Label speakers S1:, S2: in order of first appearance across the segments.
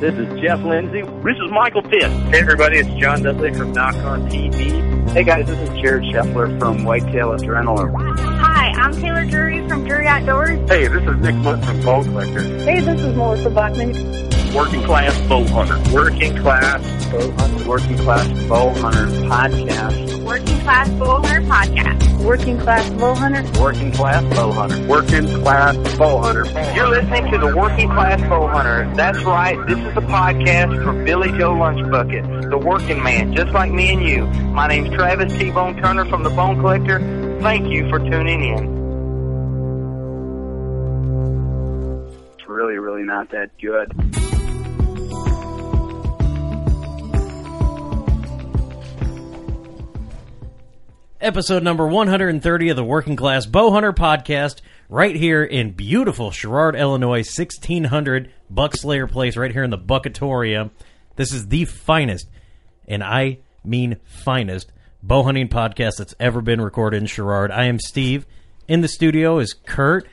S1: This is Jeff Lindsay. This is Michael Pitt. Hey, everybody, it's John Dudley from Knock on TV. Hey, guys, this is Jared Scheffler from Whitetail Adrenaline.
S2: Hi, I'm Taylor Drury from Drury Outdoors.
S1: Hey, this is Nick Mutt from Bow Collector.
S3: Hey, this is Melissa Bachman.
S1: Working Class Bow Hunter. Working Class Bow Hunter. Working Class Bow Hunter Podcast.
S2: Working Class Bowler Podcast.
S3: Working Class Bow Hunter.
S1: Working Class Bow Hunter. Working Class Bow Hunter. You're listening to the Working Class Bow Hunter. That's right. This is a podcast from Billy Joe Lunchbucket, the working man, just like me and you. My name's Travis T. Bone Turner from the Bone Collector. Thank you for tuning in.
S4: It's really, really not that good.
S5: episode number 130 of the Working Class Bowhunter podcast, right here in beautiful Sherrard, Illinois, 1600 Buckslayer Place, right here in the Buckatorium. This is the finest, and I mean finest, bow hunting podcast that's ever been recorded in Sherrard. I am Steve. In the studio is Kurt,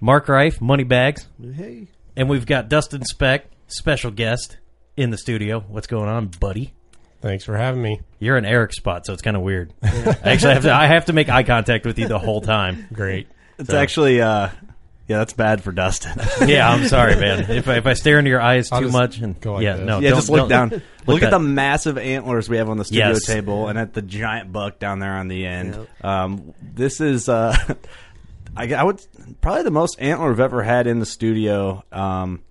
S5: Mark Reif, Moneybags. Hey. And we've got Dustin Speck, special guest in the studio. What's going on, buddy?
S6: Thanks for having me.
S5: You're in Eric's spot, so it's kind of weird. I actually have to, I have to make eye contact with you the whole time.
S6: Great.
S7: It's actually, uh, yeah, that's bad for Dustin.
S5: Yeah, I'm sorry, man. If I, if I stare into your eyes
S6: I'll
S5: too
S6: just
S5: much and
S6: go like
S5: yeah,
S6: this.
S5: no,
S7: yeah,
S5: don't-
S7: just look
S5: don't-
S7: down. look at
S5: that.
S7: the massive antlers we have on the studio
S5: Yes.
S7: table, and at the giant buck down there on the end. Um, this is, uh, I, gu- I would probably the most antler I've ever had in the studio. Um,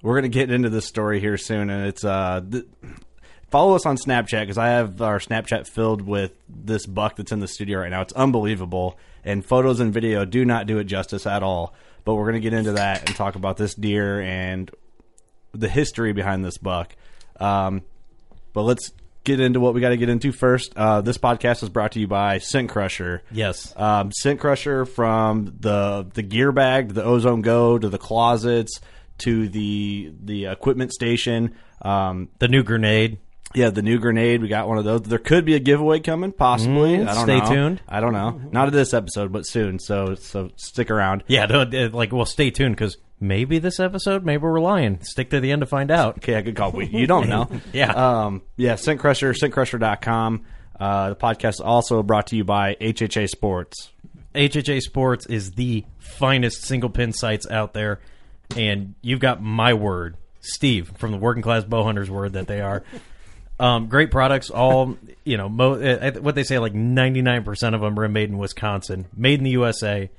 S7: we're gonna get into this story here soon, and it's uh. Th- Follow us on Snapchat because I have our Snapchat filled with this buck that's in the studio right now. It's unbelievable, and photos and video do not do it justice at all. But we're going to get into that and talk about this deer and the history behind this buck. Um, but let's get into what we got to get into first. Uh, this podcast is brought to you by Scent Crusher.
S5: Yes.
S7: Um, Scent Crusher from the the gear bag to the Ozone Go to the closets to the the equipment station. Um,
S5: The new grenade.
S7: yeah, the new grenade. We got one of those. There could be a giveaway coming, possibly.
S5: Mm,
S7: I don't
S5: stay
S7: know.
S5: tuned.
S7: I don't know. Not this episode, but soon. So so stick around.
S5: Yeah, don't, uh, like well, stay tuned because maybe this episode, maybe we're lying. Stick to the end to find out.
S7: Okay, I could call. We, you don't know.
S5: Yeah.
S7: Um, yeah, Scent Crusher, scentcrusher.com. Uh, the podcast is also brought to you by HHA Sports.
S5: HHA Sports is the finest single pin sites out there, and you've got my word, Steve from the Working Class Bowhunters word that they are. Um, great products, all you know. Mo- uh, uh, what they say, like ninety nine percent of them are made in Wisconsin, made in the USA.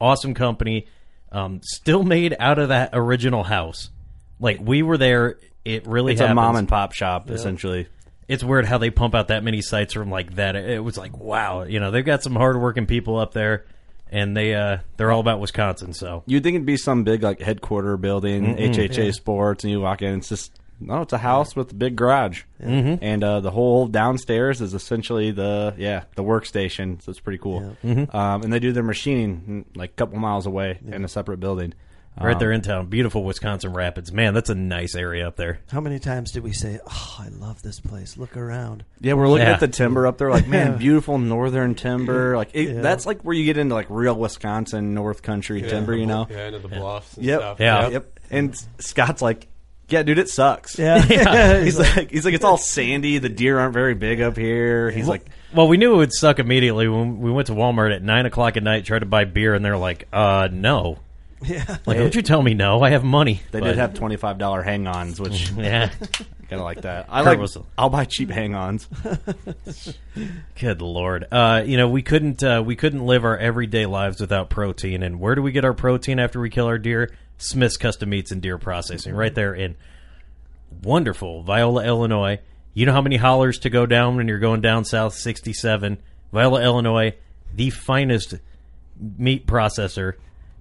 S5: Awesome company, um, still made out of that original house. Like we were there, it really
S7: It's a
S5: happens.
S7: mom and pop shop, essentially.
S5: it's weird how they pump out that many sites from like that. It was like, wow, you know, they've got some hardworking people up there. and they uh, they're all about Wisconsin. So
S7: You'd think it'd be some big like headquarter building, HHA Sports, and you walk in, it's just no, it's a house with a big garage, mm-hmm. and uh, the whole downstairs is essentially the yeah the workstation. So it's pretty cool. Um, and they do their machining mm, like a couple miles away in a separate building.
S5: right there in town, beautiful Wisconsin Rapids. Man, that's a nice area up there.
S6: How many times did we say, "Oh, I love this place. Look around."
S7: Yeah, we're looking
S5: Yeah.
S7: at the timber up there. Like, man, beautiful northern timber. Like, it, that's like where you get into like real Wisconsin North Country timber. You know,
S8: Yeah, into the bluffs and
S7: Yep.
S8: stuff.
S5: Yeah.
S7: Yep. And Scott's like, yeah, dude, it sucks.
S6: Yeah. Yeah.
S7: he's like, he's like, it's all sandy. The deer aren't very big up here. He's like,
S5: Well, we knew it would suck immediately when we went to Walmart at nine o'clock at night, tried to buy beer, and they're like, "Uh, no."
S6: Yeah.
S5: Like, don't you tell me no? I have money.
S7: they
S5: But-
S7: did have twenty five dollar hang ons, which
S5: Yeah.
S7: kind of like that. I
S5: Kurt
S7: like.
S5: was-
S7: I'll buy cheap hang ons.
S5: Good lord. Uh, you know, we couldn't uh, we couldn't live our everyday lives without protein. And where do we get our protein after we kill our deer? Smith's Custom Meats and Deer Processing, right there in wonderful Viola, Illinois. You know how many hollers to go down when you're going down south 67. Viola, Illinois, the finest meat processor,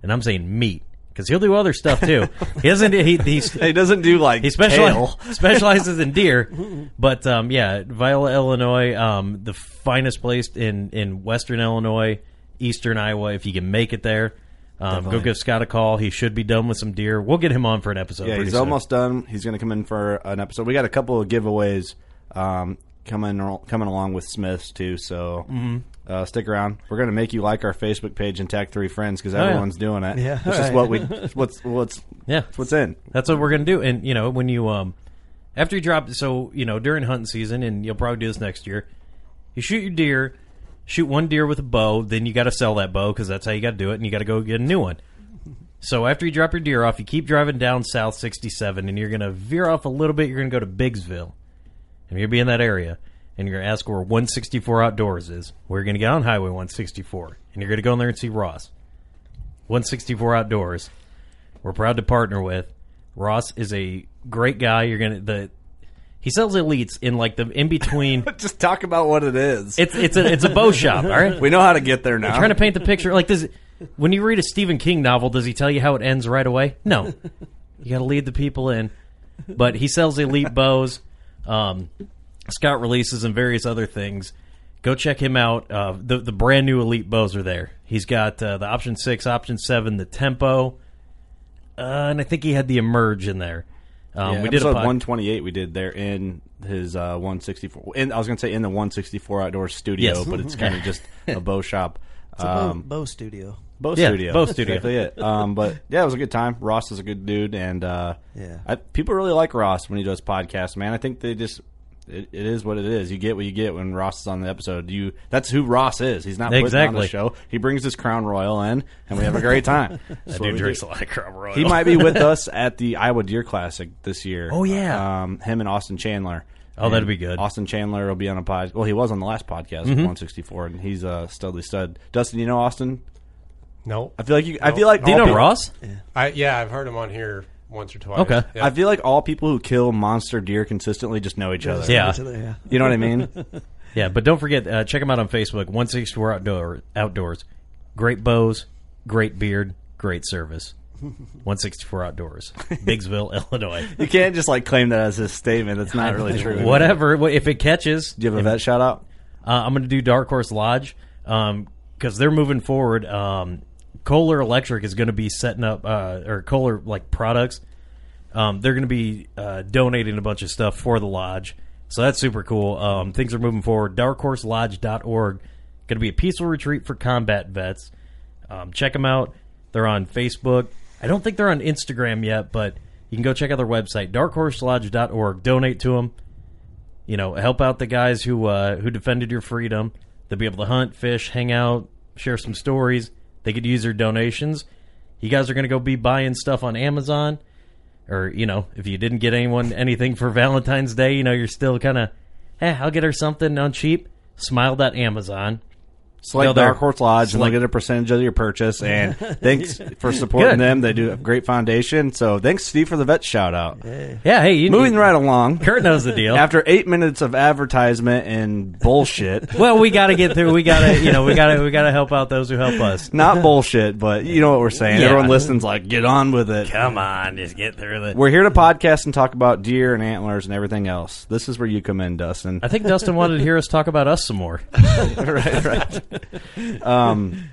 S5: and I'm saying meat because he'll do other stuff too. he doesn't. He, he's,
S7: He doesn't do like
S5: he speciali- specializes in deer, but um, yeah, Viola, Illinois, um, the finest place in in western Illinois, eastern Iowa. If you can make it there, um, go give Scott a call. He should be done with some deer. We'll get him on for an episode.
S7: Yeah,
S5: pretty
S7: he's
S5: soon.
S7: almost done. He's going to come in for an episode. We got a couple of giveaways um, coming coming along with Smiths too. So uh, stick around. We're going to make you like our Facebook page and tag three friends because
S5: yeah.
S7: everyone's doing it.
S6: Yeah,
S7: this is
S6: alright.
S7: what we what's what's
S5: Yeah.
S7: it's what's in.
S5: That's what we're gonna do. And you know, when you um, after you drop, so you know, during hunting season, and you'll probably do this next year. You shoot your deer, shoot one deer with a bow, then you got to sell that bow because that's how you got to do it, and you got to go get a new one. So after you drop your deer off, you keep driving down South 67, and you're gonna veer off a little bit. You're gonna go to Biggsville, and you're gonna be in that area, and you're gonna ask where 164 Outdoors is. We're gonna get on Highway 164, and you're gonna go in there and see Ross. 164 Outdoors. We're proud to partner with. Ross is a great guy. You're gonna the he sells elites in like the in between.
S7: Just talk about what it is.
S5: it's it's a it's a bow shop. All right,
S7: we know how to get there now.
S5: trying to paint the picture. Like does when you read a Stephen King novel, does he tell you how it ends right away? No, you got to lead the people in. But he sells elite bows, um, scout releases, and various other things. Go check him out. Uh, the the brand new elite bows are there. He's got uh, the option six, option seven, the tempo, uh, and I think he had the emerge in there. Um,
S7: Yeah,
S5: we did a
S7: episode
S5: pod-
S7: 128. We did there in his uh, 164. In, I was going to say in the 164 outdoor studio,
S5: Yes.
S7: but it's kind of just a bow shop.
S6: It's a bow, bow studio.
S7: Bow
S5: Yeah,
S7: Studio.
S5: Bow
S7: That's
S5: Studio.
S7: Exactly it. Um, but yeah, it was a good time. Ross is a good dude, and uh,
S6: Yeah.
S7: I, people really like Ross when he does podcasts. Man, I think they just it, it is what it is. You get what you get when Ross is on the episode. You that's who Ross is. He's not putting on
S5: Exactly.
S7: the show. He brings his Crown Royal in, and we have a great time.
S5: That dude drinks a lot of Crown Royal.
S7: he might be with us at the Iowa Deer Classic this year.
S5: Oh, yeah.
S7: um, him and Austin Chandler.
S5: Oh, that'd
S7: And
S5: be good. Mm-hmm.
S7: Austin Chandler will be on a pod. Well, he was on the last podcast, 164, and he's a studly stud. Dustin, you know Austin?
S8: No.
S7: I feel like you. I feel like
S5: Do you
S7: all
S5: know
S7: people-
S5: Ross?
S8: I, yeah, I've heard him on here once or twice.
S5: Okay.
S8: Yeah.
S7: I feel like all people who kill monster deer consistently just know each other.
S5: Yeah.
S6: Yeah.
S7: You know what I mean?
S5: Yeah, but don't forget, uh, check him out on Facebook. One sixty four outdoor outdoors, great bows, great beard, great service. One sixty four outdoors, Biggsville, Illinois.
S7: you can't just like claim that as a statement. That's not really true.
S5: Whatever. wh- If it catches,
S7: Do you have a vet shout out?
S5: uh, I'm going to do Dark Horse Lodge because they're moving forward. Um, Kohler Electric is going to be setting up uh, or Kohler like products. Um, they're going to be uh, donating a bunch of stuff for the lodge, so that's super cool. Um, things are moving forward. DarkHorseLodge.org. Going to be a peaceful retreat for combat vets. Um, check them out. They're on Facebook. I don't think they're on Instagram yet, but you can go check out their website, darkhorselodge.org. Donate to them you know, help out the guys who uh, who defended your freedom. They'll be able to hunt, fish, hang out, share some stories. They could use their donations. You guys are going to go be buying stuff on Amazon, or you know, if you didn't get anyone anything for Valentine's Day, you know, you're still kind of, hey, I'll get her something on cheap. Smiled at Amazon.
S7: Select
S5: No, they're-
S7: Dark Horse Lodge and
S5: Select-
S7: they'll get a percentage of your purchase. And thanks for supporting
S5: Good.
S7: them. They do a great foundation. So thanks, Steve, for the vet shout out.
S5: Yeah, hey, you
S7: Moving right along.
S5: Kurt knows the deal.
S7: After eight minutes of advertisement and bullshit,
S5: well, we got to get through. We got to, you know, we got to, we got to help out those who help us.
S7: not bullshit, but you know what we're saying.
S5: Yeah.
S7: Everyone listens like, get on with it.
S5: Come on, just get through it.
S7: We're here to podcast and talk about deer and antlers and everything else. This is where you come in, Dustin.
S5: I think Dustin wanted to hear us talk about us some more.
S7: right, right. Um,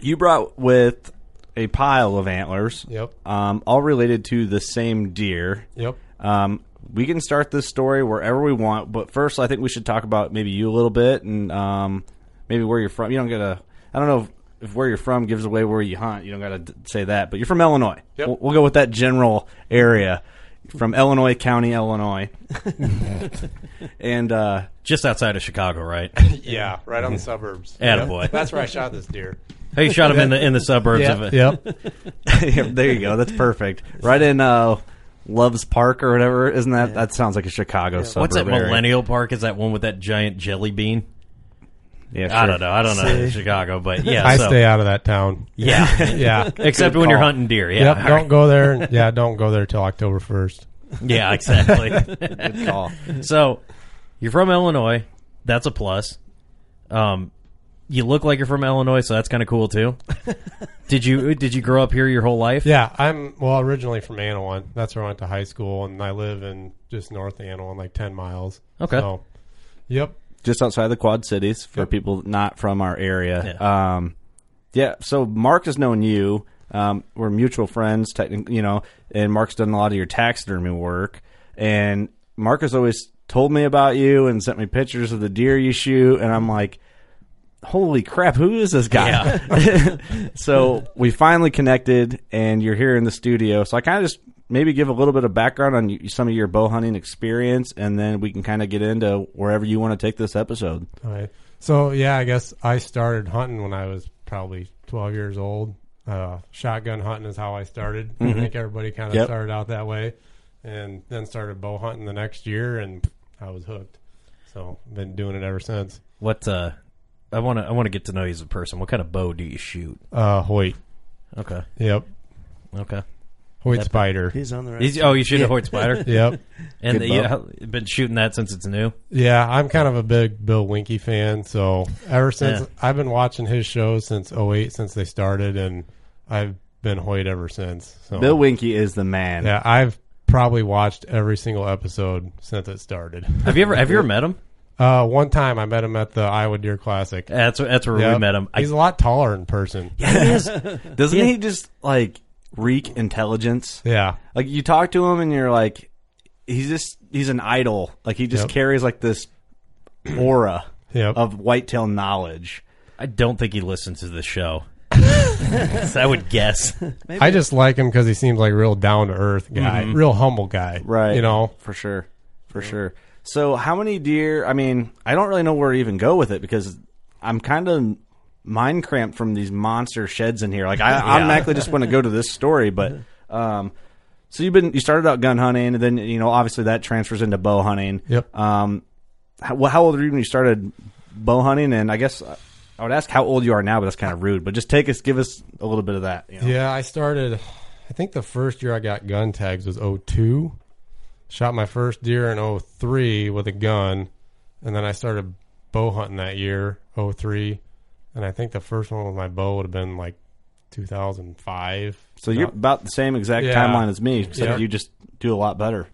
S7: you brought with a pile of antlers.
S8: Yep.
S7: Um, all related to the same deer.
S8: Yep.
S7: Um, we can start this story wherever we want, but first, I think we should talk about maybe you a little bit and um, maybe where you're from. You don't get a. I don't know if, if where you're from gives away where you hunt. You don't got to d- say that, but you're from Illinois.
S8: Yep.
S7: We'll, we'll go with that general area from Illinois County, Illinois, and uh,
S5: Just outside of Chicago, right?
S8: Yeah, right on the suburbs.
S5: Attaboy.
S8: That's where I shot this deer.
S5: Hey, shot him in the in the suburbs of it.
S8: Yep.
S7: Yeah, there you go. That's perfect. Right in uh, Love's Park or whatever, isn't that? That sounds like a Chicago suburb.
S5: What's that
S7: area.
S5: millennial park? Is that one with that giant jelly bean?
S7: Yeah,
S5: I
S7: sure.
S5: don't know. I don't know
S6: See.
S5: Chicago, but yeah,
S8: I
S5: so-
S8: stay out of that town.
S5: Yeah,
S8: Yeah.
S5: except
S7: Good
S5: when you're
S7: call.
S5: hunting deer. Yeah,
S8: yep.
S5: all
S8: Don't
S5: right.
S8: go there. Yeah, don't go there till October first.
S5: yeah, exactly.
S7: Good call.
S5: so you're from Illinois. That's a plus. Um, you look like you're from Illinois, so that's kind of cool too. did you did you grow up here your whole life?
S8: Yeah, I'm well originally from Anawan. That's where I went to high school, and I live in just north of Anawan, like ten miles.
S5: Okay.
S8: So, yep.
S7: Just outside the Quad Cities for
S8: Yep.
S7: people not from our area. Yeah. Um, yeah. So Mark has known you. Um, we're mutual friends, technic- you know, and Mark's done a lot of your taxidermy work. And Mark has always told me about you and sent me pictures of the deer you shoot. And I'm like, holy crap, who is this guy? so we finally connected, and you're here in the studio. So I kind of just maybe give a little bit of background on you, some of your bow hunting experience, and then we can kind of get into wherever you want to take this episode.
S8: All right. So yeah, I guess I started hunting when I was probably 12 years old. Uh, shotgun hunting is how I started. I think everybody kind of
S7: Yep.
S8: started out that way, and then started bow hunting the next year, and I was hooked. So been doing it ever since.
S5: What uh, I want to I want to get to know you as a person. What kind of bow do you shoot?
S8: Uh, Hoyt.
S5: Okay,
S8: Yep.
S5: okay.
S8: Hoyt Spider.
S6: He's on the right.
S5: Is- oh, you shoot a Hoyt spider,
S8: yep.
S5: and
S7: Good
S5: you
S7: bow.
S5: you've been shooting that since it's new.
S8: Yeah, I'm kind of a big Bill Winky fan. So ever since
S5: Yeah.
S8: I've been watching his shows since 08, since they started, and I've been Hoyt ever since. So
S7: Bill Winky is the man.
S8: Yeah, I've probably watched every single episode since it started.
S5: Have you ever have you ever met him?
S8: Uh, one time I met him at the Iowa Deer Classic.
S5: That's that's where
S8: Yeah.
S5: we met him. I,
S8: He's a lot taller in person. Yeah.
S7: Doesn't he just like reek intelligence?
S8: Yeah.
S7: Like you talk to him, and you're like, he's just he's an idol. Like he just
S8: Yep.
S7: carries like this aura
S8: Yep.
S7: of whitetail knowledge.
S5: I don't think he listens to the show. So I would guess.
S8: I just like him because he seems like a real down to earth guy,
S5: Mm-hmm.
S8: real humble guy.
S7: Right.
S8: You know,
S7: for sure, for sure. So, how many deer? I mean, I don't really know where to even go with it because I'm kind of mind cramped from these monster sheds in here. Like, I automatically just want to go to this story, but um, so you've been you started out gun hunting, and then you know obviously that transfers into bow hunting.
S8: Yep.
S7: Um, how, well, how old were you when you started bow hunting? And I guess uh, I would ask how old you are now, but that's kind of rude. But just take us, give us a little bit of that. You know?
S8: Yeah, I started. I think the first year I got gun tags was 02. Shot my first deer in 03 with a gun, and then I started bow hunting that year 03. And I think the first one with my bow would have been like 2005.
S7: So you're
S8: No,
S7: about the same exact
S8: Yeah.
S7: timeline as me. So
S8: Yeah.
S7: you just do a lot better.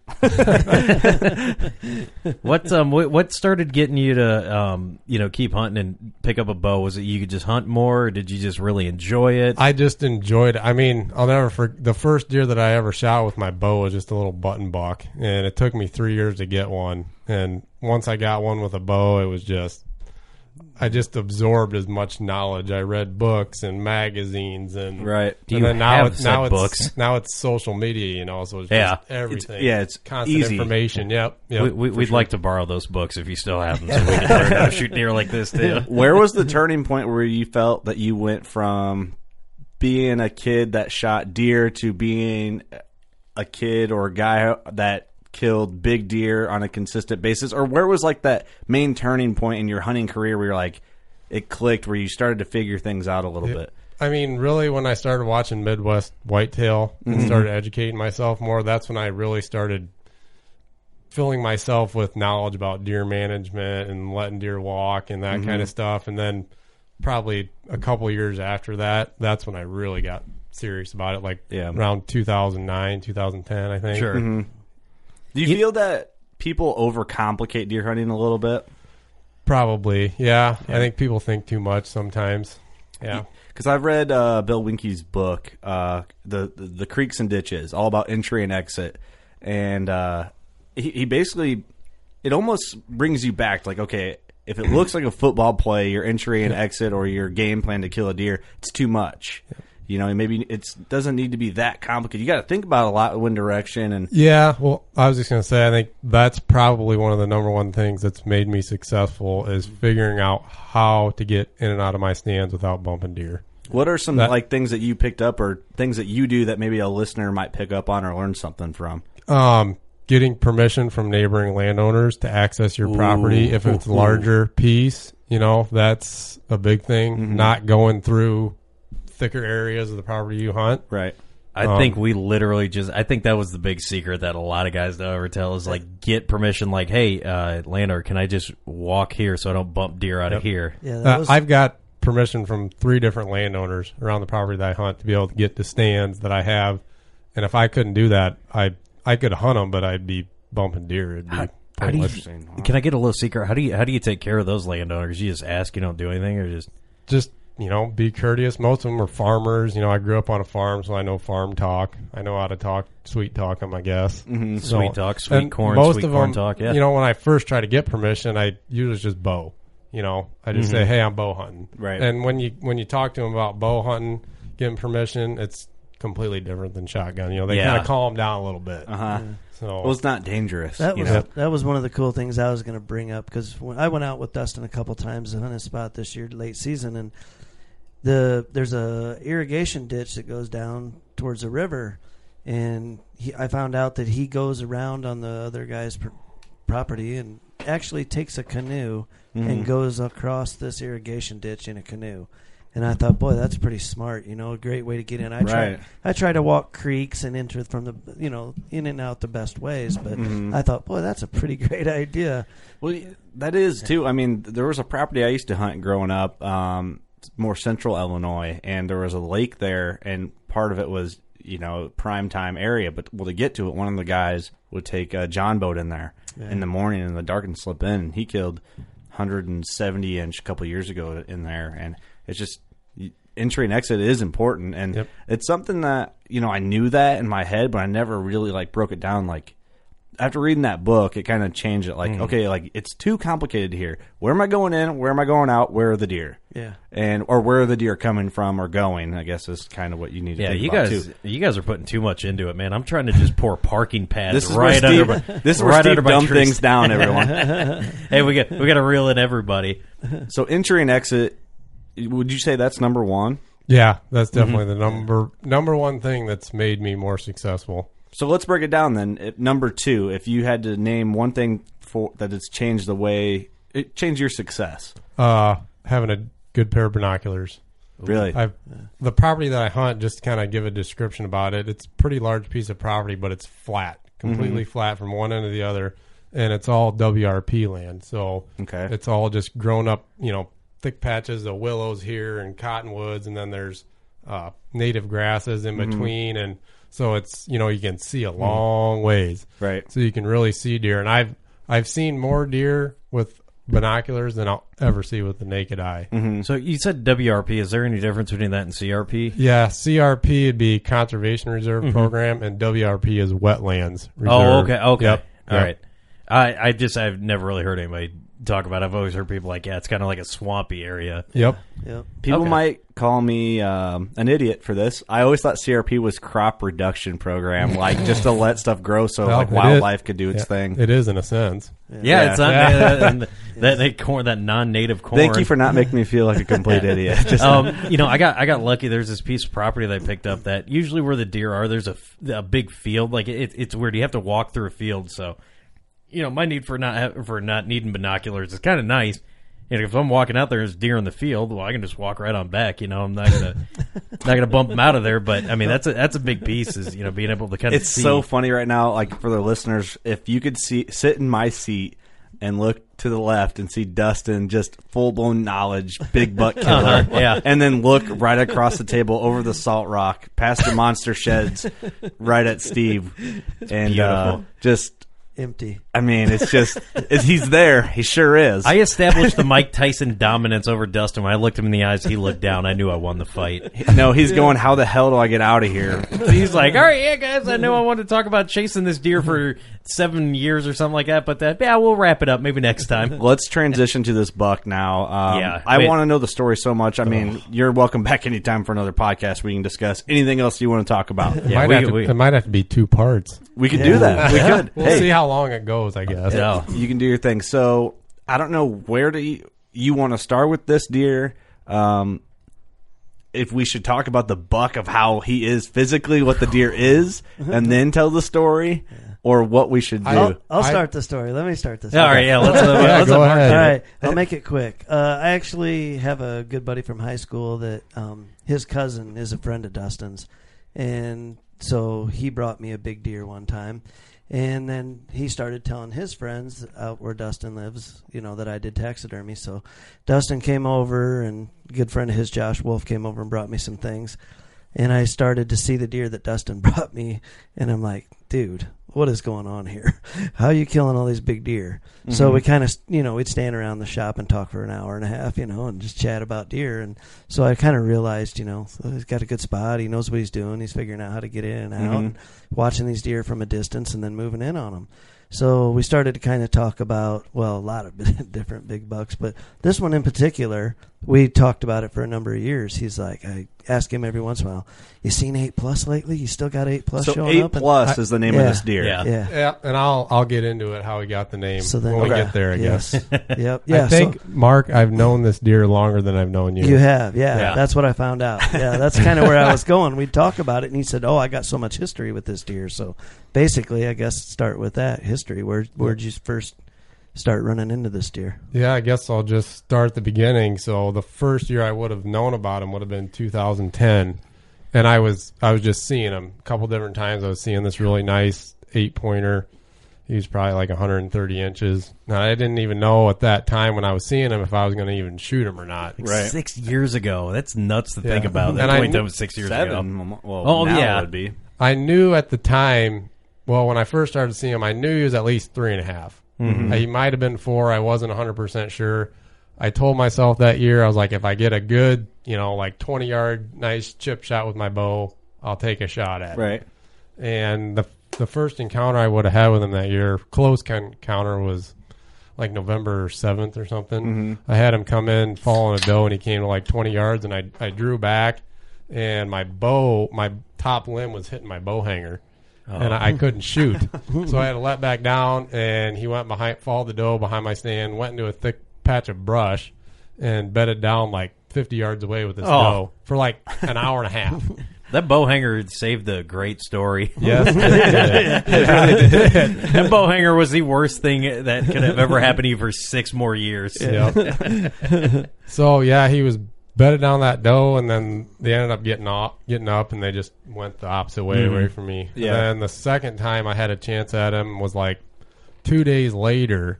S5: What um what, what started getting you to um you know keep hunting and pick up a bow? Was it you could just hunt more? Or did you just really enjoy it?
S8: I just enjoyed. it. I mean, I'll never forget the first deer that I ever shot with my bow was just a little button buck, and it took me three years to get one. And once I got one with a bow, it was just I just absorbed as much knowledge. I read books and magazines and
S7: Right.
S5: Do
S8: and
S5: you
S8: then now
S5: have
S8: it's now
S5: said
S8: it's
S5: books?
S8: now it's social media, you know, so it's
S5: Yeah.
S8: just everything.
S7: It's- yeah, it's
S8: constant
S7: easy.
S8: information. Yep. yep.
S5: we, we, we'd like to borrow those books if you still have them, so we can learn how to shoot deer like this too.
S7: Where was the turning point where you felt that you went from being a kid that shot deer to being a kid or a guy that killed big deer on a consistent basis? Or where was like that main turning point in your hunting career where you're like, it clicked where you started to figure things out a little
S8: Yeah.
S7: bit?
S8: I mean, really, when I started watching Midwest Whitetail and
S7: Mhm.
S8: started educating myself more, that's when I really started filling myself with knowledge about deer management and letting deer walk and that
S7: Mhm.
S8: kind of stuff. And then probably a couple years after that, that's when I really got serious about it. Like
S7: Yeah.
S8: around 2009, 2010, I think.
S7: Sure. Mhm. Do you, feel that people overcomplicate deer hunting a little bit?
S8: Probably. Yeah. I think people think too much sometimes. Yeah.
S7: Because I've read uh, Bill Winke's book, uh, the, the the Creeks and Ditches, all about entry and exit, and uh, he, he basically it almost brings you back to like okay, if it looks like a football play, your entry and exit or your game plan to kill a deer, it's too much. You know, maybe it doesn't need to be that complicated. You got to think about a lot when direction and
S8: Yeah, well, I was just gonna say, I think that's probably one of the number one things that's made me successful is figuring out how to get in and out of my stands without bumping deer.
S7: What are some
S8: That-
S7: like things that you picked up or things that you do that maybe a listener might pick up on or learn something from?
S8: Um, getting permission from neighboring landowners to access your
S7: Ooh.
S8: property if it's a
S7: Ooh.
S8: larger piece, you know, that's a big thing.
S7: Mm-hmm.
S8: Not going through thicker areas of the property you hunt.
S7: Right.
S5: I
S8: Um,
S5: think we literally just. I think that was the big secret that a lot of guys don't ever tell is like get permission. Like, hey, uh, landowner, can I just walk here so I don't bump deer out of here?
S8: Uh, I've got permission from three different landowners around the property that I hunt to be able to get to stands that I have, and if I couldn't do that, I I could hunt them, but I'd be bumping deer. It'd be
S5: How do you-
S8: pointless.
S5: can I get a little secret? How do you how do you take care of those landowners? You just ask, you don't do anything, or just
S8: just you know be courteous. Most of them are farmers. You know, I grew up on a farm, so I know farm talk. I know how to talk sweet talk. I'm I guess
S5: Mhm.
S8: So-
S5: Sweet talk, sweet
S8: and
S5: corn,
S8: Most
S5: sweet
S8: of
S5: corn
S8: them,
S5: talk, yeah.
S8: you know, when I first try to get permission, I usually just bow. You know, I just
S5: Mhm.
S8: say, "Hey, I'm bow hunting."
S7: Right.
S8: And when you when you talk to them about bow hunting, getting permission, it's completely different than shotgun. You know, they
S7: Yeah.
S8: kind of calm down a little bit.
S7: Uh
S5: Uh-huh.
S7: huh.
S8: So
S7: well, it's not dangerous.
S8: That
S7: you
S8: was-
S7: know?
S6: That was one of the cool things I was going to bring up because when I went out with Dustin a couple times to hunt a spot this year, late season, and the there's a irrigation ditch that goes down towards the river, and he, I found out that he goes around on the other guy's pr- property and actually takes a canoe
S9: Mhm.
S6: and goes across this irrigation ditch in a canoe. And I thought, boy, that's pretty smart. You know, a great way to get in. I
S9: Right.
S6: try, I try to walk creeks and enter from the, you know, in and out the best ways. But
S7: Mhm.
S6: I thought, boy, that's a pretty great idea.
S7: Well, that is too. I mean, there was a property I used to hunt growing up, um, more central Illinois, and there was a lake there, and part of it was you know prime time area. But well, to get to it, one of the guys would take a John boat in there
S5: Yeah.
S7: in the morning in the dark and slip in. He killed 170 inch a couple years ago in there, and it's just you- entry and exit is important, and it's something that you know I knew that in my head, but I never really like broke it down like after reading that book, it kind of changed it. Like,
S5: Mm.
S7: okay, like it's too complicated here. Where am I going in? Where am I going out? Where are the deer?
S6: Yeah.
S7: and or where are the deer coming from or going? I guess is kind of what you need to
S5: yeah,
S7: think
S5: you
S7: about
S5: guys
S7: too.
S5: you guys are putting too much into it, man. I'm trying to just pour parking pads
S7: This is where
S5: right
S7: Steve-
S5: under. my-
S7: this is where
S5: right
S7: Steve
S5: under my
S7: dumb
S5: trees.
S7: things down, everyone.
S5: hey, we got we got to reel in everybody.
S7: So entry and exit. Would you say that's number one?
S8: yeah, that's
S5: Mm-hmm.
S8: definitely the number number one thing that's made me more successful.
S7: So let's break it down then. If- Number two, if you had to name one thing for that has changed the way it changed your success.
S8: Uh, having a good pair of binoculars.
S7: Really?
S8: I've, the property that I hunt, just to kind of give a description about it, it's a pretty large piece of property, but it's flat, completely
S7: Mhm.
S8: flat from one end to the other, and it's all WRP land. So
S7: Okay.
S8: it's all just grown up, you know, thick patches of willows here and cottonwoods, and then there's uh, native grasses in
S7: Mhm.
S8: between, and so it's you know you can see a long ways,
S7: Mm. right?
S8: So you can really see deer, and I've I've seen more deer with binoculars than I'll ever see with the naked eye.
S7: Mm-hmm.
S5: So you said WRP. Is there any difference between that and CRP?
S8: Yeah, CRP would be Conservation Reserve
S5: Mhm.
S8: Program, and WRP is Wetlands Reserve.
S5: Oh, okay, okay,
S8: Yep,
S5: all
S8: yep.
S5: right. I I just I've never really heard anybody talk about. it. I've always heard people like, yeah, it's kind of like a swampy area.
S8: Yep.
S6: Yep.
S7: People
S5: Okay.
S7: might call me um, an idiot for this. I always thought CRP was crop reduction program, like just to let stuff grow so
S8: Well,
S7: like
S8: it
S7: wildlife
S8: is-
S7: could do its
S8: yeah,
S7: thing.
S8: It is in a sense.
S5: Yeah, it's not that, that, that corn that non-native corn.
S7: Thank you for not making me feel like a complete idiot. Just-
S8: Oh,
S5: um, you know, I got I got lucky. There's this piece of property that I picked up that usually where the deer are, there's a, f- a big field. Like it, it's weird. You have to walk through a field. So, you know, my need for not ha- for not needing binoculars is kind of nice. You know, if I'm walking out there, there's deer in the field. Well, I can just walk right on back. You know, I'm not gonna not gonna bump them out of there. But I mean, that's a that's a big piece is you know being able to kind of
S7: it's
S5: see.
S7: so funny right now like for the listeners if you could see sit in my seat and look to the left and see Dustin just full blown knowledge big buck killer
S5: Uh-huh, yeah.
S7: and then look right across the table over the salt rock past the monster sheds right at Steve and uh,
S5: beautiful.
S7: just
S6: Empty.
S7: I mean it's just it's, he's there he sure is
S5: I established the Mike Tyson dominance over Dustin. When I looked him in the eyes, he looked down. I knew I won the fight.
S7: no he's going how the hell do I get out of here
S5: He's like, all right, yeah, guys, I know I wanted to talk about chasing this deer for seven years or something like that, but that, yeah, we'll wrap it up maybe next time.
S7: Let's transition to this buck now. Um,
S5: Yeah.
S7: I
S5: Wait.
S7: want to know the story so much. I mean, you're welcome back anytime for another podcast. We can discuss anything else you want to talk about.
S8: might
S5: we-
S8: have to,
S5: we-
S8: it might have to be two parts.
S7: We could do that. We could.
S8: We'll
S7: hey,
S8: see how long it goes, I guess.
S6: Oh.
S5: No.
S7: you can do your thing. So I don't know where do you, you want to start with this deer. Um, if we should talk about the buck of how he is physically, what the deer is, and then tell the story, or what we should do.
S6: I'll, I'll
S8: I-
S6: start the story. Let me start this.
S5: All right, yeah, let's, uh,
S8: Yeah,
S5: let's
S8: go ahead.
S6: All right, I'll make it quick. Uh, I actually have a good buddy from high school that um, his cousin is a friend of Dustin's, and so he brought me a big deer one time, and then he started telling his friends out where Dustin lives, you know, that I did taxidermy. So Dustin came over, and a good friend of his, Josh Wolf, came over and brought me some things, and I started to see the deer that Dustin brought me, and I'm like, dude, what is going on here? How are you killing all these big deer? So we kind of, you know, we'd stand around the shop and talk for an hour and a half, you know, and just chat about deer. And so I kind of realized, you know, oh, he's got a good spot. He knows what he's doing. He's figuring out how to get in and out, and watching these deer from a distance and then moving in on them. So we started to kind of talk about, well, a lot of different big bucks, but this one in particular, we talked about it for a number of years. He's like, I ask him every once in a while, you seen eight plus lately? You still got eight plus
S7: so
S6: showing
S7: eight
S6: up? And-
S7: plus is the name of
S6: Yeah.
S7: this deer.
S5: Yeah.
S6: yeah.
S8: Yeah, and I'll I'll get into it how we got the name
S6: So then
S8: when we
S7: Okay.
S8: get there. I
S6: yes.
S8: guess.
S6: yep. Yeah.
S8: I
S6: so-
S8: think Mark, I've known this deer longer than I've known you.
S6: You have, yeah.
S5: Yeah.
S6: That's what I found out. Yeah, that's kind of where I was going. We'd talk about it, and he said, "Oh, I got so much history with this deer." So basically, I guess start with that history. Where where'd you first start running into this deer?
S8: Yeah, I guess I'll just start at the beginning. So the first year I would have known about him would have been 2010, and I was I was just seeing him a couple different times. I was seeing this really nice eight pointer. He was probably like 130 inches. Now I didn't even know at that time when I was seeing him if I was going to even shoot him or not.
S7: Right.
S5: Six years ago. That's nuts to think
S8: Yeah.
S5: about. That
S8: And I
S5: only
S8: knew-
S5: time was six years ago.
S7: Seven. Well,
S5: Oh,
S7: now
S5: yeah.
S7: it would be.
S8: I knew at the time. Well, when I first started seeing him, I knew he was at least three and a half. He might have been four. I wasn't 100% sure. I told myself that year, I was like, if I get a good, you know, like 20 yard, nice chip shot with my bow, I'll take a shot at it.
S7: Right.
S8: And the, the first encounter I would have had with him that year, close con- encounter, was like November 7th or something. I had him come in, fall on a doe, and he came to like 20 yards, and I, I drew back, and my bow, my top limb was hitting my bow hanger. And I, I couldn't shoot, so I had to let back down, and he went behind, followed the doe behind my stand, went into a thick patch of brush, and bedded down like fifty yards away with this
S5: Oh.
S8: doe for like an hour and a half.
S5: That bow hanger saved a great story.
S8: yes,
S5: that bow hanger was the worst thing that could have ever happened to you for six more years.
S8: Yep. so yeah, he was bedded down that doe, and then they ended up getting off, getting up, and they just went the opposite way away from me.
S7: Yeah.
S8: And then the second time I had a chance at him was like two days later.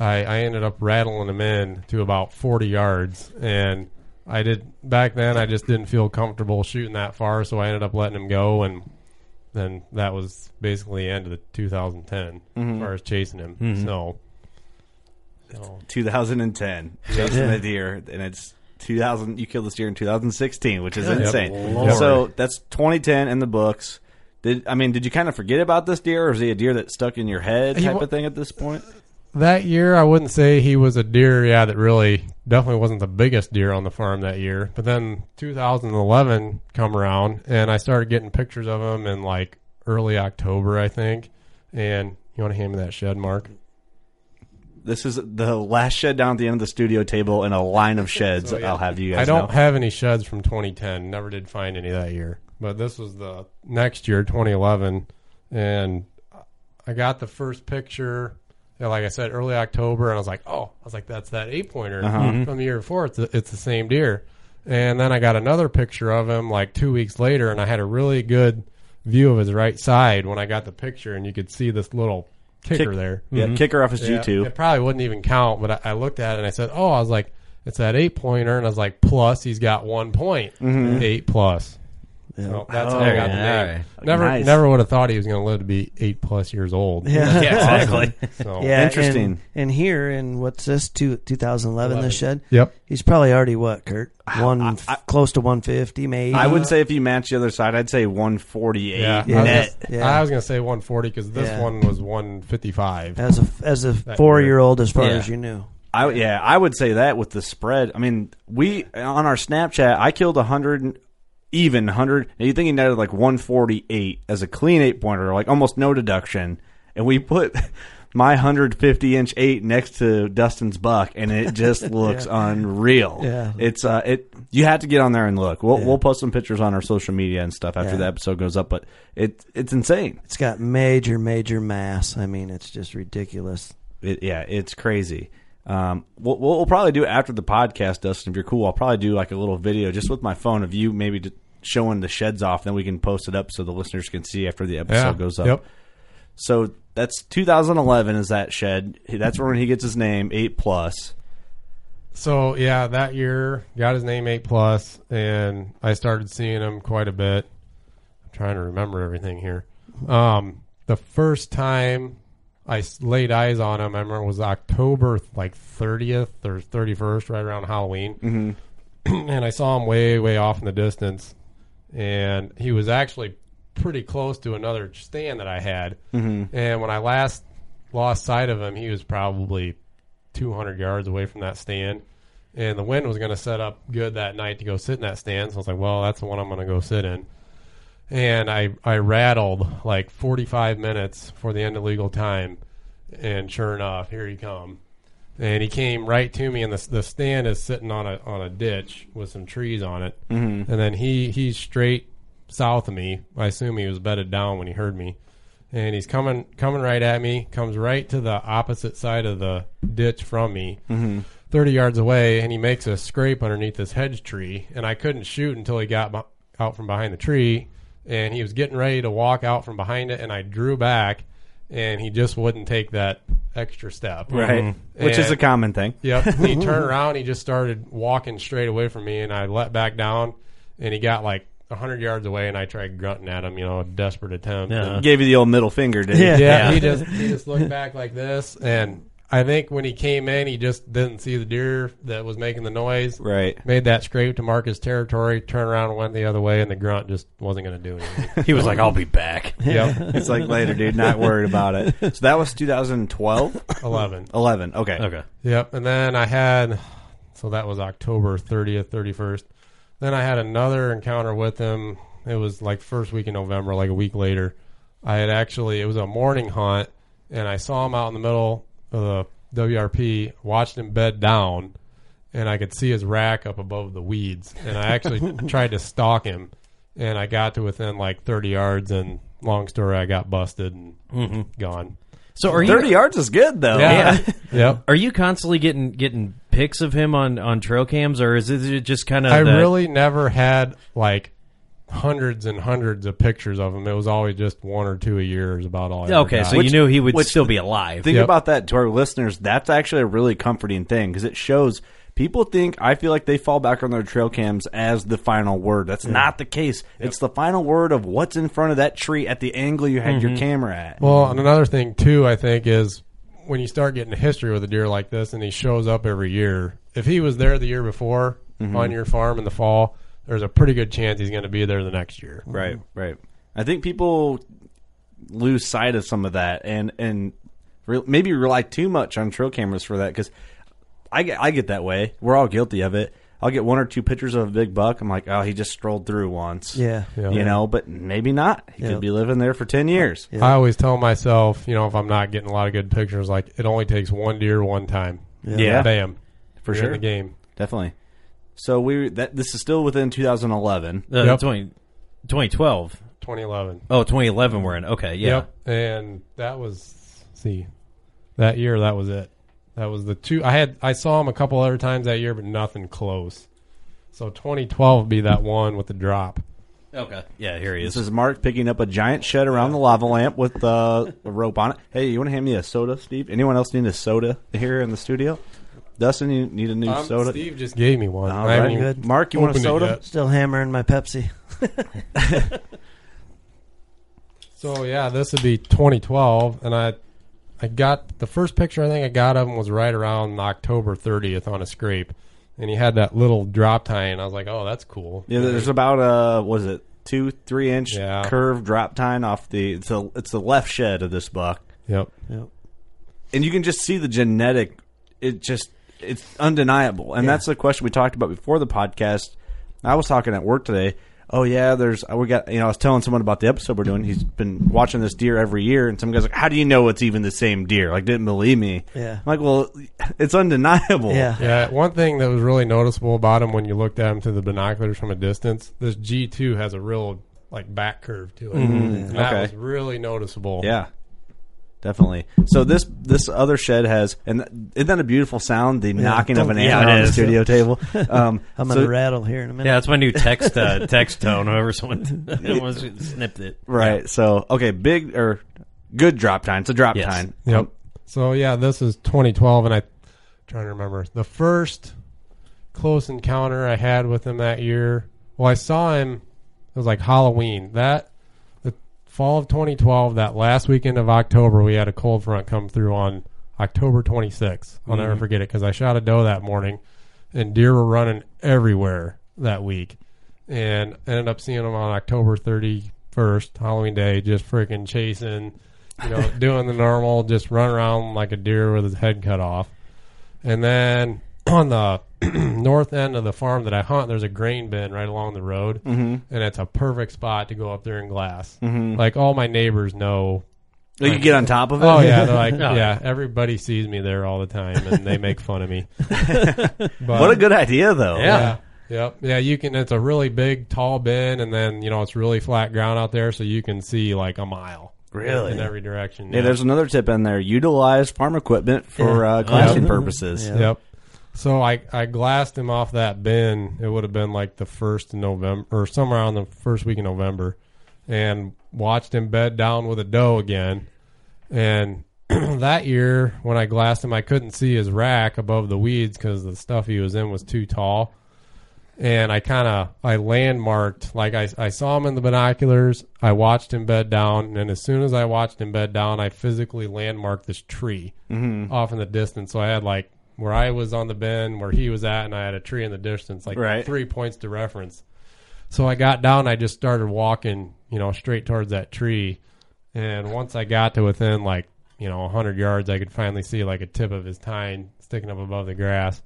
S8: I, I ended up rattling him in to about forty yards, and I did back then. I just didn't feel comfortable shooting that far, so I ended up letting him go, and then that was basically the end of the 2010 as far as chasing him. So. so-
S7: 2010 chasing the deer, and it's 2000. You killed this deer in 2016, which is insane.
S8: Lord.
S7: So that's 2010 in the books. Did I mean? Did you kind of forget about this deer, or is he a deer that stuck in your head
S8: He
S7: type
S8: wa-
S7: of thing at this point?
S8: that year I wouldn't say he was a deer yeah that really definitely wasn't the biggest deer on the farm that year but then 2011 come around and I started getting pictures of him in like early October I think and you want to hand me that shed mark
S7: This is the last shed down at the end of the studio table in a line of sheds. I'll have you guys.
S8: I don't
S7: know.
S8: have any sheds from 2010 never did find any that year but this was the next year 2011 and I got the first picture yeah, like I said, early October, and I was like, oh, I was like, that's that eight pointer
S7: Uh-huh. Mhm.
S8: from the year before. It's the, it's the same deer. And then I got another picture of him like two weeks later, and I had a really good view of his right side when I got the picture, and you could see this little kicker
S7: Kick-
S8: there.
S7: yeah, Mhm. kicker off his G2.
S8: It probably wouldn't even count, but I, I looked at it and I said, oh, I was like, it's that eight pointer, and I was like, plus he's got one point,
S7: Mhm.
S8: eight plus.
S7: Yeah.
S8: So that's how I got the name.
S7: Oh, yeah.
S8: Never,
S7: Nice.
S8: never would have thought he was going to live to be eight plus years old.
S6: Yeah,
S7: Oh,
S8: So-
S6: Yeah, And, and here in what's this two, 2011
S7: Eleven.
S6: this shed?
S7: Yep.
S6: He's probably already what Kurt one close to 150 maybe.
S7: I would say if you match the other side, I'd say 148
S8: Yeah, I was
S7: net.
S8: gonna- I was going to say 140 because this
S6: Yeah.
S8: one was 155.
S6: As a- as a
S8: That
S6: four-year-old, as far as you knew.
S7: I, yeah, I would say that with the spread. I mean, we on our Snapchat, I killed a hundred, even hundred. And you think he netted like one forty eight as a clean eight pointer, like almost no deduction. And we put my hundred fifty inch eight next to Dustin's buck, and it just looks unreal.
S6: Yeah.
S7: it's uh, it. You have to get on there and look. We'll we'll post some pictures on our social media and stuff after
S6: Yeah.
S7: the episode goes up. But it it's insane.
S6: It's got major major mass. I mean, it's just ridiculous.
S7: It, yeah, it's crazy. Um, we'll, we'll we'll probably do after the podcast, Dustin. If you're cool, I'll probably do like a little video just with my phone of you maybe just showing the sheds off. Then we can post it up so the listeners can see after the episode
S8: Yeah,
S7: goes up.
S8: yep.
S7: So that's 2011 is that shed. That's when he gets his name eight plus.
S8: So yeah, that year got his name eight plus, and I started seeing him quite a bit. I'm trying to remember everything here. Um, the first time I s- laid eyes on him, I remember it was October like 30th or 31st, right around Halloween.
S7: Mhm.
S8: and I saw him way, way off in the distance, and he was actually pretty close to another stand that I had.
S7: Mhm.
S8: And when I last lost sight of him, he was probably 200 yards away from that stand. And the wind was going to set up good that night to go sit in that stand. So I was like, well, that's the one I'm going to go sit in. And I, I rattled like 45 minutes for the end of legal time. And sure enough, here he come. And he came right to me, and the, the stand is sitting on a on a ditch with some trees on it.
S7: Mhm.
S8: And then he he's straight south of me. I assume he was bedded down when he heard me. And he's coming coming right at me, comes right to the opposite side of the ditch from me,
S7: Mhm.
S8: 30 yards away, and he makes a scrape underneath this hedge tree. And I couldn't shoot until he got bu- out from behind the tree. And he was getting ready to walk out from behind it, and I drew back, and he just wouldn't take that extra step.
S7: Right. Which is
S8: Mm-hmm. And-
S7: a common thing.
S8: Yep. And he turned around. He just started walking straight away from me, and I let back down, and he got like hundred yards away, and I tried grunting at him, you know, a desperate attempt.
S7: Yeah.
S8: And-
S7: Gave you the old middle finger, didn't he?
S8: yeah.
S7: Yeah.
S8: He just he just looked back like this, and I think when he came in, he just didn't see the deer that was making the noise.
S7: Right.
S8: Made that scrape to mark his territory, turned around and went the other way, and the grunt just wasn't going to do anything.
S5: He was like, "I'll be back."
S8: Yep.
S7: it's like later, dude. Not worried about it. So that was 2012,
S8: 11.
S7: 11. Okay.
S5: Okay.
S8: Yep. And then I had, so that was October 30th, 31st. Then I had another encounter with him. It was like first week in November, like a week later. I had actually, it was a morning hunt, and I saw him out in the middle of the WRP, watched him bed down, and I could see his rack up above the weeds. And I actually tried to stalk him, and I got to within like 30 yards, and long story, I got busted and gone.
S5: So are you
S7: 30 yards is good though.
S8: Yeah. Yep.
S5: Are you constantly getting getting pics of him on on trail cams, or is it just kind of?
S8: I really never had like hundreds and hundreds of pictures of him. It was always just one or two a year is about all. I ever
S5: okay.
S8: got.
S5: So you knew he would still be alive.
S7: Think
S8: Yep.
S7: about that to our listeners. That's actually a really comforting thing because it shows people think I feel like they fall back on their trail cams as the final word. That's not the case. It's the final word of what's in front of that tree at the angle you had your camera at.
S8: Well, and another thing too, I think is when you start getting history with a deer like this, and he shows up every year. If he was there the year before
S7: Mm-hmm.
S8: on your farm in the fall, there's a pretty good chance he's going to be there the next year.
S7: Right,
S6: Mm.
S7: right. I think people lose sight of some of that and and re- maybe rely too much on trail cameras for that because I get I get that way. We're all guilty of it. I'll get one or two pictures of a big buck. I'm like, oh, he just strolled through once.
S6: Yeah.
S8: Yeah.
S7: you know, but maybe not. He
S6: Yeah.
S7: could be living there for ten years.
S8: I always tell myself, you know, if I'm not getting a lot of good pictures, like it only takes one deer one time.
S7: Yeah.
S8: bam,
S7: For
S8: You're in
S7: sure.
S8: the game.
S7: Definitely. So we that this is still within 2011.
S5: Uh,
S8: Yep.
S5: 20, 2012.
S8: 2011.
S5: Oh, 2011 we're in. Okay, yeah.
S8: Yep. And that was let's see. That year, that was it. That was the two. I had I saw him a couple other times that year, but nothing close. So 2012 would be that one with the drop.
S5: Okay. Yeah, here he is.
S7: This is Mark picking up a giant shed around the lava lamp with uh, a rope on it. Hey, you want to hand me a soda, Steve? Anyone else need a soda here in the studio? Dustin, you need a new
S8: Um,
S7: soda?
S8: Steve just gave me one.
S7: All
S8: I haven't
S7: right.
S8: even
S7: Good. Mark, you want a
S8: opened it
S7: soda?
S8: yet.
S6: Still hammering my Pepsi.
S8: So yeah, this would be 2012, and I, I got the first picture I think I got of him was right around October 30th on a scrape, and he had that little drop tie, and I was like, oh, that's cool.
S7: Yeah, there's about a what is it two three inch
S8: Yeah.
S7: curved drop tine off the it's the it's the left shed of this buck,
S8: Yep.
S6: Yep.
S7: and you can just see the genetic. It just it's undeniable, and
S6: Yeah.
S7: that's the question we talked about before the podcast. I was talking at work today. Oh yeah, there's we got you know I was telling someone about the episode we're doing. He's been watching this deer every year, and some guys like, how do you know it's even the same deer? Like didn't believe me.
S6: Yeah.
S7: I'm like well, it's undeniable.
S6: Yeah.
S8: Yeah, one thing that was really noticeable about him when you looked at him through the binoculars from a distance, this G2 has a real like back curve to it. And That
S7: Mm-hmm. Okay.
S8: was really noticeable.
S7: Yeah, definitely. So this this other shed has, and isn't that a beautiful sound? The knocking of an
S6: Yeah,
S7: antler
S5: it
S7: on the
S5: is.
S7: studio table. Um,
S6: I'm
S7: so-
S6: gonna rattle here in a minute.
S5: Yeah, that's my new text uh, text tone. Whoever someone was snipped it.
S7: right. So okay, big or good drop time. It's a drop
S5: Yes.
S7: time.
S8: Yep. So yeah, this is 2012, and I trying to remember the first close encounter I had with him that year. Well, I saw him. It was like Halloween that the fall of 2012. That last weekend of October, we had a cold front come through on October 26th. I'll never forget it because I shot a doe that morning, and deer were running everywhere that week, and ended up seeing them on October 31st, Halloween day, just freaking chasing you know, doing the normal, just run around like a deer with his head cut off. And then on the north end of the farm that I hunt, there's a grain bin right along the road, mm-hmm. and it's a perfect spot to go up there and glass. Like all my neighbors know.
S7: Like, you get on top of it.
S8: Oh yeah, they're like yeah. Everybody sees me there all the time, and they make fun of me. But,
S7: What a good idea though.
S8: yeah. Yep. Yeah, you can. It's a really big, tall bin, and then you know it's really flat ground out there, so you can see like a mile,
S7: Really?
S8: in every direction.
S7: Hey, there's another tip in there. Utilize farm equipment for uh, classing purposes.
S6: Yeah.
S8: Yep. So I, I glassed him off that bin. It would have been like the first of November or somewhere around the first week of November, and watched him bed down with a doe again. And that year when I glassed him, I couldn't see his rack above the weeds because the stuff he was in was too tall. And I kind of I landmarked like I I saw him in the binoculars. I watched him bed down, and as soon as I watched him bed down, I physically landmarked this tree off in the distance. So I had like where I was on the bend, where he was at, and I had a tree in the distance, like
S7: Right.
S8: three points to reference. So I got down. I just started walking, you know, straight towards that tree. And once I got to within like you know 100 yards, I could finally see like a tip of his tine sticking up above the grass.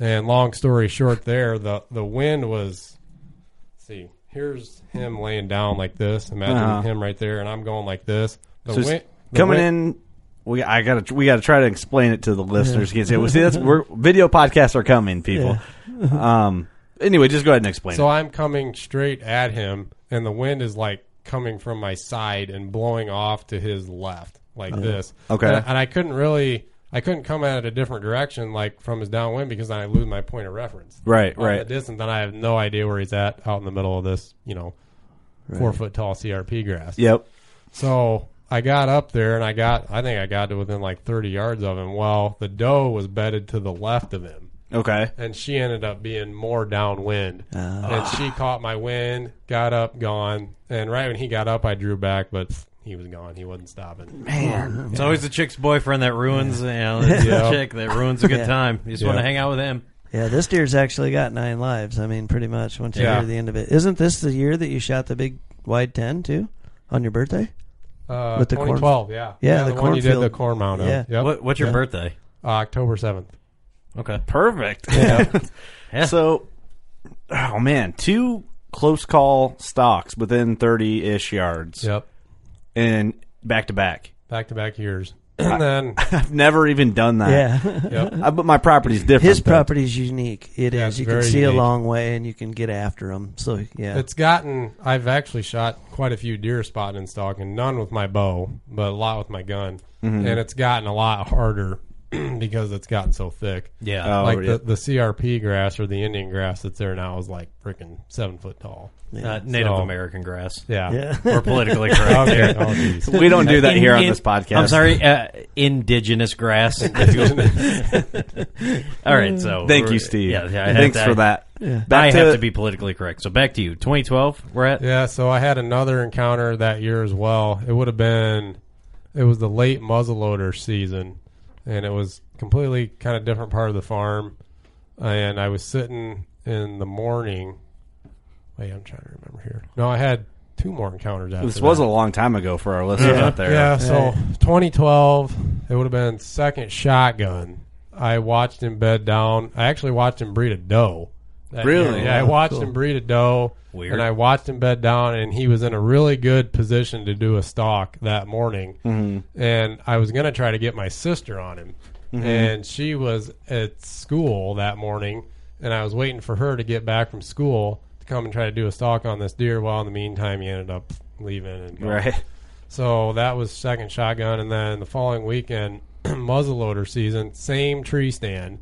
S8: And long story short, there the the wind was. let's see, here's him laying down like this. Imagine
S7: Uh-huh.
S8: him right there, and I'm going like this. The
S7: So it's
S8: wind the
S7: coming
S8: wind-
S7: in. We I gotta we gotta try to explain it to the listeners. Can't say well, see that's we're video podcasts are coming, people. um. Anyway, just go ahead and explain.
S8: So
S7: it.
S8: I'm coming straight at him, and the wind is like coming from my side and blowing off to his left, like this.
S7: Uh, Okay.
S8: And, and I couldn't really, I couldn't come at it a different direction, like from his downwind, because then I lose my point of reference.
S7: Right,
S8: On
S7: right.
S8: The distance, then I have no idea where he's at out in the middle of this, you know, four foot tall CRP grass.
S7: Yep.
S8: So I got up there and I got, I think I got to within like 30 yards of him. Well, the doe was bedded to the left of him
S7: Okay.
S8: and she ended up being more downwind.
S6: Ah.
S8: And she caught my wind, got up, gone. And right when he got up, I drew back, but he was gone. He wasn't stopping.
S5: It's always the chick's boyfriend that ruins, you know, it's
S8: Yeah.
S5: the chick that ruins a good
S6: Yeah.
S5: time. You just want
S8: Yeah.
S5: to hang out with him.
S6: Yeah, this deer's actually got nine lives. I mean, pretty much once you
S8: Yeah.
S6: hear the end of it. Isn't this the year that you shot the big wide ten too, on your birthday?
S8: Uh,
S6: With the corn-
S8: 2012, yeah.
S6: Yeah, the
S8: the, one you did
S6: cornfield.
S8: the corn mount of.
S6: Yeah.
S8: Yep.
S5: What, what's your birthday?
S8: Uh, October 7th.
S5: Okay.
S7: Perfect.
S5: Yeah.
S7: So, oh man, two close call stocks within 30 ish yards
S8: Yep.
S7: and back to back.
S8: Back to back years. and then
S7: I've never even done that.
S6: Yeah.
S7: I- but my property's different.
S6: His
S7: though.
S6: property's unique. It is.
S8: Yeah, it's
S6: You can
S8: very
S6: see a
S8: unique.
S6: long way, and you can get after them. So yeah,
S8: It's gotten. I've actually shot quite a few deer spot and stalking, none with my bow, but a lot with my gun.
S6: Mm-hmm.
S7: Mhm.
S8: And it's gotten a lot harder because it's gotten so thick.
S5: Yeah.
S7: Oh,
S8: like the,
S7: yeah.
S8: the CRP grass or the Indian grass that's there now is like freaking seven foot tall.
S5: Uh, Native
S8: Oh, So-
S5: American grass.
S8: Yeah.
S6: Yeah.
S5: We're politically correct.
S8: Okay.
S5: here.
S8: Oh, geez.
S7: We don't do that
S5: In-
S7: here on
S5: in-
S7: this podcast.
S5: I'm sorry, uh, indigenous grass. All right, so
S7: Thank
S5: we're-
S7: you, Steve.
S5: Yeah, yeah, I had
S7: Thanks
S5: to-
S7: for that.
S5: I
S7: Back
S5: have to be politically correct. So back to you. 2012, we're at.
S8: Yeah, so I had another encounter that year as well. It would have been, it was the late muzzleloader season, and it was completely kind of different part of the farm. And I was sitting in the morning. Wait, I'm trying to remember here. No, I had two more encounters after
S7: This was
S8: that.
S7: a long time ago for our listeners out there.
S8: Yeah, so 2012, it would have been second shotgun. I watched him bed down. I actually watched him breed a doe. that
S7: Really?
S8: year. Yeah, I
S7: Oh,
S8: watched him breed a doe.
S5: Weird.
S8: And I watched him bed down, and he was in a really good position to do a stalk that morning.
S7: Mm-hmm.
S8: And I was going to try to get my sister on him. And she was at school that morning, and I was waiting for her to get back from school to come and try to do a stalk on this deer. While in the meantime, he ended up leaving. And
S7: Right.
S8: so that was second shotgun, and then the following weekend, muzzleloader season, same tree stand.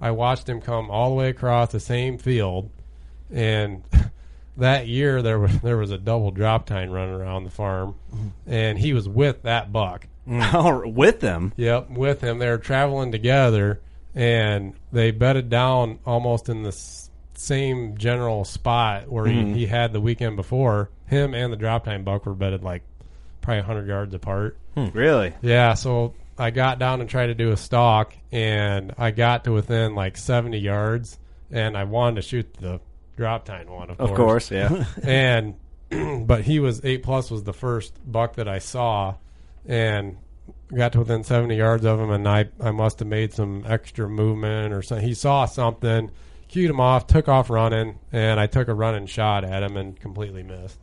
S8: I watched him come all the way across the same field, and that year there was there was a double drop time running around the farm, and he was with that buck.
S5: Hmm.
S7: With them.
S8: Yep, with him. They were traveling together, and they bedded down almost in the s- same general spot where he, he had the weekend before. Him and the drop time buck were bedded like probably 100 yards apart.
S5: Hmm.
S7: Really?
S8: Yeah, so I got down and tried to do a stalk, and I got to within like 70 yards, and I wanted to shoot the drop time one,
S7: Of course, yeah.
S8: and but he was eight plus was the first buck that I saw, and got to within seventy yards of him, and I I must have made some extra movement or something. He saw something, cued him off, took off running, and I took a running shot at him and completely missed.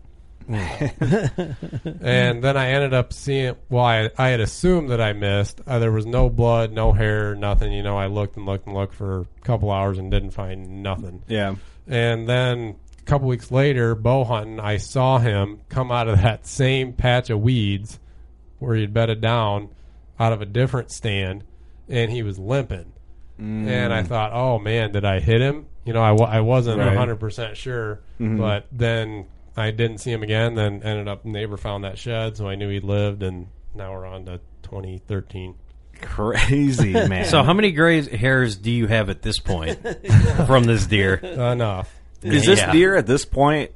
S8: and then I ended up seeing. Well, I, I had assumed that I missed. Uh, there was no blood, no hair, nothing. You know, I looked and looked and looked for a couple hours and didn't find nothing.
S7: yeah.
S8: And then a couple weeks later, bow hunting, I saw him come out of that same patch of weeds where he'd bedded down out of a different stand, and he was limping. And I thought, oh man, did I hit him? You know, I, wa- I wasn't
S7: Right.
S8: 100% sure, but then I didn't see him again. Then ended up, neighbor found that shed, so I knew he lived, and now we're on to 2013.
S7: Crazy, man.
S5: So how many gray hairs do you have at this point from this deer?
S8: Enough.
S7: Is this
S5: Yeah.
S7: deer at this point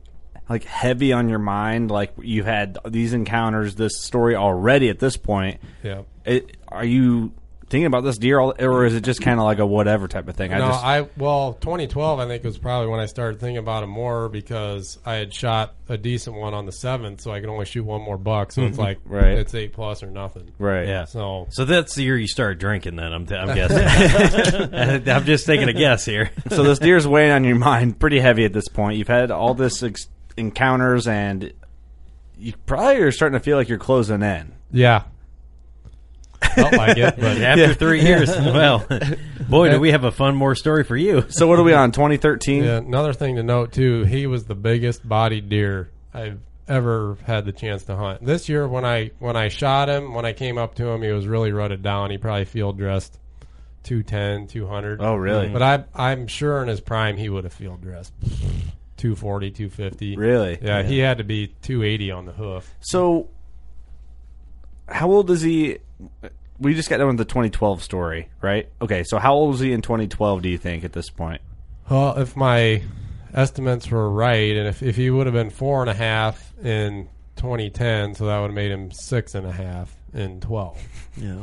S7: like heavy on your mind? Like you had these encounters, this story already at this point.
S8: Yeah.
S7: It, are you thinking about this deer, all, or is it just kind of like a whatever type of thing?
S8: no,
S7: I just
S8: I well, 2012 I think was probably when I started thinking about it more because I had shot a decent one on the seventh, so I could only shoot one more buck. So it's like
S7: Mm-hmm. Right.
S8: it's eight plus or nothing.
S7: right,
S5: Yeah.
S8: So
S5: So that's the year you start drinking. Then I'm, I'm guessing. I'm just taking a guess here.
S7: so this deer's weighing on your mind pretty heavy at this point. You've had all this ex- encounters, and you probably are starting to feel like you're closing in.
S8: yeah, felt like it, but
S5: After three years, well, boy, do we have a fun more story for you.
S7: So what are we on? 2013.
S8: yeah, another thing to note too, he was the biggest bodied deer I've ever had the chance to hunt. This year when I when I shot him, when I came up to him, he was really rutted down. He probably field dressed 210, 200.
S7: Oh, really?
S8: But I I'm sure in his prime he would have field dressed 240, 250.
S7: Really?
S8: Yeah, he had to be 280 on the hoof.
S7: So, how old is he? We just got done with the 2012 story, right? Okay, so how old was he in 2012? Do you think at this point?
S8: Well, if my estimates were right, and if, if he would have been four and a half in 2010, so that would have made him six and a half in 12.
S6: yeah.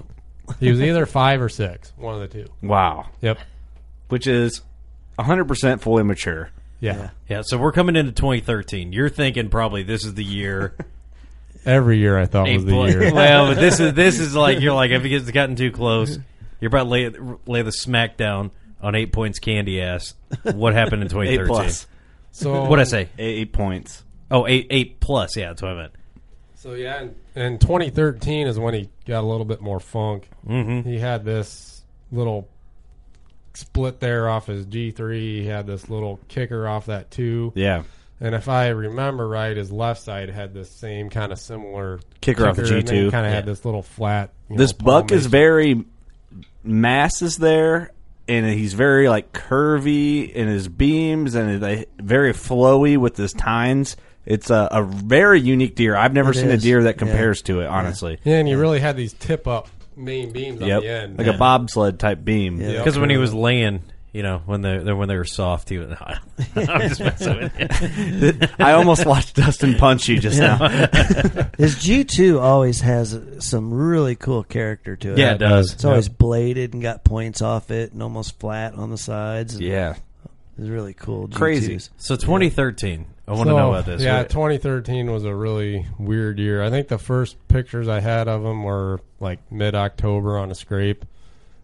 S8: He was either five or six, one of the two.
S7: Wow,
S8: Yep.
S7: which is 100 percent fully mature.
S8: Yeah.
S5: Yeah, so we're coming into 2013. You're thinking probably this is the year.
S8: Every year I thought was the year.
S5: well, but this is this is like you're like if it gets gotten too close, you're about to lay lay the smack down on eight points candy ass. What happened in
S7: Eight
S5: 2013?
S7: plus,
S8: So
S5: What I say?
S7: eight points.
S5: Oh, eight eight plus. Yeah, that's what I meant.
S8: So yeah, and, and 2013 is when he got a little bit more funk.
S7: Mm-hmm.
S5: Mhm.
S8: He had this little split there off his G3. He had this little kicker off that two.
S7: Yeah.
S8: And if I remember right, his left side had this same kind of similar
S7: Kicker off the G2.
S8: Kind of had
S7: Yeah.
S8: this little flat. you
S7: this
S8: know,
S7: buck
S8: palm
S7: is very mass is there, and he's very like curvy in his beams and they- very flowy with his tines. It's a, a very unique deer. I've never
S8: It
S7: seen
S8: is.
S7: a deer that
S8: Yeah.
S7: compares to it. Honestly,
S8: Yeah, and you really had these tip up main beams on the
S7: yep,
S8: end,
S7: like a bobsled type beam.
S5: Because when he was laying, you know, when they when they were soft, he was. I'm just messing with you.
S7: I almost watched Dustin punch you just now.
S6: His G two always has some really cool character to it.
S7: Yeah, it does.
S6: It's always
S7: Yep.
S6: bladed and got points off it and almost flat on the sides.
S7: Yeah,
S6: it's really cool. G2s.
S5: So 2013. I want to know about this.
S8: Yeah, 2013 was a really weird year. I think the first pictures I had of him were like mid October on a scrape,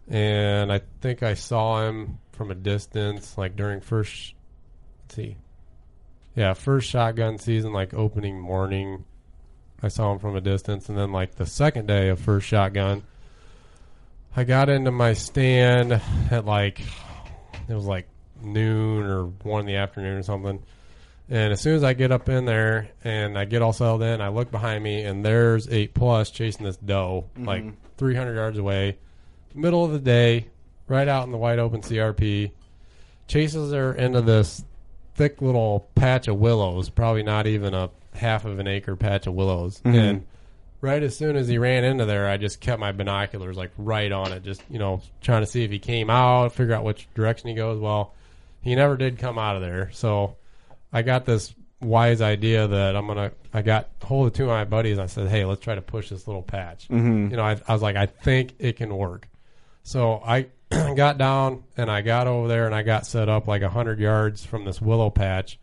S8: and I think I saw him from a distance, like during first. Let's see, yeah, first shotgun season, like opening morning. I saw him from a distance, and then like the second day of first shotgun, I got into my stand at like it was like noon or one in the afternoon or something. And as soon as I get up in there and I get all settled in, I look behind me and there's eight plus chasing this doe like
S7: Mhm.
S8: 300 yards away, middle of the day, right out in the wide open CRP. Chases her into this thick little patch of willows, probably not even a half of an acre patch of willows.
S7: Mhm.
S8: And right as soon as he ran into there, I just kept my binoculars like right on it, just you know trying to see if he came out, figure out which direction he goes. Well, he never did come out of there, so I got this wise idea that I'm gonna. I got hold of two of my buddies. and I said, "Hey, let's try to push this little patch."
S7: Mhm.
S8: You know, I, I was like, "I think it can work." So I got down and I got over there and I got set up like hundred yards from this willow patch,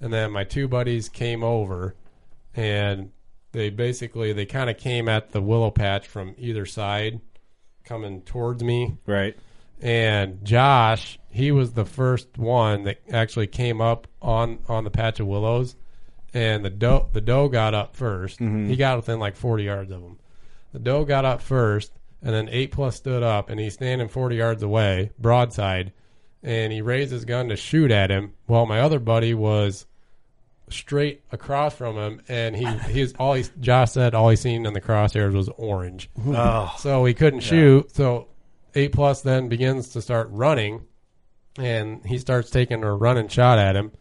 S8: and then my two buddies came over and they basically they kind of came at the willow patch from either side coming towards me
S7: right
S8: and josh he was the first one that actually came up on on the patch of willows and the doe the doe got up 1st
S7: Mhm.
S8: he got within like 40 yards of him the doe got up first and then eight plus stood up and he's standing 40 yards away broadside and he raised his gun to shoot at him while my other buddy was straight across from him, and he he's all he Josh said all he seen in the crosshairs was orange.
S7: Oh.
S8: so he couldn't
S7: Yeah.
S8: shoot. So eight plus then begins to start running, and he starts taking a running shot at him,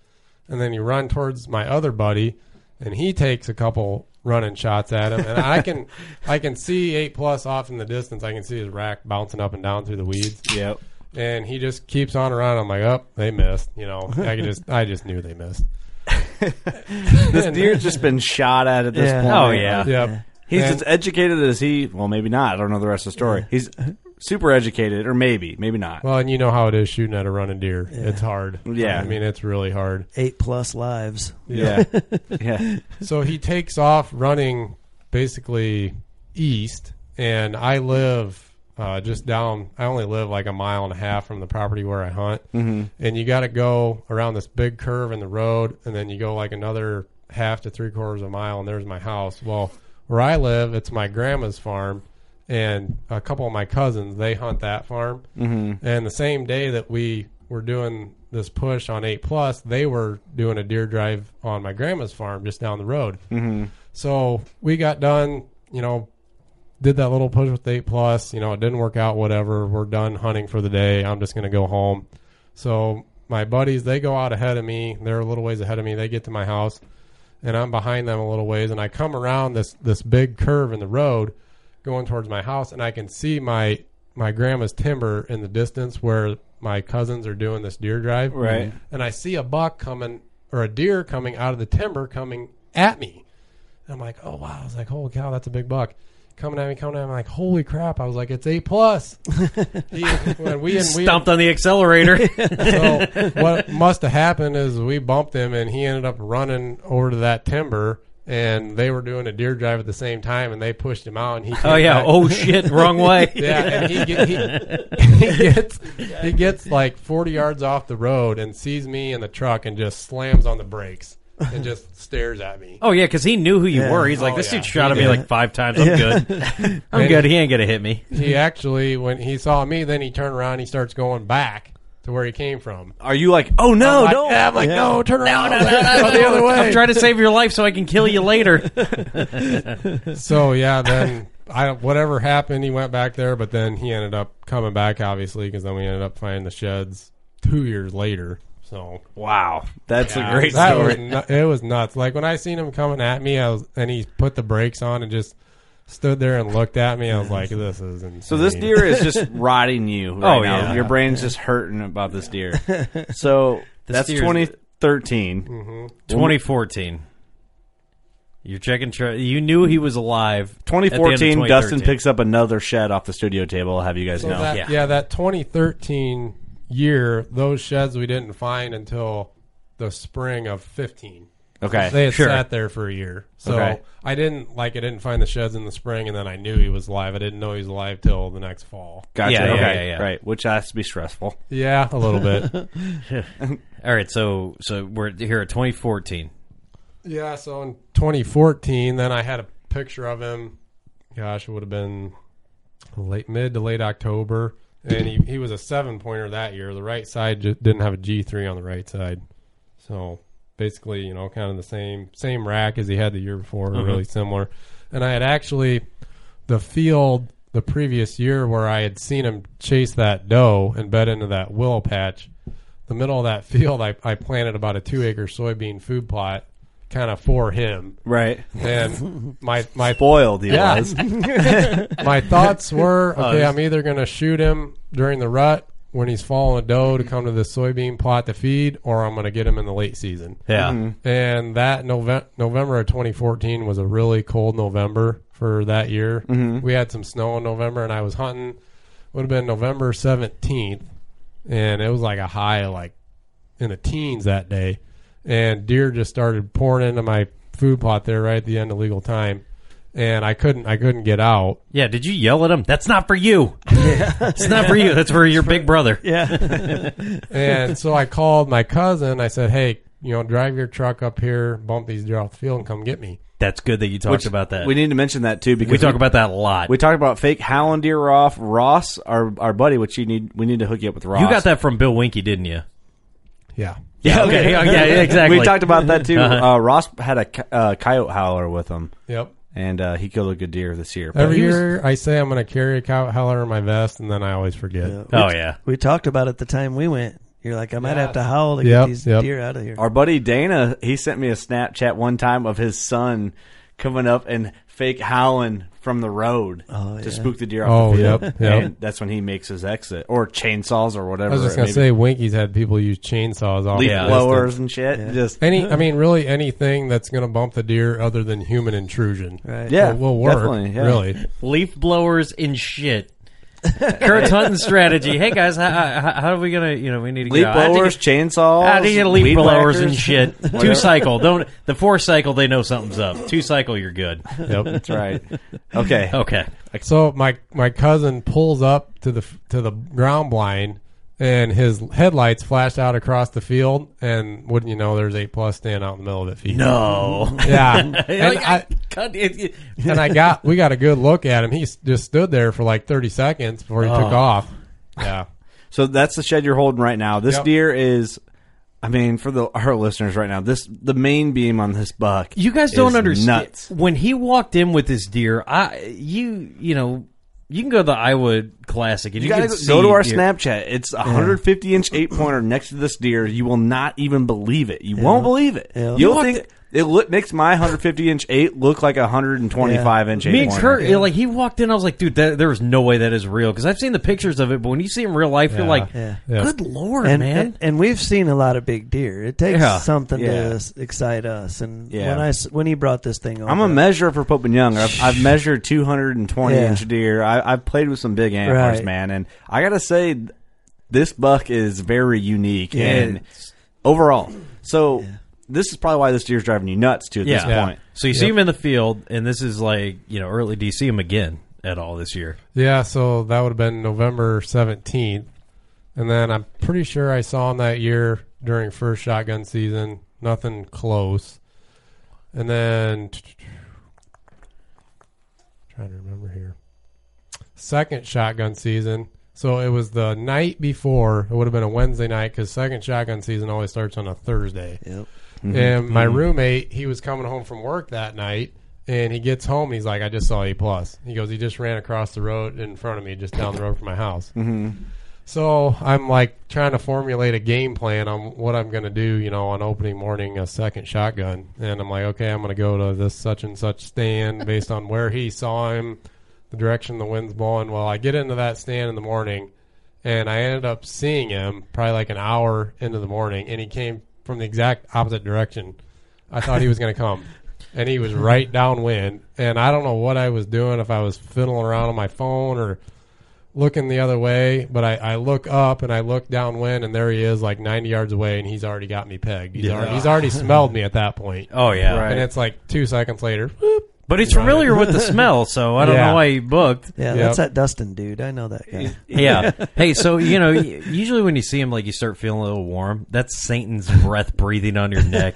S8: and then he run towards my other buddy, and he takes a couple running shots at him, and I can I can see eight plus off in the distance. I can see his rack bouncing up and down through the weeds.
S7: Yep.
S8: And he just keeps on around. I'm like, oh, they missed. You know, I could just, I just knew they missed.
S7: this deer's just been shot at at this
S8: Yeah.
S7: point.
S8: Oh, yeah. Yep.
S7: He's
S8: And-
S7: as educated as he. Well, maybe not. I don't know the rest of the story. He's super educated, or maybe, maybe not.
S8: Well, and you know how it is shooting at a running deer. It's hard.
S7: Yeah.
S8: I mean, it's really hard.
S6: Eight plus lives.
S7: yeah.
S8: So he takes off running basically east, and I live uh, just down. I only live like a mile and a half from the property where I hunt,
S7: Mhm.
S8: and you got to go around this big curve in the road, and then you go like another half to three quarters of a mile, and there's my house. Well, where I live, it's my grandma's farm, and a couple of my cousins they hunt that farm,
S7: Mhm.
S8: and the same day that we were doing this push on eight plus, they were doing a deer drive on my grandma's farm just down the road.
S7: Mhm.
S8: So we got done, you know, did that little push with eight plus. You know, it didn't work out. Whatever, we're done hunting for the day. I'm just gonna go home. So my buddies, they go out ahead of me. They're a little ways ahead of me. They get to my house, and I'm behind them a little ways. And I come around this this big curve in the road, going towards my house, and I can see my my grandma's timber in the distance where my cousins are doing this deer drive.
S7: Right.
S8: And I see a buck coming or a deer coming out of the timber coming at me. And I'm like, oh wow! I was like, holy cow, that's a big buck coming at me, coming at me. I'm like, holy crap! I was like, it's a plus. he, when we and we
S5: Stomped on the accelerator.
S8: so what must have happened is we bumped him, and he ended up running over to that timber. And they were doing a deer drive at the same time, and they pushed him out. And he came
S5: Oh, yeah.
S8: back.
S5: Oh, shit. Wrong way.
S8: yeah, and he, get, he, he gets he gets like forty yards off the road and sees me in the truck and just slams on the brakes. and just stares at me.
S5: Oh yeah, because he knew who you
S8: Yeah.
S5: were. He's like,
S8: Oh,
S5: this
S8: yeah.
S5: dude shot at
S8: He
S5: me
S8: did.
S5: like five times. I'm
S8: Yeah.
S5: good. I'm
S8: And
S5: good.
S8: he-
S5: He ain't gonna hit me.
S8: He actually, when he saw me, then he turned around. He starts going back to where he came from.
S7: Are you like, oh no,
S8: I'm like,
S7: don't?
S8: yeah, I'm like, no, turn around.
S5: No, no, no, no,
S8: Go the
S5: no.
S8: other way.
S5: I'm trying to save your life so I can kill you later.
S8: so yeah, then I whatever happened, he went back there, but then he ended up coming back, obviously, because then we ended up finding the sheds two years later. So
S7: Wow, that's
S8: Yeah,
S7: a great
S8: that was
S7: story.
S8: nu- it was nuts. Like when I seen him coming at me, I was and he put the brakes on and just stood there and looked at me. I was like, this is insane.
S7: So this deer is just rotting you. Right
S5: Oh,
S7: now.
S5: yeah.
S7: your brain's just hurting about this deer. So
S5: This
S7: that's
S5: deer is-
S7: 2013.
S5: 2014. You're checking. Tra- you knew he was alive. at the end of
S7: 2014, Dustin
S5: 2013.
S7: picks up another shed off the studio table. I'll have you guys
S8: So
S7: know?
S8: that-
S5: yeah.
S8: yeah. that 2013 year, those sheds we didn't find until the spring of 15.
S7: Okay,
S8: they had
S7: sure.
S8: sat there for a year. So
S7: Okay.
S8: I didn't like I didn't find the sheds in the spring, and then I knew he was alive. I didn't know he was alive till the next fall.
S7: Gotcha.
S5: Yeah, yeah,
S7: okay.
S5: yeah, yeah.
S7: Right. Which has to be stressful.
S8: Yeah, a little bit.
S5: All right, so so we're here at 2014.
S8: yeah, so in 2014, then I had a picture of him. Gosh, it would have been late mid to late October, and he he was a seven pointer that year. The right side ju- didn't have a G three on the right side, so basically, you know, kind of the same same rack as he had the year before, really similar. And I had actually the field the previous year where I had seen him chase that doe and bed into that willow patch. The middle of that field, I, I planted about a two acre soybean food plot, kind of for him.
S7: Right.
S8: And my my
S7: Spoiled. He
S8: Yeah.
S7: was.
S8: my thoughts were okay, I'm either going to shoot him during the rut when he's following a doe to come to the soybean plot to feed, or I'm going to get him in the late season.
S5: Yeah.
S8: And that November, November of 2014 was a really cold November for that year. We had some snow in November, and I was hunting. Would have been November 17th, and it was like a high like in the teens that day. And deer just started pouring into my food plot there right at the end of legal time, and I couldn't I couldn't get out.
S5: Yeah, did you yell at him? That's not for you. it's not for you. That's for your big brother.
S6: Yeah.
S8: and so I called my cousin. I said, "Hey, you know, drive your truck up here, bump these deer off the field, and come get me."
S5: That's good that you talked
S7: Which-
S5: about that.
S7: We
S5: We,
S7: need to mention that too because
S5: talk about that a lot.
S7: We talked about fake Howland deer off Ross, our our buddy, which you need. We need to hook you up with Ross.
S5: you got that from Bill Winky, didn't you?
S8: Yeah.
S5: Yeah, okay. Yeah, yeah, exactly.
S7: We talked about that too.
S5: Uh-huh.
S7: Uh, Ross had a co- uh, coyote howler with him,
S8: Yep.
S7: and uh, he killed a good deer this year. But
S8: Every
S7: he was-
S8: year I say I'm going to carry a cow howler in my vest, and then I always forget.
S5: Oh, yeah.
S6: We talked about it the time we went. You're like, I might have to howl to
S8: Yep,
S6: get these
S8: yep.
S6: deer out of here.
S7: our buddy Dana, he sent me a Snapchat one time of his son coming up and fake howling from the road
S6: Oh,
S7: to
S6: yeah.
S7: spook the deer off the
S8: Oh,
S7: field.
S8: yep, yep.
S7: And that's when he makes his exit or chainsaws or whatever.
S8: I was just going to say, Winky's had people use chainsaws off
S7: leaf
S8: the
S7: blowers
S8: distance.
S7: and shit. Just
S8: Any, I mean, really anything that's going to bump the deer other than human intrusion.
S6: Right.
S7: Yeah,
S8: will, will work.
S7: definitely, yeah.
S8: Really.
S5: Leaf blowers and shit. Kurt's hunting strategy. Hey, guys, how, how, how are we going to, you know, we need to get
S7: leaf
S5: out. I had to
S7: blowers,
S5: get-
S7: chainsaws.
S5: I need to leaf
S7: weed
S5: blowers and
S7: whackers.
S5: shit. Two cycle. Don't the four cycle. They know something's up. Two cycle. You're good.
S8: Yep.
S7: That's right. Okay.
S5: Okay.
S8: So my my cousin pulls up to the f- to the ground blind, and his headlights flashed out across the field. And wouldn't you know, there's eight plus standing out in the middle of it. feeding.
S7: Oh.
S5: No.
S8: Yeah.
S5: Like,
S8: and
S5: I-
S8: I
S5: God, it- it-
S8: and I got we got a good look at him. He s- just stood there for like 30 seconds before he took
S5: Oh.
S8: off. Yeah.
S7: So that's the shed you're holding right now. This
S8: Yep.
S7: deer is, I mean, for the our listeners right now, this the main beam on this buck.
S5: You guys don't
S7: is
S5: understand.
S7: Nuts.
S5: When he walked in with his deer, I you you know you can go to the Iowa Classic and
S7: You
S5: you,
S7: gotta
S5: can
S7: go,
S5: see
S7: go to our
S5: deer.
S7: Snapchat. It's a 150 inch eight pointer next to this deer. You will not even believe it. You won't believe it.
S6: Yeah.
S7: You'll
S5: You
S7: think it look, makes my 150 inch eight look like a 125 inch eight
S5: Me and
S7: pointer.
S5: Kurt, like he walked in, I was like, dude, that, there was no way that is real because I've seen the pictures of it, but when you see it in real life, you're
S8: Yeah.
S5: like,
S6: Yeah.
S8: Yeah.
S5: good lord,
S6: and,
S5: man.
S6: and and we've seen a lot of big deer. It takes
S5: Yeah.
S6: something to
S7: Yeah.
S6: s- excite us. And
S7: Yeah.
S6: when I s- when he brought this thing, over,
S7: I'm a measurer for Pope and Young. I've, I've measured 220
S6: Yeah.
S7: inch deer. I, I've played with some big antlers,
S6: Right.
S7: man, and I gotta say, th- this buck is very unique
S6: Yeah.
S7: and overall. So this is probably why this deer's driving you nuts too at this
S5: Yeah.
S7: point.
S5: So you see him in the field, and this is like you know early. Do you see him again at all this year?
S8: Yeah, so that would have been November 17th. And then I'm pretty sure I saw him that year during first shotgun season. nothing close. And then trying to remember here. Second shotgun season. So it was the night before. It would have been a Wednesday night because second shotgun season always starts on a Thursday.
S6: Yep.
S10: Mhm.
S8: And my
S10: Mhm.
S8: roommate, he was coming home from work that night, and he gets home and he's like, "I just saw E plus." He goes, "He just ran across the road in front of me, just down the road from my house."
S7: Mhm.
S8: So I'm like trying to formulate a game plan on what I'm going to do, you know, on opening morning, a second shotgun. And I'm like, okay, I'm going to go to this such and such stand based on where he saw him, the direction the wind's blowing. Well, I get into that stand in the morning and I ended up seeing him probably like an hour into the morning and he came from the exact opposite direction. I thought he was going to come. And he was right downwind. And I don't know what I was doing, if I was fiddling around on my phone or looking the other way, but I, I look up and I look downwind, and there he is, like ninety yards away, and he's already got me pegged. He's,
S5: Yeah.
S8: already, he's already smelled me at that point.
S5: Oh, yeah. Right.
S8: and it's like two seconds later.
S5: But he's familiar with the smell, so I don't know why he booked.
S6: Yeah, that's that Dustin dude. I know that guy.
S5: yeah. Hey, so you know, y- usually when you see him, like you start feeling a little warm. That's Satan's breath breathing on your neck.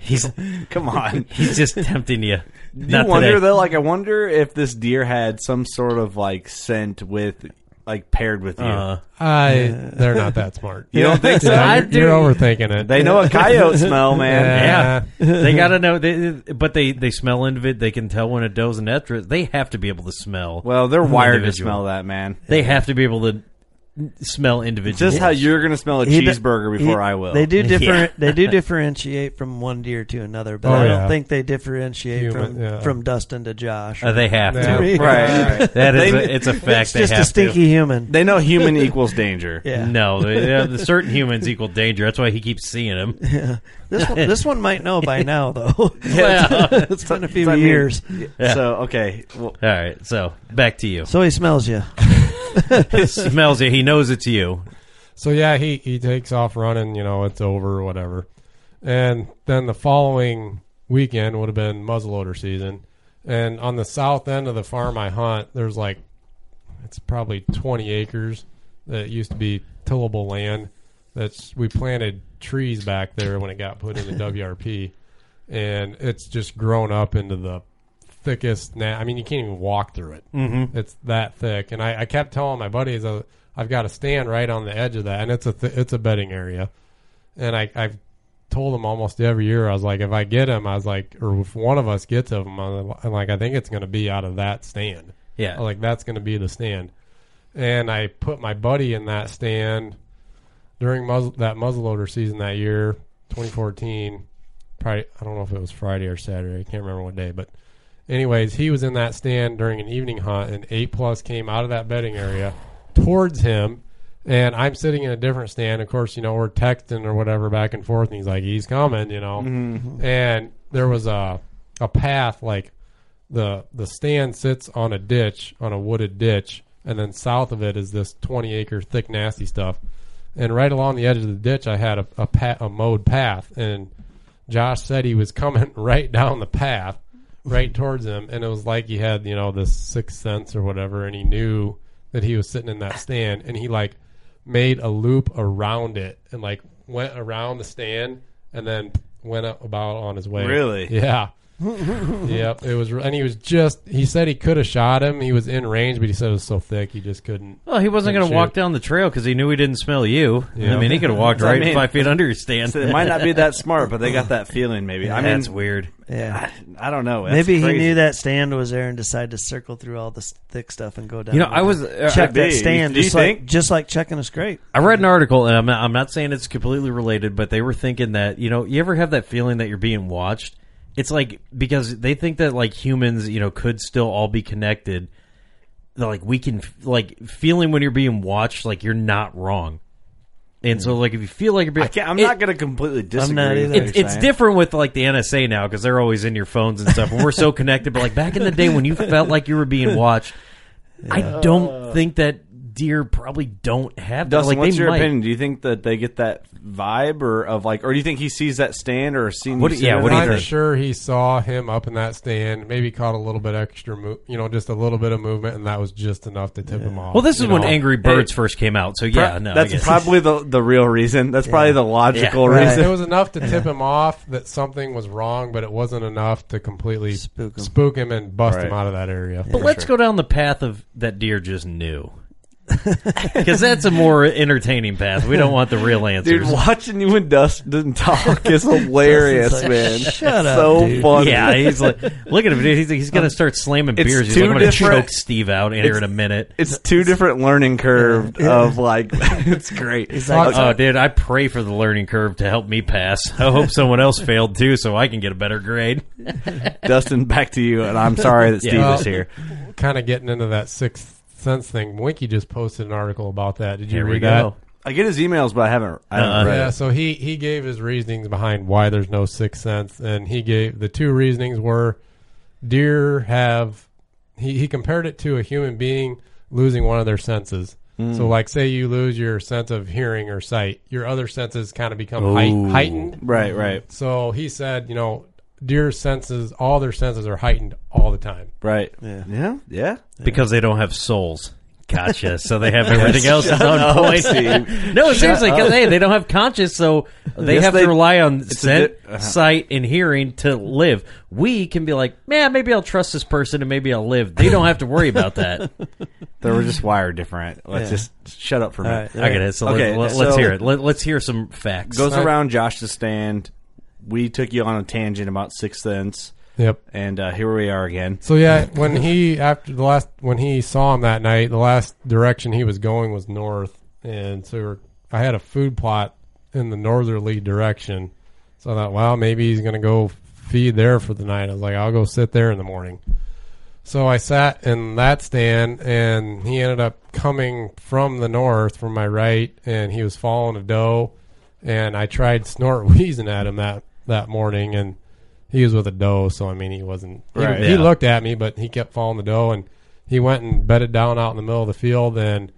S5: He's
S7: Come on.
S5: He's just tempting you.
S7: Do
S5: Not
S7: you wonder
S5: today.
S7: though? Like, I wonder if this deer had some sort of like scent with, like, paired with you.
S5: Uh-huh.
S8: I they're not that smart.
S7: You don't think so?
S8: Yeah,
S7: I
S8: you're,
S7: do.
S8: you're overthinking it.
S7: They know a coyote smell, man.
S5: Yeah, Uh, they gotta know. They, but they they smell invid. They can tell when a doe's an estrus. They have to be able to smell.
S7: Well, they're wired to
S5: individual.
S7: smell that, man.
S5: They have to be able to smell individual.
S7: Just how you're gonna smell a
S6: He d-
S7: cheeseburger before
S6: he-
S7: I will.
S6: They do
S5: Yeah.
S6: differ. They do differentiate from one deer to another, but
S7: Oh,
S6: I don't
S7: yeah.
S6: think they differentiate
S7: Human,
S6: from
S7: yeah.
S6: from Dustin to Josh.
S5: Uh, they have to. Yeah.
S7: Right, right.
S5: That is
S7: They-
S5: a- it's a fact.
S6: It's
S5: they
S6: just a
S5: have to.
S6: stinky human.
S7: They know human equals danger.
S6: Yeah.
S5: No, they, they have- the certain humans equal danger. That's why he keeps seeing them.
S6: Yeah. This one, this one might know by now, though.
S5: Yeah.
S6: it's been a few
S7: I mean,
S6: years.
S7: yeah. So okay, well,
S5: All right, so back to you.
S6: So he smells you.
S5: smells you. He knows it's you.
S8: So yeah, he he takes off running. You know, it's over or whatever. And then the following weekend would have been muzzleloader season. And on the south end of the farm I hunt, there's like it's probably 20 acres that used to be tillable land. That's we planted trees back there when it got put into WRP, and it's just grown up into the thickest. Na- I mean, you can't even walk through it.
S5: Mhm.
S8: It's that thick. And I, I kept telling my buddies, uh, I've got to stand right on the edge of that, and it's a th- it's a bedding area. And I I've told them almost every year. I was like, if I get him, I was like, or if one of us gets of him, I'm like, I think it's going to be out of that stand.
S5: Yeah.
S8: I'm like that's going to be the stand. And I put my buddy in that stand during muzzle, that muzzleloader season that year, 2014. Probably I don't know if it was Friday or Saturday. I can't remember what day, but anyways, he was in that stand during an evening hunt, and eight plus came out of that bedding area towards him. And I'm sitting in a different stand. Of course, you know we're texting or whatever back and forth, and he's like, "He's coming," you know.
S7: Mhm.
S8: And there was a a path like the the stand sits on a ditch on a wooded ditch and then south of it is this 20 acre thick nasty stuff and right along the edge of the ditch i had a a, pa- a mowed path and josh said he was coming right down the path right towards him and it was like he had you know this sixth sense or whatever and he knew that he was sitting in that stand and he like made a loop around it and like went around the stand and then went up about on his way
S7: Really?
S8: yeah yep, it was, and he was just. He said he could have shot him. He was in range, but he said it was so thick he just couldn't.
S5: Well, he wasn't going
S8: couldn't
S5: to walk
S8: shoot.
S5: down the trail because he knew he didn't smell you.
S8: Yeah.
S5: I mean, he could have walked
S7: I
S5: right
S7: mean-
S5: five feet under your stand.
S7: so it might not be that smart, but they got that feeling. Maybe I mean,
S5: that's weird.
S6: Yeah.
S7: I don't know. That's
S6: Maybe
S7: crazy.
S6: he knew that stand was there and decided to circle through all this thick stuff and go down.
S5: You know,
S6: and
S5: I was- uh,
S6: check
S5: I'd
S6: that
S5: be.
S6: stand.
S5: Do you
S6: just
S5: think?
S6: like just like checking a scrape.
S5: I read an article, and I'm not, I'm not saying it's completely related, but they were thinking that you know, you ever have that feeling that you're being watched? It's like because they think that like humans, you know, could still all be connected. They're Like we can, like feeling when you're being watched, like you're not wrong. And so, like, if you feel like you're being,
S7: I can't, I'm
S5: It-
S7: not going to completely disagree.
S6: not
S7: with
S6: either.
S7: what
S5: It's,
S7: you're
S5: it's
S7: saying.
S5: different with like the NSA now because they're always in your phones and stuff, and we're so connected. But like back in the day when you felt like you were being watched, I don't think that deer probably don't have that.
S7: Dustin,
S5: Like,
S7: what's
S5: they
S7: your
S5: might.
S7: opinion? Do you think that they get that vibe, or of like, or do you think he sees that stand, or seen?
S5: What do-
S7: you sit
S5: yeah,
S7: in
S5: what do
S7: on
S5: you
S7: it?
S8: I'm
S5: think?
S8: sure he saw him up in that stand. Maybe caught a little bit extra, mo- you know, just a little bit of movement, and that was just enough to tip him off.
S5: Well, this is
S8: you
S5: when
S8: know?
S5: Angry Birds
S7: Hey,
S5: first came out, so yeah,
S7: Pro-
S5: no, I
S7: that's
S5: guess.
S7: probably the the real reason. That's probably the logical
S5: Yeah.
S8: Right.
S7: reason.
S8: It was enough to tip him off that something was wrong, but it wasn't enough to completely
S6: Spook
S8: spook
S6: him.
S8: him, and bust him
S7: Right.
S8: out of that area.
S5: But let's go down the path of that deer just knew. Because that's a more entertaining path. We don't want the real answers.
S7: Dude, watching you and Dustin talk is hilarious,
S6: Dustin's like,
S7: man.
S6: "Shut
S7: It's
S6: up,
S7: so
S6: dude."
S7: funny.
S5: yeah, he's like, look at him, dude. He's, he's gonna start slamming
S7: It's
S5: beers. He's
S7: two
S5: like, I'm gonna
S7: different-
S5: choke Steve out in here in a minute.
S7: It's two different learning curve of like it's great. It's
S6: like-
S5: Oh, dude, I pray for the learning curve to help me pass. I hope someone else failed too, so I can get a better grade.
S7: Dustin, back to you, and I'm sorry that Steve is
S5: Oh.
S7: here.
S8: Kind of getting into that sixth sense thing. Winky just posted an article about that. Did you
S5: Here
S8: read
S5: we
S8: that?
S5: go.
S7: I get his emails, but I haven't. I haven't
S5: Uh-uh.
S7: read
S8: Yeah,
S7: it.
S8: so he he gave his reasonings behind why there's no sixth sense, and he gave the two reasonings were deer have he, he compared it to a human being losing one of their senses. So like say you lose your sense of hearing or sight, your other senses kind of become height, heightened.
S7: Right, right,
S8: So he said, you know, deer senses all their senses are heightened all the time.
S7: right. Yeah, yeah, yeah.
S5: because they don't have souls. Gotcha. So they have everything else is on point.
S7: Steve.
S5: no, seriously, because hey, they don't have conscious, so they
S7: Yes,
S5: have
S7: they-
S5: to rely on
S7: it's a
S5: scent,
S7: di- uh-huh.
S5: sight, and hearing to live. We can be like, man, maybe I'll trust this person and maybe I'll live. They don't have to worry about that.
S7: They were just wired different. Let's
S6: Yeah.
S7: just shut up for a
S6: All
S7: minute.
S6: right.
S5: I get it. So
S7: Okay,
S5: let,
S7: so-
S5: us hear it. Let, us hear some facts.
S7: Goes around Josh's stand. We took you on a tangent about Sixth Sense,
S8: Yep.
S7: and uh, here we are again.
S8: So yeah, when he after the last when he saw him that night, the last direction he was going was north, and so we were, I had a food plot in the northerly direction. So I thought, well, maybe he's gonna go feed there for the night. I was like, I'll go sit there in the morning. So I sat in that stand, and he ended up coming from the north, from my right, and he was following a doe. And I tried snort wheezing at him that that morning, and he was with a doe, so I mean he wasn't. he-
S7: Right,
S8: he,
S5: yeah.
S8: looked at me, but he kept following the doe, and he went and bedded down out in the middle of the field, and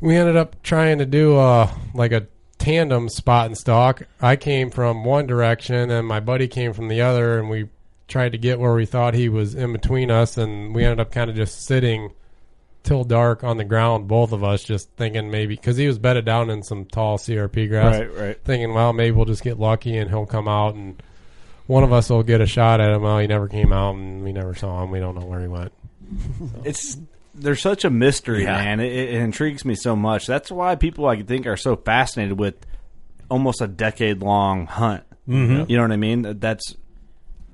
S8: we ended up trying to do uh like a tandem spot and stalk. I came from one direction, and my buddy came from the other, and we tried to get where we thought he was in between us, and we ended up kind of just sitting till dark on the ground, both of us, just thinking maybe because he was bedded down in some tall CRP grass
S7: right.
S8: thinking, well, maybe we'll just get lucky and he'll come out and one of us will get a shot at him. Well, he never came out and we never saw him. We don't know where he went.
S7: It's there's such a mystery, man. It, it intrigues me so much. That's why people I think are so fascinated with almost a decade long hunt. Mm-hmm. You know what I mean? That's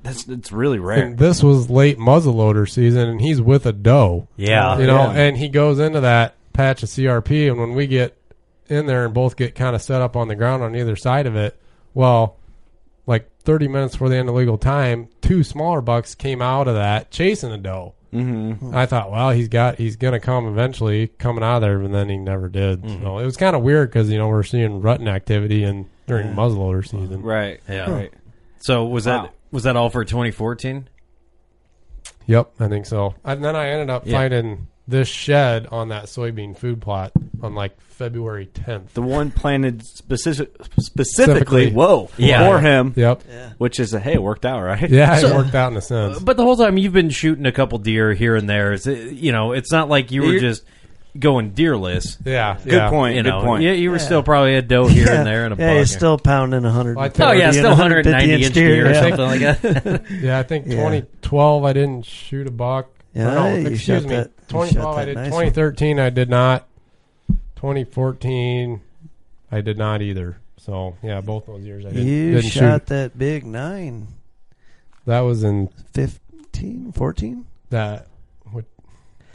S7: that's it's really rare.
S8: And this was late muzzleloader season and he's with a doe.
S5: Yeah.
S8: You know,
S7: Yeah.
S8: and he goes into that patch of CRP and when we get in there and both get kind of set up on the ground on either side of it, well, like 30 minutes before the end of legal time, two smaller bucks came out of that chasing a doe. Mm-hmm. I thought, well, he's got he's gonna come eventually, coming out of there, and then he never did. So it was kind of weird because you know we're seeing rutting activity and during muzzleloader season.
S7: Right.
S5: Yeah.
S7: Right.
S5: So was
S7: Wow.
S5: that was that all for 2014?
S8: Yep, I think so. And then I ended up
S5: Yeah.
S8: finding this shed on that soybean food plot on like February 10th.
S7: The one planted specific, specifically,
S8: Specifically.
S7: whoa,
S5: Yeah.
S7: for him,
S8: Yep.
S7: which is a hey, it worked out, right?
S8: Yeah, it worked out in a sense.
S5: But the whole time you've been shooting a couple deer here and there. It's, uh, you know, it's not like you were
S7: You're-
S5: just going deerless.
S8: yeah.
S7: Good point.
S5: You
S7: good
S5: know,
S7: point.
S5: yeah, you were still probably a doe here and there and a
S6: yeah,
S5: buck.
S6: he's still pounding 100.
S8: I think-
S5: Oh yeah, still 190
S6: 150
S5: inch deer or
S6: yeah.
S5: something like that.
S8: Yeah, I think
S6: Yeah.
S8: 2012 I didn't shoot a buck.
S6: Yeah,
S8: Or no,
S6: hey, you
S8: excuse
S6: shot
S8: me.
S6: that- you shot
S8: 2012 I
S6: that
S8: did.
S6: nice one.
S8: 2013 I did not. 2014 I did not either. So yeah, both those years I didn't,
S6: You
S8: didn't
S6: shot
S8: shoot.
S6: that big 9,
S8: That was in
S6: 15, 14?
S8: that what,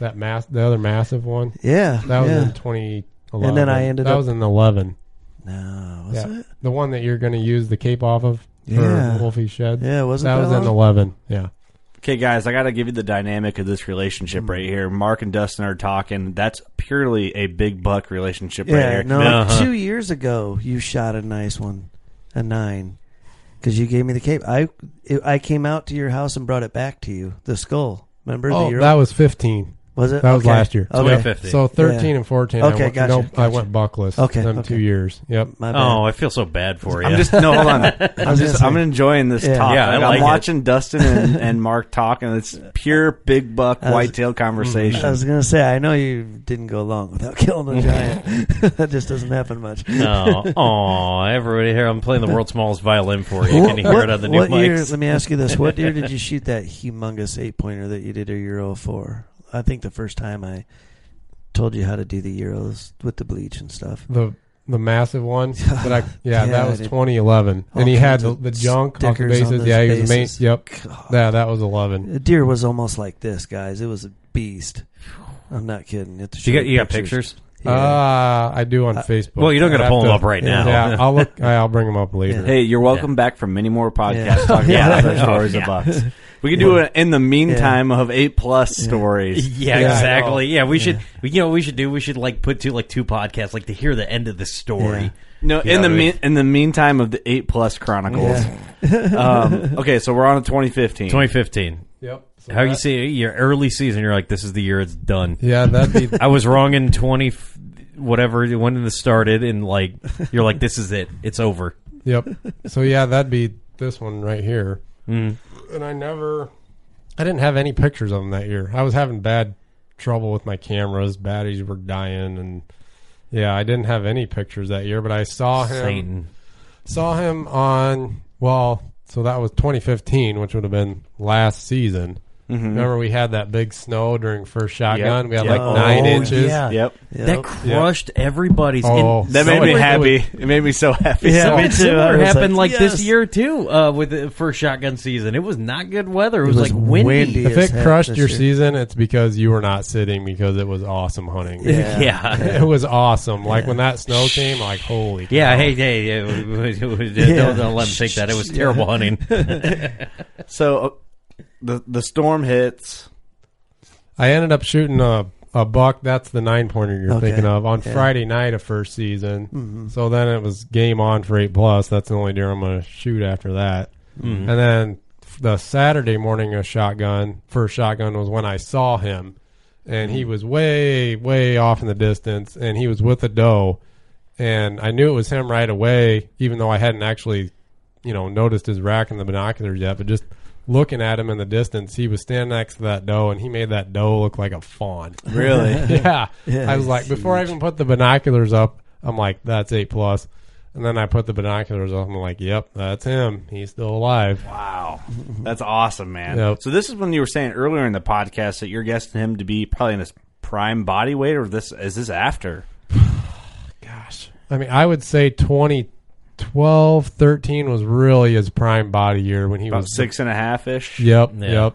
S8: that mass the other massive one.
S6: Yeah.
S8: That was
S6: yeah.
S8: in 2011.
S6: And then I ended
S8: that
S6: up-
S8: was in 11.
S6: No, was
S8: yeah,
S6: it?
S8: the one that you're going to use the cape off of.
S6: Yeah.
S8: for Wolfie shed.
S6: Yeah, it wasn't
S8: that
S6: that
S8: was in
S6: long?
S8: 11. Yeah.
S7: Okay, guys, I got to give you the dynamic of this relationship right here. Mark and Dustin are talking. That's purely a big buck relationship right
S6: Yeah,
S7: here.
S6: no.
S5: Uh-huh.
S6: Two years ago, you shot a nice one, a nine, because you gave me the cape. I I came out to your house and brought it back to you. The skull, remember? the
S8: Oh,
S6: year
S8: that was 15.
S6: Was it?
S8: That was
S6: Okay.
S8: last year.
S6: Okay.
S5: 2050.
S8: So 13
S6: Yeah.
S8: and 14. I
S6: Okay,
S8: went,
S6: gotcha,
S8: no, I
S6: gotcha.
S8: went buckless.
S6: Okay,
S8: Them
S6: okay.
S8: two years. Yep.
S6: My bad.
S5: Oh, I feel so bad for you.
S7: I'm just no. Hold on. I'm just.
S6: say-
S7: I'm enjoying this
S6: Yeah.
S7: talk.
S5: Yeah, I
S7: Like,
S5: like
S7: I'm
S5: it.
S7: watching Dustin and, and Mark talk, and it's pure big buck
S6: I was-
S7: whitetail conversation.
S6: I was gonna say I know you didn't go long without killing a giant. that just doesn't happen much.
S5: no. Oh, everybody here. I'm playing the world's smallest violin for you.
S6: Wha-
S5: Can you hear it on the new
S6: what year,
S5: mics?
S6: let me ask you this: What year did you shoot that humongous eight pointer that you did a Euro for? I think the first time I told you how to do the Euros with the bleach and stuff.
S8: The the massive one that I yeah,
S6: Yeah,
S8: that was
S6: dude.
S8: 2011
S6: All
S8: and he had
S6: kinds
S8: the,
S6: of
S8: the junk off the
S6: stickers on
S8: bases
S6: those
S8: yeah he was main,
S6: bases.
S8: yep
S6: God.
S8: yeah that was 11
S6: The deer was almost like this, guys. It was a beast. I'm not kidding. You,
S5: You got you got pictures.
S8: uh, I do on Facebook
S5: well, you don't gotta
S8: I'd have
S5: pull 'em up right
S8: yeah,
S5: now.
S8: yeah I'll look I'll bring them up later
S7: Hey, you're welcome back for many more podcasts talking
S6: Yeah.
S7: about other
S6: Yeah.
S7: stories of bucks. We could do it in the meantime of eight plus stories.
S5: Yeah,
S8: Yeah, I
S5: exactly. Yeah, we should. we- You know, what we should do. We should like put two like two podcasts, like to hear the end of the story.
S6: Yeah.
S7: No,
S5: You
S7: in
S5: know
S7: the
S5: what I
S7: mean
S5: mean?
S7: in the meantime of the eight plus chronicles. um, okay, so we're on to 2015.
S5: 2015.
S8: yep So
S6: Uh,
S5: How you
S8: that-
S5: see your early season? You're like, this is the year it's done.
S8: yeah that'd be
S5: I was wrong in 20, f- whatever when this started, and like you're like, this is it. It's over.
S8: Yep. So yeah, that'd be this one right here. And I never, I didn't have any pictures of them that year. I was having bad trouble with my cameras. Batteries were dying, and yeah, I didn't have any pictures that year. But I saw him.
S5: Satan.
S8: Saw him on well, so that was 2015, which would have been last season. Remember, we had that big snow during first shotgun. We had like
S6: Oh,
S8: Uh, nine inches.
S5: yeah.
S7: Yep.
S5: That crushed everybody's.
S8: Oh.
S5: and
S7: That made me
S8: Somebody-
S7: happy. It made me so happy.
S6: Yeah,
S5: Something
S6: me too. I
S5: similar
S6: was
S5: happened like,
S6: like,
S5: this
S6: yes.
S5: year too uh, with the first shotgun season. It was not good weather. It, was,
S6: was
S5: like windy.
S6: windy.
S8: If
S6: as
S8: it
S6: heck
S8: crushed
S6: this
S8: your
S6: year.
S8: season, it's because you were not sitting because it was awesome hunting.
S5: Yeah. yeah.
S8: it was awesome. Like when that snow came, like holy. cow.
S5: hey, hey, yeah, we- we- we- we-
S6: Yeah.
S5: Don't, don't let him think that. It was terrible hunting.
S7: So uh, the the storm hits.
S8: I ended up shooting a a buck. That's the nine pointer you're
S6: Okay.
S8: thinking of on
S6: Yeah. Mm-hmm.
S8: Friday night of first season. So then it was game on for eight plus. That's the only deer I'm gonna shoot after that.
S6: Mm-hmm.
S8: And then the Saturday morning of shotgun first shotgun was when I saw him, and
S6: Mm-hmm.
S8: he was way way off in the distance, and he was with a doe, and I knew it was him right away, even though I hadn't actually you know, noticed his rack in the binoculars yet, but just looking at him in the distance, he was standing next to that doe, and he made that doe look like a fawn.
S7: Really?
S8: yeah.
S6: Yeah,
S8: I was
S6: he's
S8: like, before I even put the binoculars up, I'm like, that's eight plus. And then I put the binoculars up, I'm like, yep, that's him. He's still alive.
S7: Wow. That's awesome, man.
S8: Yep.
S7: So this is when you were saying earlier in the podcast that you're guessing him to be probably in his prime body weight or this is this after?
S8: Gosh, I mean, I would say 2012, 13 was really his prime body year when he
S7: About
S8: was
S7: six and a half ish.
S8: Yep,
S5: Yeah.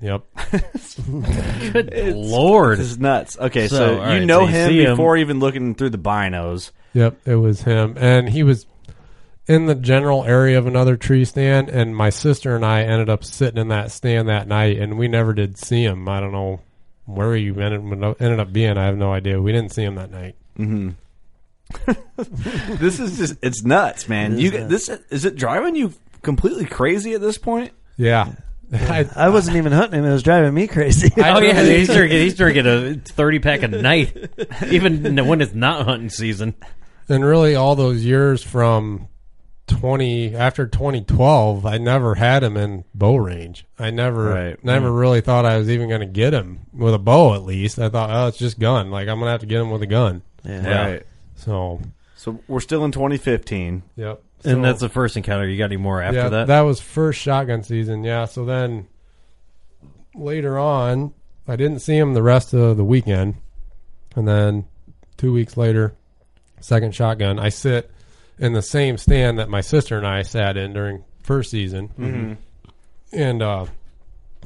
S8: yep, yep.
S5: Lord.
S7: This is nuts. Okay, so,
S5: So,
S7: you
S5: all right,
S7: know
S5: so you
S7: him
S5: see him.
S7: before even looking through the binos.
S8: Yep, it was him, and he was in the general area of another tree stand. And my sister and I ended up sitting in that stand that night, and we never did see him. I don't know where he ended, ended up being. I have no idea. We didn't see him that night.
S7: This is just it's nuts, man. you this is it driving you completely crazy at this point?
S8: Yeah, I,
S6: I wasn't even hunting him. It was driving me crazy.
S5: Oh yeah, he's drinking. He's drinking a thirty pack a night, even when it's not hunting season.
S8: and really all those years from 20 after 2012 i never had him in bow range i never
S7: Right.
S8: never really thought i was even going to get him with a bow at least i thought oh it's just gun like i'm going to have to get him with a gun
S5: Yeah.
S7: Right.
S8: so
S7: So we're still in 2015.
S8: yep So-
S5: And that's the first encounter. You got any more after
S8: yeah,
S5: that?
S8: was first shotgun season. Yeah. So then later on, I didn't see him the rest of the weekend. And then two weeks later, second shotgun, I sit in the same stand that my sister and I sat in during first season. Mm-hmm. And uh,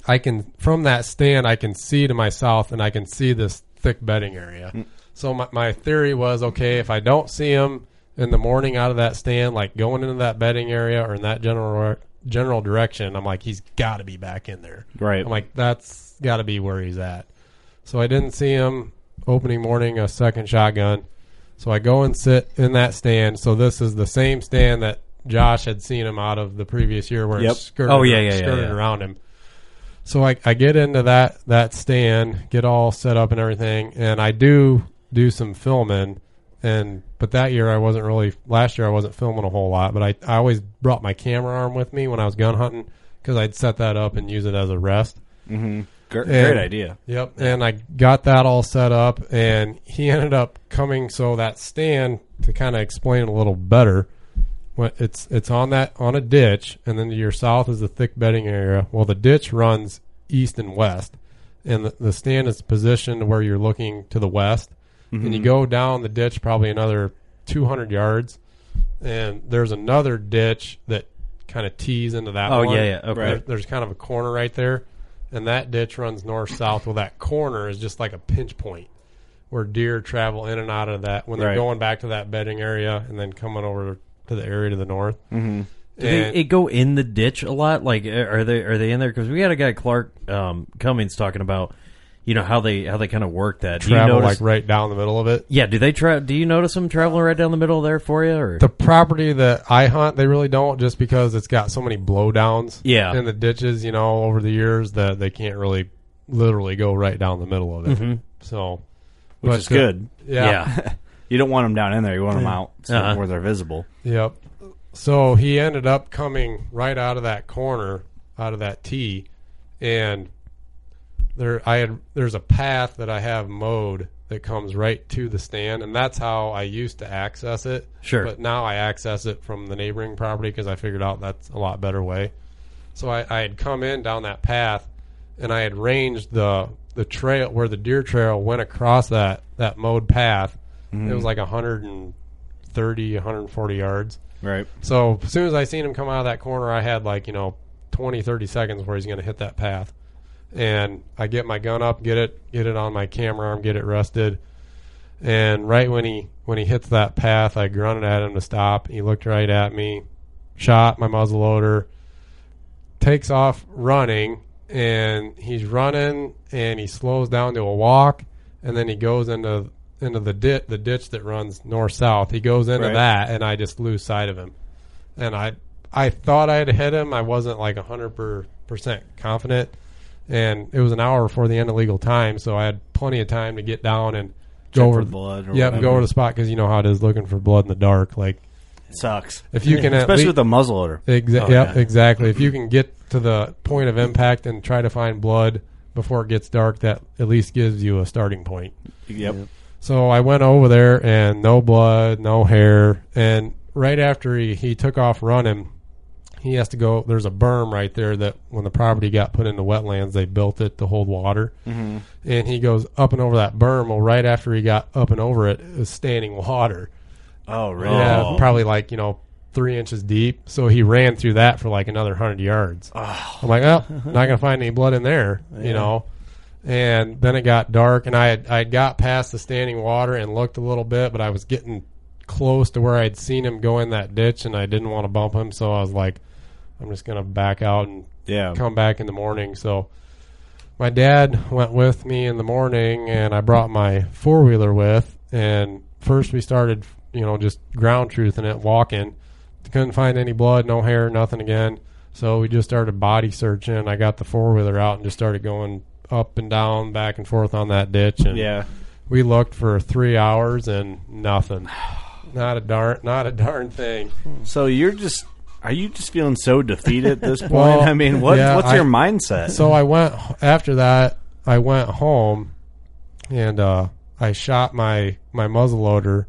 S8: I can, from that stand, I can see to my south and I can see this thick bedding area. So my, my theory was okay, if I don't see him in the morning out of that stand, like going into that bedding area or in that general general direction, I'm like he's got to be back in there.
S7: Right.
S8: I'm like that's got to be where he's at. So I didn't see him opening morning a second shotgun. So I go and sit in that stand. So this is the same stand that Josh had seen him out of the previous year where
S7: Yep.
S8: it skirted,
S5: Oh, yeah, yeah, yeah,
S8: skirted
S5: yeah.
S8: around him. So I, I get into that that stand, get all set up and everything, and I do do some filming. And but that year I wasn't really. Last year I wasn't filming a whole lot, but I I always brought my camera arm with me when I was gun hunting because I'd set that up and use it as a rest.
S7: Mm-hmm. Gr-
S8: And-
S7: great idea.
S8: Yep. And I got that all set up, and he ended up coming. So that stand to kind of explain it a little better. When it's it's on that on a ditch, and then to your south is the thick bedding area. Well, the ditch runs east and west, and the, the stand is positioned where you're looking to the west, and
S5: Mm-hmm.
S8: you
S7: Mhm.
S8: go down the ditch probably another 200 yards, and there's another ditch that kind of tees into that
S5: Oh,
S8: one.
S5: yeah, yeah, okay.
S8: There- there's kind of a corner right there, and that ditch runs north south. Well, that corner is just like a pinch point where deer travel in and out of that when they're
S7: Right.
S8: going back to that bedding area and then coming over to the area to the north.
S7: Mm-hmm.
S5: Mhm. Do
S8: And-
S5: they, it go in the ditch a lot? Like, uh, are they are they in there? Because we had a guy Clark um, Cummings talking about, you know how they how they kind of work that Do you
S8: travel
S5: notice-
S8: like right down the middle of it.
S5: Yeah, do they tra- Do you notice them traveling right down the middle there for you? Or
S8: The property that I hunt, they really don't, just because it's got so many blowdowns.
S5: Yeah.
S8: in the ditches, you know, over the years that they can't really, literally go right down the middle of it.
S5: Mhm.
S8: So,
S7: Mm-hmm. Which
S8: but,
S7: is
S8: uh,
S7: good.
S8: yeah.
S7: you don't want them down in there. You want them
S8: Yeah.
S7: out so
S8: Uh-huh.
S7: where they're visible.
S8: Yep. So he ended up coming right out of that corner, out of that tee, and there I had there's a path that I have mowed that comes right to the stand, and that's how I used to access it.
S5: Sure.
S8: But now I access it from the neighboring property because I figured out that's a lot better way. So I, I had come in down that path, and I had ranged the the trail where the deer trail went across that that mowed path.
S7: Mhm.
S8: It was like 130, 140 yards.
S7: Right.
S8: So as soon as I seen him come out of that corner, I had like, you know, 20, 30 seconds where he's going to hit that path. And I get my gun up, get it, get it on my camera arm, get it rested. And right when he when he hits that path, I grunted at him to stop. He looked right at me, shot my muzzle loader, takes off running, and he's running and he slows down to a walk, and then he goes into into the ditch the ditch that runs north south. He goes into
S7: Right.
S8: that, and I just lose sight of him. And I I thought I had hit him. I wasn't like hundred percent confident, and it was an hour before the end of legal time, so I had plenty of time to get down and
S7: Check
S8: go over
S7: for blood or
S8: yep,
S7: whatever.
S8: go over the spot because you know how it is looking for blood in the dark. Like
S7: Sucks.
S8: if you can, at
S7: especially
S8: lea-
S7: with a muzzleloader.
S8: Exa-
S7: Oh,
S8: yep,
S7: yeah.
S8: exactly. If you can get to the point of impact and try to find blood before it gets dark, that at least gives you a starting point.
S7: Yep. Yep.
S8: So I went over there and no blood, no hair, and right after he, he took off running, he has to go. There's a berm right there that when the property got put into wetlands, they built it to hold water.
S7: Mhm.
S8: And he goes up and over that berm. Well, right after he got up and over it, it was standing water.
S7: Oh, really?
S8: Yeah,
S7: Oh.
S8: probably like you know three inches deep. So he ran through that for like another hundred yards. I'm like, oh, not gonna find any blood in there,
S7: Yeah.
S8: you know. And then it got dark, and I had, I had got past the standing water and looked a little bit, but I was getting close to where I'd seen him go in that ditch, and I didn't want to bump him, so I was like, I'm just gonna back out and
S7: Yeah.
S8: come back in the morning. So my dad went with me in the morning, and I brought my four wheeler with. And first we started, you know, just ground truthing it, walking. Couldn't find any blood, no hair, nothing again. So we just started body searching. I got the four wheeler out and just started going up and down, back and forth on that ditch. And
S7: Yeah.
S8: we looked for three hours and nothing. Not a darn, not a darn thing.
S7: So you're just are you just feeling so defeated at this point?
S8: Well,
S7: I mean, what
S8: yeah,
S7: what's
S8: I-
S7: your mindset?
S8: So I went after that. I went home, and uh, I shot my my muzzleloader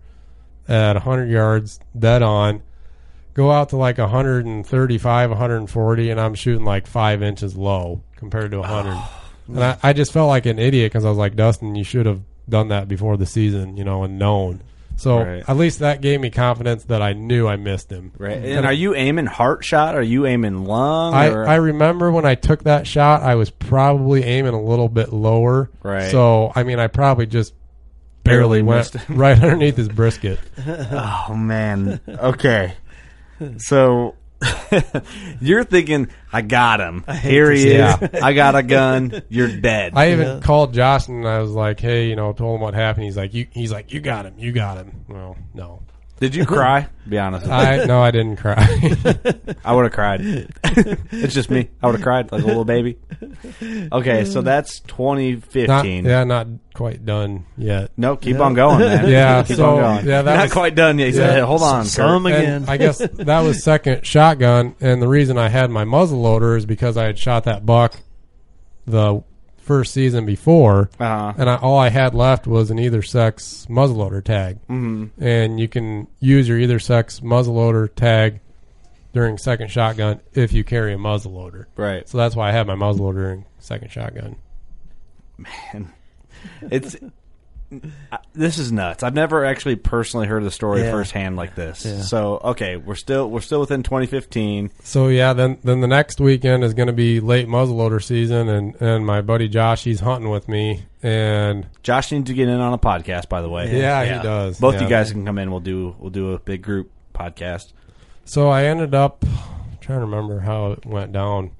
S8: at 100 yards dead on. Go out to like 135, 140, and I'm shooting like five inches low compared to 100.
S7: Oh,
S8: and I, I just felt like an idiot because I was like, Dustin, you should have done that before the season, you know, and known. So
S7: Right.
S8: at least that gave me confidence that I knew I missed him.
S7: Right. And are you aiming heart shot? Are you aiming lung?
S8: I,
S7: or-
S8: I remember when I took that shot, I was probably aiming a little bit lower.
S7: Right.
S8: So I mean, I probably just
S7: Barely
S8: barely, went
S7: missed him.
S8: right underneath his brisket.
S7: oh man. Okay. So you're thinking, I got him.
S8: hate
S7: Here
S8: to
S7: he
S8: say
S7: is.
S8: that.
S7: I got a gun. You're dead.
S8: I even called Josh and I was like, "Hey, you know," told him what happened. He's like, "You," he's like, "You got him. You got him." Well, no.
S7: Did you cry? Be honest. with
S8: I
S7: me.
S8: no, I didn't cry.
S7: I would have cried. it's just me. I would have cried like a little baby. Okay, so that's 2015.
S8: Not- yeah, not quite done yet.
S7: No, keep on going, man.
S8: Yeah,
S7: keep
S8: so-
S7: on going.
S8: yeah, that
S7: not
S8: was-
S7: quite done yet. He said,
S8: yeah.
S7: "Hold on,
S6: Some
S7: Kurt."
S6: again.
S8: I guess that was second shotgun, and the reason I had my muzzle loader is because I had shot that buck the first season before,
S7: Uh-huh.
S8: and I, all I had left was an either sex muzzleloader tag.
S7: Mhm.
S8: And you can use your either sex muzzleloader tag during second shotgun if you carry a muzzleloader.
S7: Right.
S8: So that's why I had my muzzleloader during second shotgun.
S7: Man, it's I- this is nuts. I've never actually personally heard the story
S6: Yeah.
S7: firsthand like this.
S6: Yeah.
S7: So okay, we're still we're still within 2015.
S8: So yeah, then then the next weekend is going to be late muzzleloader season, and and my buddy Josh, he's hunting with me, and
S7: Josh needs to get in on a podcast, by the way.
S8: Yeah, he does.
S7: Both
S8: Yeah.
S7: you guys can come in. We'll do we'll do a big group podcast.
S8: So I ended up trying to remember how it went down.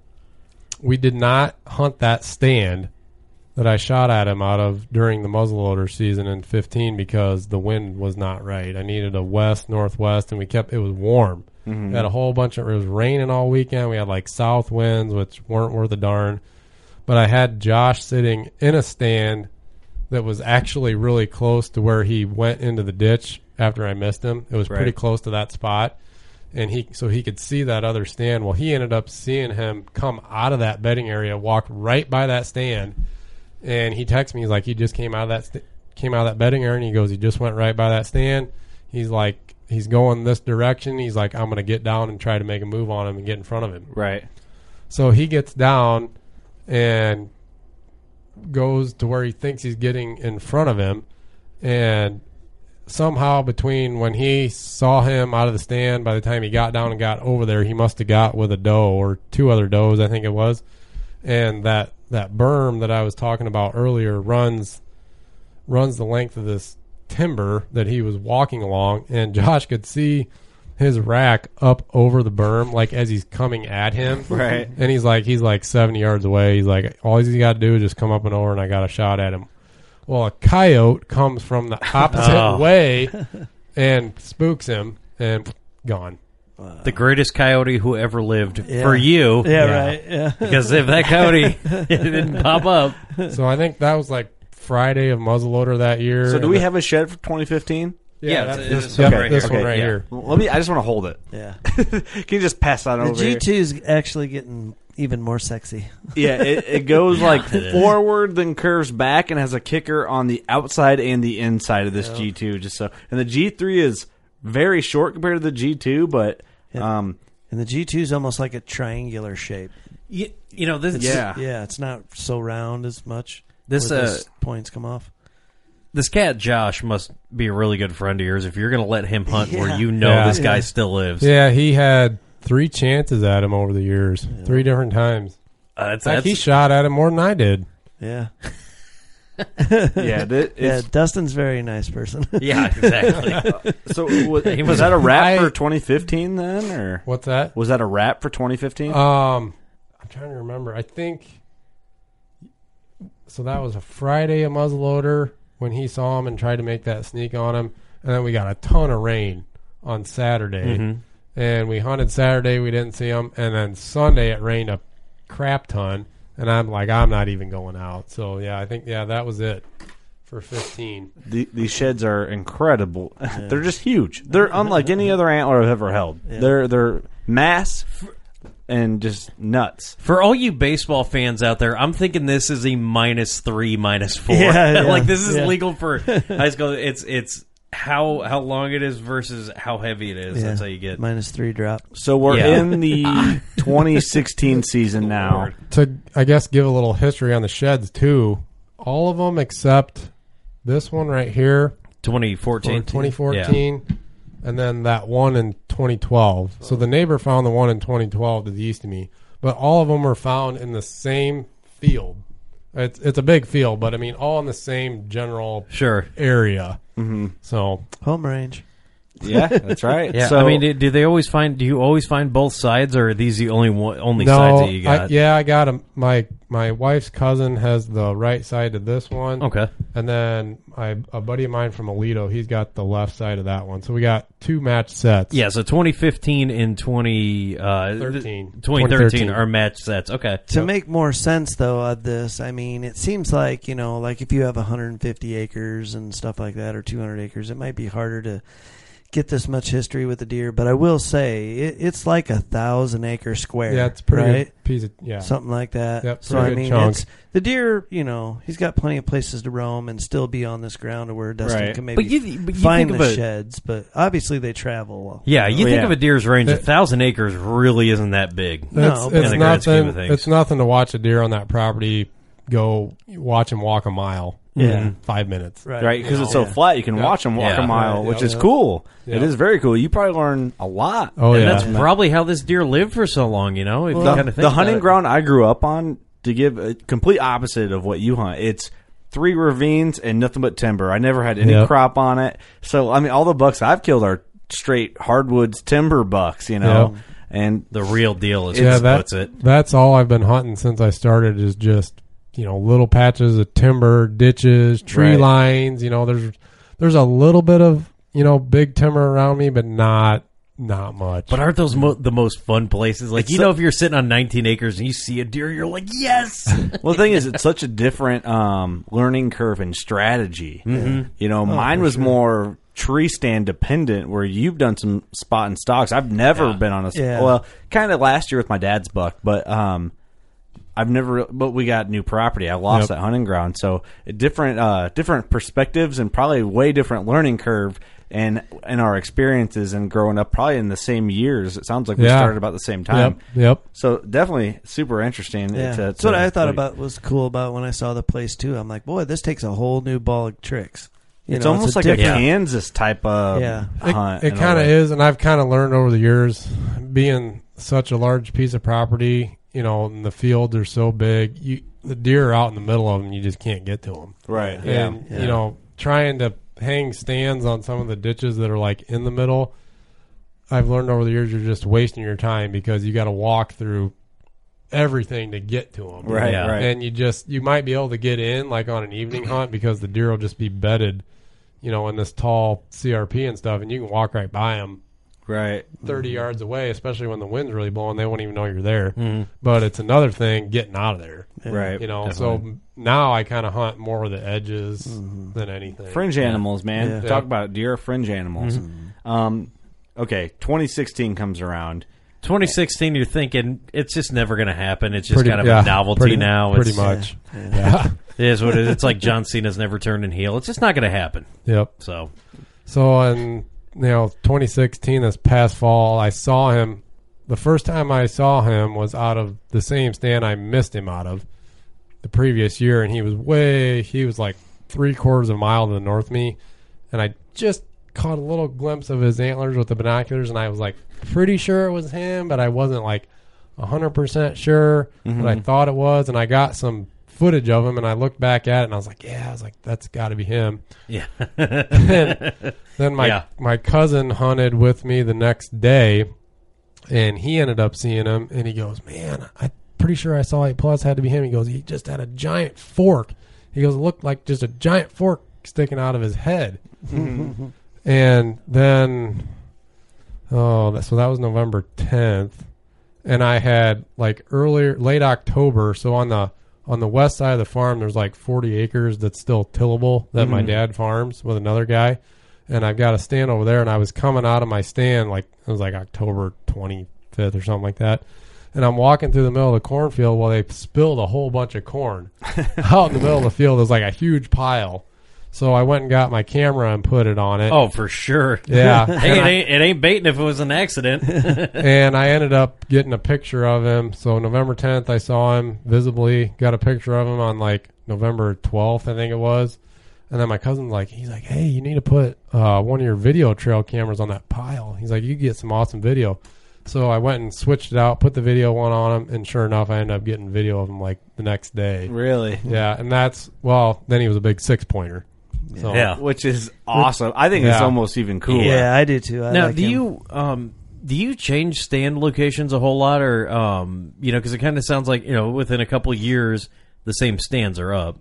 S8: We did not hunt that stand that I shot at him out of during the muzzleloader season in 15 because the wind was not right. I needed a west northwest, and we kept it was warm. We had a whole bunch of it was raining all weekend. We had like south winds, which weren't worth a darn. But I had Josh sitting in a stand that was actually really close to where he went into the ditch after I missed him. It was pretty
S7: Right.
S8: close to that spot. And he so he could see that other stand. Well, he ended up seeing him come out of that bedding area, walk right by that stand, and he texts me. He's like, he just came out of that st- came out of that bedding area, and he goes, he just went right by that stand. He's like, he's going this direction. He's like, I'm gonna get down and try to make a move on him and get in front of him.
S7: Right.
S8: So he gets down and goes to where he thinks he's getting in front of him. And somehow, between when he saw him out of the stand, by the time he got down and got over there, he must have got with a doe or two other does, I think it was. And that, that berm that I was talking about earlier runs runs the length of this timber that he was walking along and Josh could see his rack up over the berm like as he's coming at him
S7: Right.
S8: and he's like he's like 70 yards away he's like all he's got to do is just come up and over and I got a shot at him well a coyote comes from the opposite
S7: Oh.
S8: way and spooks him and gone
S5: The greatest coyote who ever lived
S6: Yeah.
S5: for you.
S6: Yeah,
S8: Yeah.
S6: right. Yeah.
S5: Because if that coyote didn't pop up,
S8: so I think that was like Friday of muzzleloader that year
S7: So do
S8: And
S7: we
S8: the-
S7: have a shed for 2015?
S5: Yeah,
S8: that-
S5: it's-
S8: this,
S5: it's okay.
S8: yeah,
S5: Right
S8: this
S5: here.
S8: one
S5: Okay,
S8: right
S5: yeah.
S8: here
S7: Let me. I just want to hold it.
S6: yeah.
S7: Can you just pass that
S6: The
S7: over?
S6: G
S7: here?
S6: two's actually getting even more sexy.
S7: Yeah, it, it goes like forward, then curves back, and has a kicker on the outside and the inside of this G two. Just so, and the G three is very short compared to the G two, but um,
S6: And the G two's almost like a triangular shape.
S5: you, you know this.
S7: yeah,
S6: Yeah, it's not so round as much.
S5: This,
S6: where
S5: uh,
S6: those points come off.
S5: This cat Josh must be a really good friend of yours if you're going to let him hunt where
S6: Yeah.
S5: you know
S8: Yeah.
S5: this guy
S6: Yeah.
S5: still lives.
S8: Yeah, he had three chances at him over the years, three different times.
S5: Uh, that's,
S8: In fact, he
S5: that's-
S8: shot at him more than I did.
S6: Yeah.
S7: yeah. That,
S6: Yeah,
S7: it's,
S6: Dustin's a very nice person.
S5: yeah, exactly.
S7: So was,
S5: He
S7: was that a wrap
S8: I-
S7: for 2015 then, or
S8: What's that?
S7: was that a wrap for 2015?
S8: Um, I'm trying to remember. I think so. That was a Friday at muzzleloader when he saw him and tried to make that sneak on him, and then we got a ton of rain on Saturday, and we hunted Saturday. We didn't see him, and then Sunday it rained a crap ton, and I'm like, I'm not even going out. So yeah, I think yeah, that was it for 15.
S7: the, these sheds are incredible. they're just huge. They're unlike any other antler I've ever held. They're they're mass and just nuts.
S5: For all you baseball fans out there, I'm thinking this is a minus three, minus four.
S6: Yeah, yeah,
S5: like this is
S6: yeah.
S5: legal for high school. It's it's how how long it is versus how heavy it is.
S6: Yeah.
S5: That's how you get.
S6: minus three drop.
S7: So we're
S5: Yeah.
S7: in the 2016 season now.
S8: to I guess give a little history on the sheds too. All of them except this one right here for
S5: 2014.
S8: 2014, and then that one in 2012. So the neighbor found the one in 2012 to the east of me, but all of them were found in the same field. It's it's a big field, but I mean all in the same general
S5: Sure.
S8: area. Mm-hmm. So
S6: Home range.
S7: Yeah, that's right.
S5: Yeah,
S7: So-
S5: I mean, do, do they always find? Do you always find both sides, or are these the only one, only sides that you
S8: I-
S5: got?
S8: yeah, I got 'em. My my wife's cousin has the right side to this one.
S5: Okay.
S8: And then my a buddy of mine from Alito, he's got the left side of that one. So we got two match sets.
S5: Yeah, so 2015 and 20, uh,
S8: 13.
S5: 2013,
S8: 2013.
S5: are match sets. Okay.
S6: To make more sense, though, of this, I mean, it seems like, you know, like if you have 150 acres and stuff like that, or 200 acres, it might be harder to get this much history with the deer. But I will say, it, it's like a thousand acre square.
S8: Yeah, it's a pretty good
S6: right?
S8: piece of- yeah.
S6: Something like that.
S8: Yep,
S6: so,
S8: pretty
S6: I
S8: good
S6: mean,
S8: chunk.
S6: it's, the deer, you know, he's got plenty of places to roam and still be on this ground to where Dustin
S7: Right.
S6: can maybe
S5: But you- but you
S6: find
S5: think
S6: the
S5: of a-
S6: sheds. But obviously, they travel.
S5: Yeah, you think
S8: Yeah.
S5: of a deer's range, a
S8: That-
S5: thousand acres really isn't that big.
S8: It's,
S5: in
S8: it's
S5: the grand scheme
S8: nothing.
S5: of things.
S8: It's nothing to watch a deer on that property go watch him walk a mile.
S6: Yeah.
S8: in five minutes.
S7: right? Because
S8: You
S7: it's
S8: know?
S7: so flat, you can watch them walk
S5: Yeah.
S7: a mile,
S8: Right,
S7: which
S8: yeah.
S7: is cool.
S8: Yeah.
S7: It is very cool. You probably learn a lot.
S8: Oh
S5: and
S8: yeah.
S5: that's probably how this deer lived for so long, you know? If you
S7: the,
S5: kind of think
S7: the
S5: about
S7: hunting
S5: it.
S7: ground I grew up on, to give a complete opposite of what you hunt, it's three ravines and nothing but timber. I never had any
S8: Yep.
S7: crop on it, so I mean, all the bucks I've killed are straight hardwoods timber bucks, you know.
S8: Yep.
S7: And
S5: The real deal is
S8: yeah,
S5: yeah,
S8: that-
S5: what's it.
S8: That's all I've been hunting since I started is just you know little patches of timber, ditches, tree
S7: Right.
S8: lines. You know, there's there's a little bit of you know big timber around me, but not not much.
S5: But aren't those mo- the most fun places? Like,
S7: It's
S5: you
S7: so-
S5: know, if you're sitting on 19 acres and you see a deer, you're like, yes!
S7: well, the thing is, it's such a different um, learning curve and strategy. Mm-hmm. You
S6: Oh,
S7: know, mine was more tree stand dependent, where you've done some spot and stocks. I've never been on a
S6: Yeah.
S7: well, kind of last year with my dad's buck, but um, I've never. But we got new property. I lost
S8: Yep.
S7: that hunting ground, so different uh, different perspectives and probably way different learning curve. And and our experiences and growing up, probably in the same years. It sounds like we
S8: Yeah.
S7: started about the same time.
S8: Yep, yep.
S7: So definitely super interesting.
S6: Yeah,
S7: to-
S6: that's
S7: to-
S6: what I thought
S7: like-
S6: about was cool about when I saw the place too. I'm like, boy, this takes a whole new ball of tricks. You
S7: it's
S6: know,
S7: almost like a
S6: different-
S7: Kansas type of
S6: Yeah.
S8: It-
S7: hunt.
S8: It,
S7: in a
S8: kind of
S7: way.
S8: is, and I've kind of learned over the years, being such a large piece of property. You know, and the fields are so big. You the deer are out in the middle of them. You just can't get to them.
S7: right. Yeah,
S8: And you know, trying to hang stands on some of the ditches that are like in the middle. I've learned over the years, you're just wasting your time because you got to walk through everything to get to them.
S7: right,
S5: Yeah.
S7: right.
S8: And you just you might be able to get in like on an evening hunt because the deer will just be bedded, you know, in this tall CRP and stuff, and you can walk right by them
S7: right.
S5: Mm-hmm.
S8: 30 yards away, especially when the wind's really blowing. They won't even know you're there.
S5: Mm-hmm.
S8: But it's another thing getting out of there.
S7: Right,
S8: You know, so now I kind of hunt more of the edges
S5: Mm-hmm.
S8: than anything.
S7: Fringe animals, man.
S6: Yeah. Mm-hmm.
S7: Talk about deer fringe animals. Um, okay, 2016 comes around.
S5: 2016, you're thinking, it's just never going to happen. It's just
S8: Pretty-
S5: kind of
S8: yeah,
S5: a novelty
S8: pretty-
S5: now.
S8: Pretty
S5: it's,
S8: much. Yeah.
S5: It is what it is. It's like John Cena's never turning heel. It's just not going to happen.
S8: yep.
S5: So,
S8: So in you know 2016, this past fall, I saw him. The first time I saw him was out of the same stand I missed him out of the previous year, and he was way he was like three quarters of a mile to the north of me, and I just caught a little glimpse of his antlers with the binoculars, and I was like pretty sure it was him, but I wasn't like hundred percent sure, but I thought it was, and I got some footage of him, and I looked back at it, and I was like, yeah, I was like that's got to be him
S5: yeah.
S8: then, then my
S5: Yeah.
S8: my cousin hunted with me the next day, and he ended up seeing him. And he goes, "Man, I'm pretty sure I saw eight plus. Had to be him." He goes, "He just had a giant fork." He goes, "It looked like just a giant fork sticking out of his head." and then, oh, that, so that was November 10th, and I had like earlier late October. So on the on the west side of the farm, there's like 40 acres that's still tillable that
S5: Mm-hmm.
S8: my dad farms with another guy. And I've got a stand over there, and I was coming out of my stand like it was like October 25th or something like that. And I'm walking through the middle of the cornfield while they spilled a whole bunch of corn out in the middle of the field. There's like a huge pile. So I went and got my camera and put it on it.
S5: Oh, for sure.
S8: yeah.
S5: Hey,
S8: And
S5: it
S8: I-
S5: ain't, it ain't baiting if it was an accident.
S8: and I ended up getting a picture of him. So November 10th, I saw him visibly. Got a picture of him on like November 12th, I think it was. And then my cousin's like, he's like, hey, you need to put uh, one of your video trail cameras on that pile. He's like, you get some awesome video. So I went and switched it out, put the video one on him, and sure enough, I ended up getting video of him like the next day.
S7: Really?
S8: Yeah, and that's well. Then he was a big six pointer. So,
S5: Yeah.
S7: which is awesome. I think it's
S8: Yeah.
S7: almost even cooler.
S6: Yeah, I do too. I
S5: now,
S6: like
S5: do
S6: him.
S5: you um, do you change stand locations a whole lot, or um, you know, because it kind of sounds like you know, within a couple years, the same stands are up.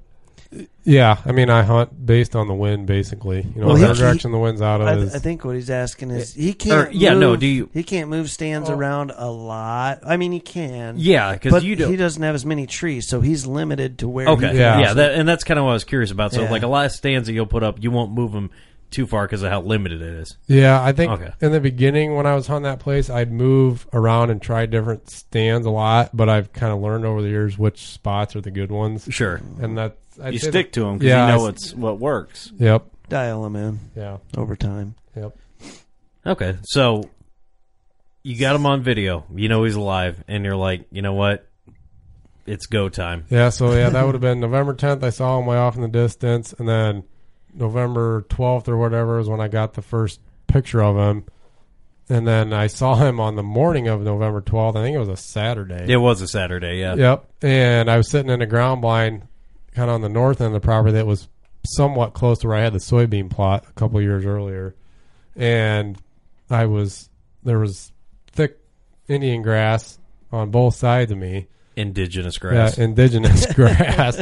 S8: Yeah, I mean, I hunt based on the wind, basically. You know,
S6: Well, he-
S8: whatever direction
S6: he-
S8: the wind's out of
S6: I,
S8: is.
S6: I think what he's asking is he
S5: Or,
S6: can't.
S5: yeah,
S6: move,
S5: no, do you-
S6: He can't move stands around a lot. I mean, he can.
S5: Yeah, 'cause
S6: but
S5: you don't-
S6: He doesn't have as many trees, so he's limited to where.
S5: Okay,
S6: He
S5: yeah,
S8: Yeah.
S5: that, and that's kind of what I was curious about. So,
S6: Yeah.
S5: like a lot of stands that you'll put up, you won't move them too far because of how limited it is.
S8: yeah, I think
S5: Okay.
S8: in the beginning when I was hunting that place, I'd move around and try different stands a lot, but I've kind of learned over the years which spots are the good ones.
S5: Sure.
S8: And that's. I'd
S7: You
S8: say
S7: stick
S8: the-
S7: to them because
S8: Yeah,
S7: you
S8: I
S7: know
S8: s-
S7: it's what works.
S8: Yep.
S6: dial him in
S8: Yeah.
S6: over time.
S8: Yep.
S5: Okay, so you got him on video. You know he's alive, and you're like, you know what? It's go time.
S8: Yeah, so yeah, that would have been November 10th. I saw him way off in the distance, and then November 12th or whatever is when I got the first picture of him. And then I saw him on the morning of November 12th. I think it was a Saturday.
S5: It was a Saturday, yeah.
S8: Yep. And I was sitting in a ground blind, kind of on the north end of the property that was somewhat close to where I had the soybean plot a couple years earlier. And I was there was thick Indian grass on both sides of me.
S5: Indigenous grass.
S8: Yeah, indigenous grass.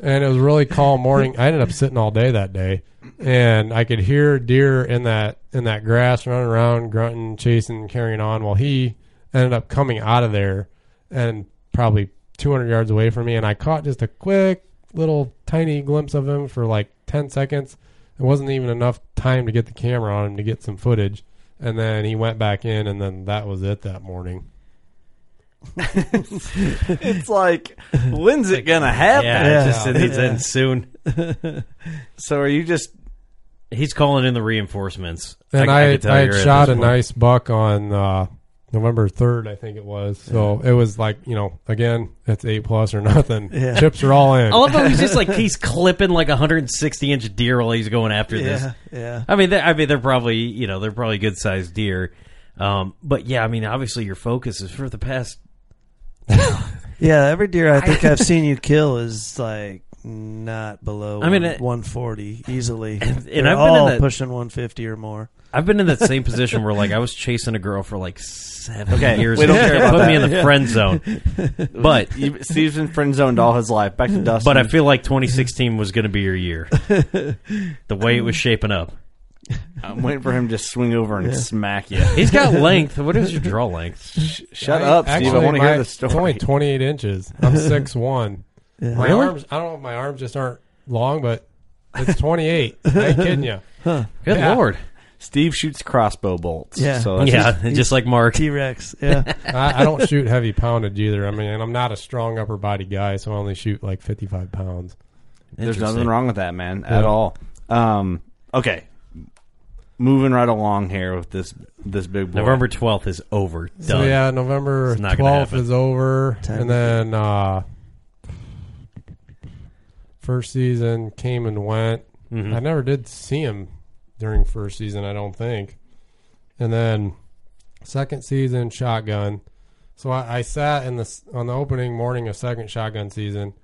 S8: and it was a really calm morning. I ended up sitting all day that day, and I could hear deer in that in that grass running around, grunting, chasing, carrying on. While he ended up coming out of there, and probably 200 yards away from me, and I caught just a quick little tiny glimpse of him for like 10 seconds. It wasn't even enough time to get the camera on him to get some footage. And then he went back in, and then that was it that morning.
S7: It's like, when's it gonna happen?
S5: Yeah,
S6: Yeah.
S5: It just it needs to end soon.
S7: So are you just?
S5: He's calling in the reinforcements.
S8: And I,
S5: could tell
S8: I,
S5: you're
S8: had
S5: at
S8: shot a
S5: this point.
S8: nice buck on uh, November 3rd, I think it was. So it was like, you know, again, it's eight plus or nothing.
S6: Yeah.
S8: Chips are all in.
S5: I love how he's just like he's clipping like a 160 inch deer while he's going after this.
S6: Yeah, yeah.
S5: I mean, they, I mean, they're probably you know they're probably good sized deer, um, but yeah, I mean, obviously your focus is for the past.
S6: Yeah, every deer I think I've seen you kill is like not below.
S5: I mean,
S6: one-
S5: it-
S6: 140 easily,
S5: And- and
S6: They're
S5: I've been in
S6: all
S5: that-
S6: pushing 150 or more.
S5: I've been in that same position where like I was chasing a girl for like seven
S7: Okay,
S5: years.
S7: we don't
S5: and
S7: care
S5: it
S7: about
S5: put me in
S7: that.
S5: the friend zone, but
S7: You, Steve's been friend zoned all his life. Back to Dustin.
S5: but I feel like 2016 was going to be your year, the way it was shaping up.
S7: I'm waiting for him to swing over and smack you.
S5: He's got length. What is your draw length?
S7: Shut up, Steve. I want to hear
S8: my-
S7: the story.
S8: It's only 28 inches. I'm 6'1. My
S5: Really?
S8: arms, I don't know if my arms just aren't long, but it's 28. I ain't kidding you.
S5: Good
S8: Yeah.
S5: lord!
S7: Steve shoots crossbow bolts.
S6: Yeah.
S7: So that's
S5: yeah, just like Mark.
S6: T Rex, yeah.
S8: I, I don't shoot heavy poundage either. I mean, and I'm not a strong upper body guy, so I only shoot like 55 pounds.
S7: There's nothing
S5: Interesting.
S7: wrong with that, man, at
S8: Yeah.
S7: all. Um, okay, moving right along here with this this big boy.
S5: November 12th is over. Done.
S8: So yeah, November
S5: It's not gonna
S8: twelfth
S5: happen.
S8: is over,
S6: Time
S8: and
S6: to-
S8: then uh, first season came and went.
S5: Mm-hmm.
S8: I never did see him during first season, I don't think. And then second season shotgun. So I, I sat in the s- on the opening morning of second shotgun season.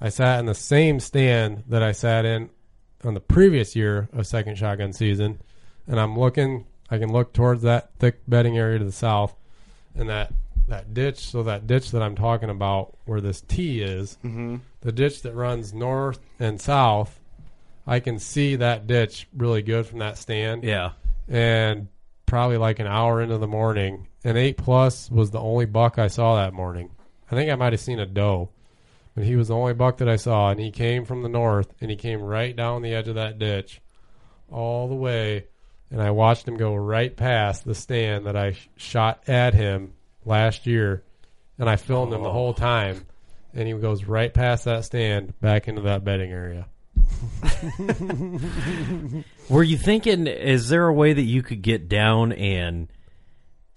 S8: I sat in the same stand that I sat in on the previous year of second shotgun season, and I'm looking. I can look towards that thick bedding area to the south, and that that ditch. So that ditch that I'm talking about, where this T is, the ditch that runs north and south, I can see that ditch really good from that stand.
S5: Yeah.
S8: and probably like an hour into the morning, an eight plus was the only buck I saw that morning. I think I might have seen a doe, but he was the only buck that I saw, and he came from the north, and he came right down the edge of that ditch, all the way, and I watched him go right past the stand that I sh- shot at him last year, and I filmed him the whole time, and he goes right past that stand back into that bedding area.
S5: Were you thinking? Is there a way that you could get down and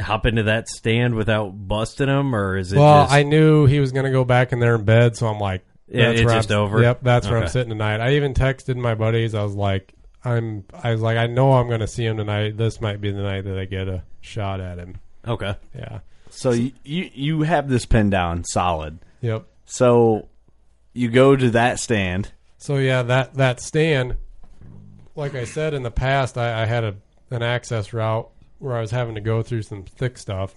S5: hop into that stand without busting him, or is it?
S8: Well,
S5: just,
S8: I knew he was going to go back in there in bed, so I'm like,
S5: Yeah,
S8: that's
S5: it's
S8: where
S5: just
S8: I'm-
S5: over.
S8: Yep, that's where
S5: Okay.
S8: I'm sitting tonight. I even texted my buddies. I was like, I'm. I was like, I know I'm going to see him tonight. This might be the night that I get a shot at him.
S5: okay.
S8: Yeah.
S7: So you, you you have this pin down solid.
S8: Yep.
S7: So you go to that stand.
S8: So yeah, that that stand like I said in the past, I, I had a an access route where I was having to go through some thick stuff.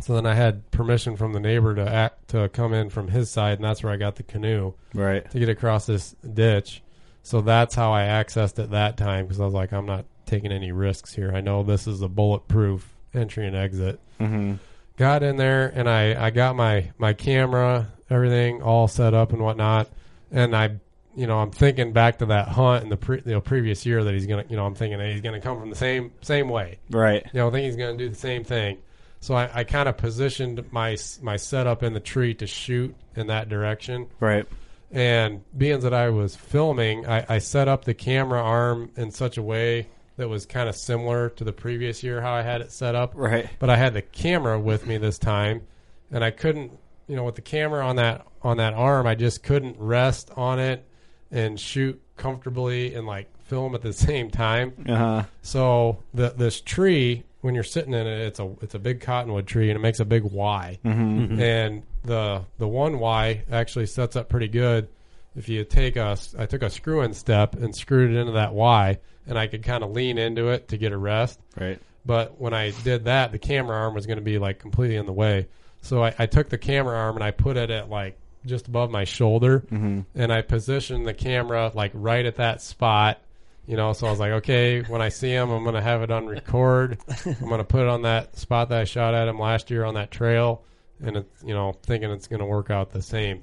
S8: So then I had permission from the neighbor to act, to come in from his side, and that's where I got the canoe
S7: Right.
S8: to get across this ditch. So that's how I accessed it that time because I was like, I'm not taking any risks here. I know this is a bulletproof entry and exit.
S7: Mhm.
S8: Got in there and I, I got my, my camera, everything all set up and whatnot. And I, you know, I'm thinking back to that hunt in the pre, you know, previous year that he's going to, you know, I'm thinking that he's going to come from the same, same way.
S7: Right.
S8: You know, I think he's going to do the same thing. So I, I kind of positioned my, s- my setup in the tree to shoot in that direction.
S7: Right.
S8: And being that I was filming, I, I set up the camera arm in such a way that was kind of similar to the previous year how I had it set up.
S7: Right.
S8: But I had the camera with me this time, and I couldn't, you know, with the camera on that on that arm, I just couldn't rest on it and shoot comfortably and like film at the same time.
S7: Uh-huh.
S8: So the, this tree, when you're sitting in it, it's a it's a big cottonwood tree, and it makes a big Y.
S7: Mhm. Mhm.
S8: And the the one Y actually sets up pretty good. If you take a, s- I took a screw in step and screwed it into that Y, and I could kind of lean into it to get a rest.
S7: Right.
S8: But when I did that, the camera arm was going to be like completely in the way. So I, I took the camera arm and I put it at like just above my shoulder,
S7: Mhm.
S8: and I positioned the camera like right at that spot. You know, so I was like, okay, when I see him, I'm gonna have it on record. I'm gonna put it on that spot that I shot at him last year on that trail, and it's you know thinking it's gonna work out the same.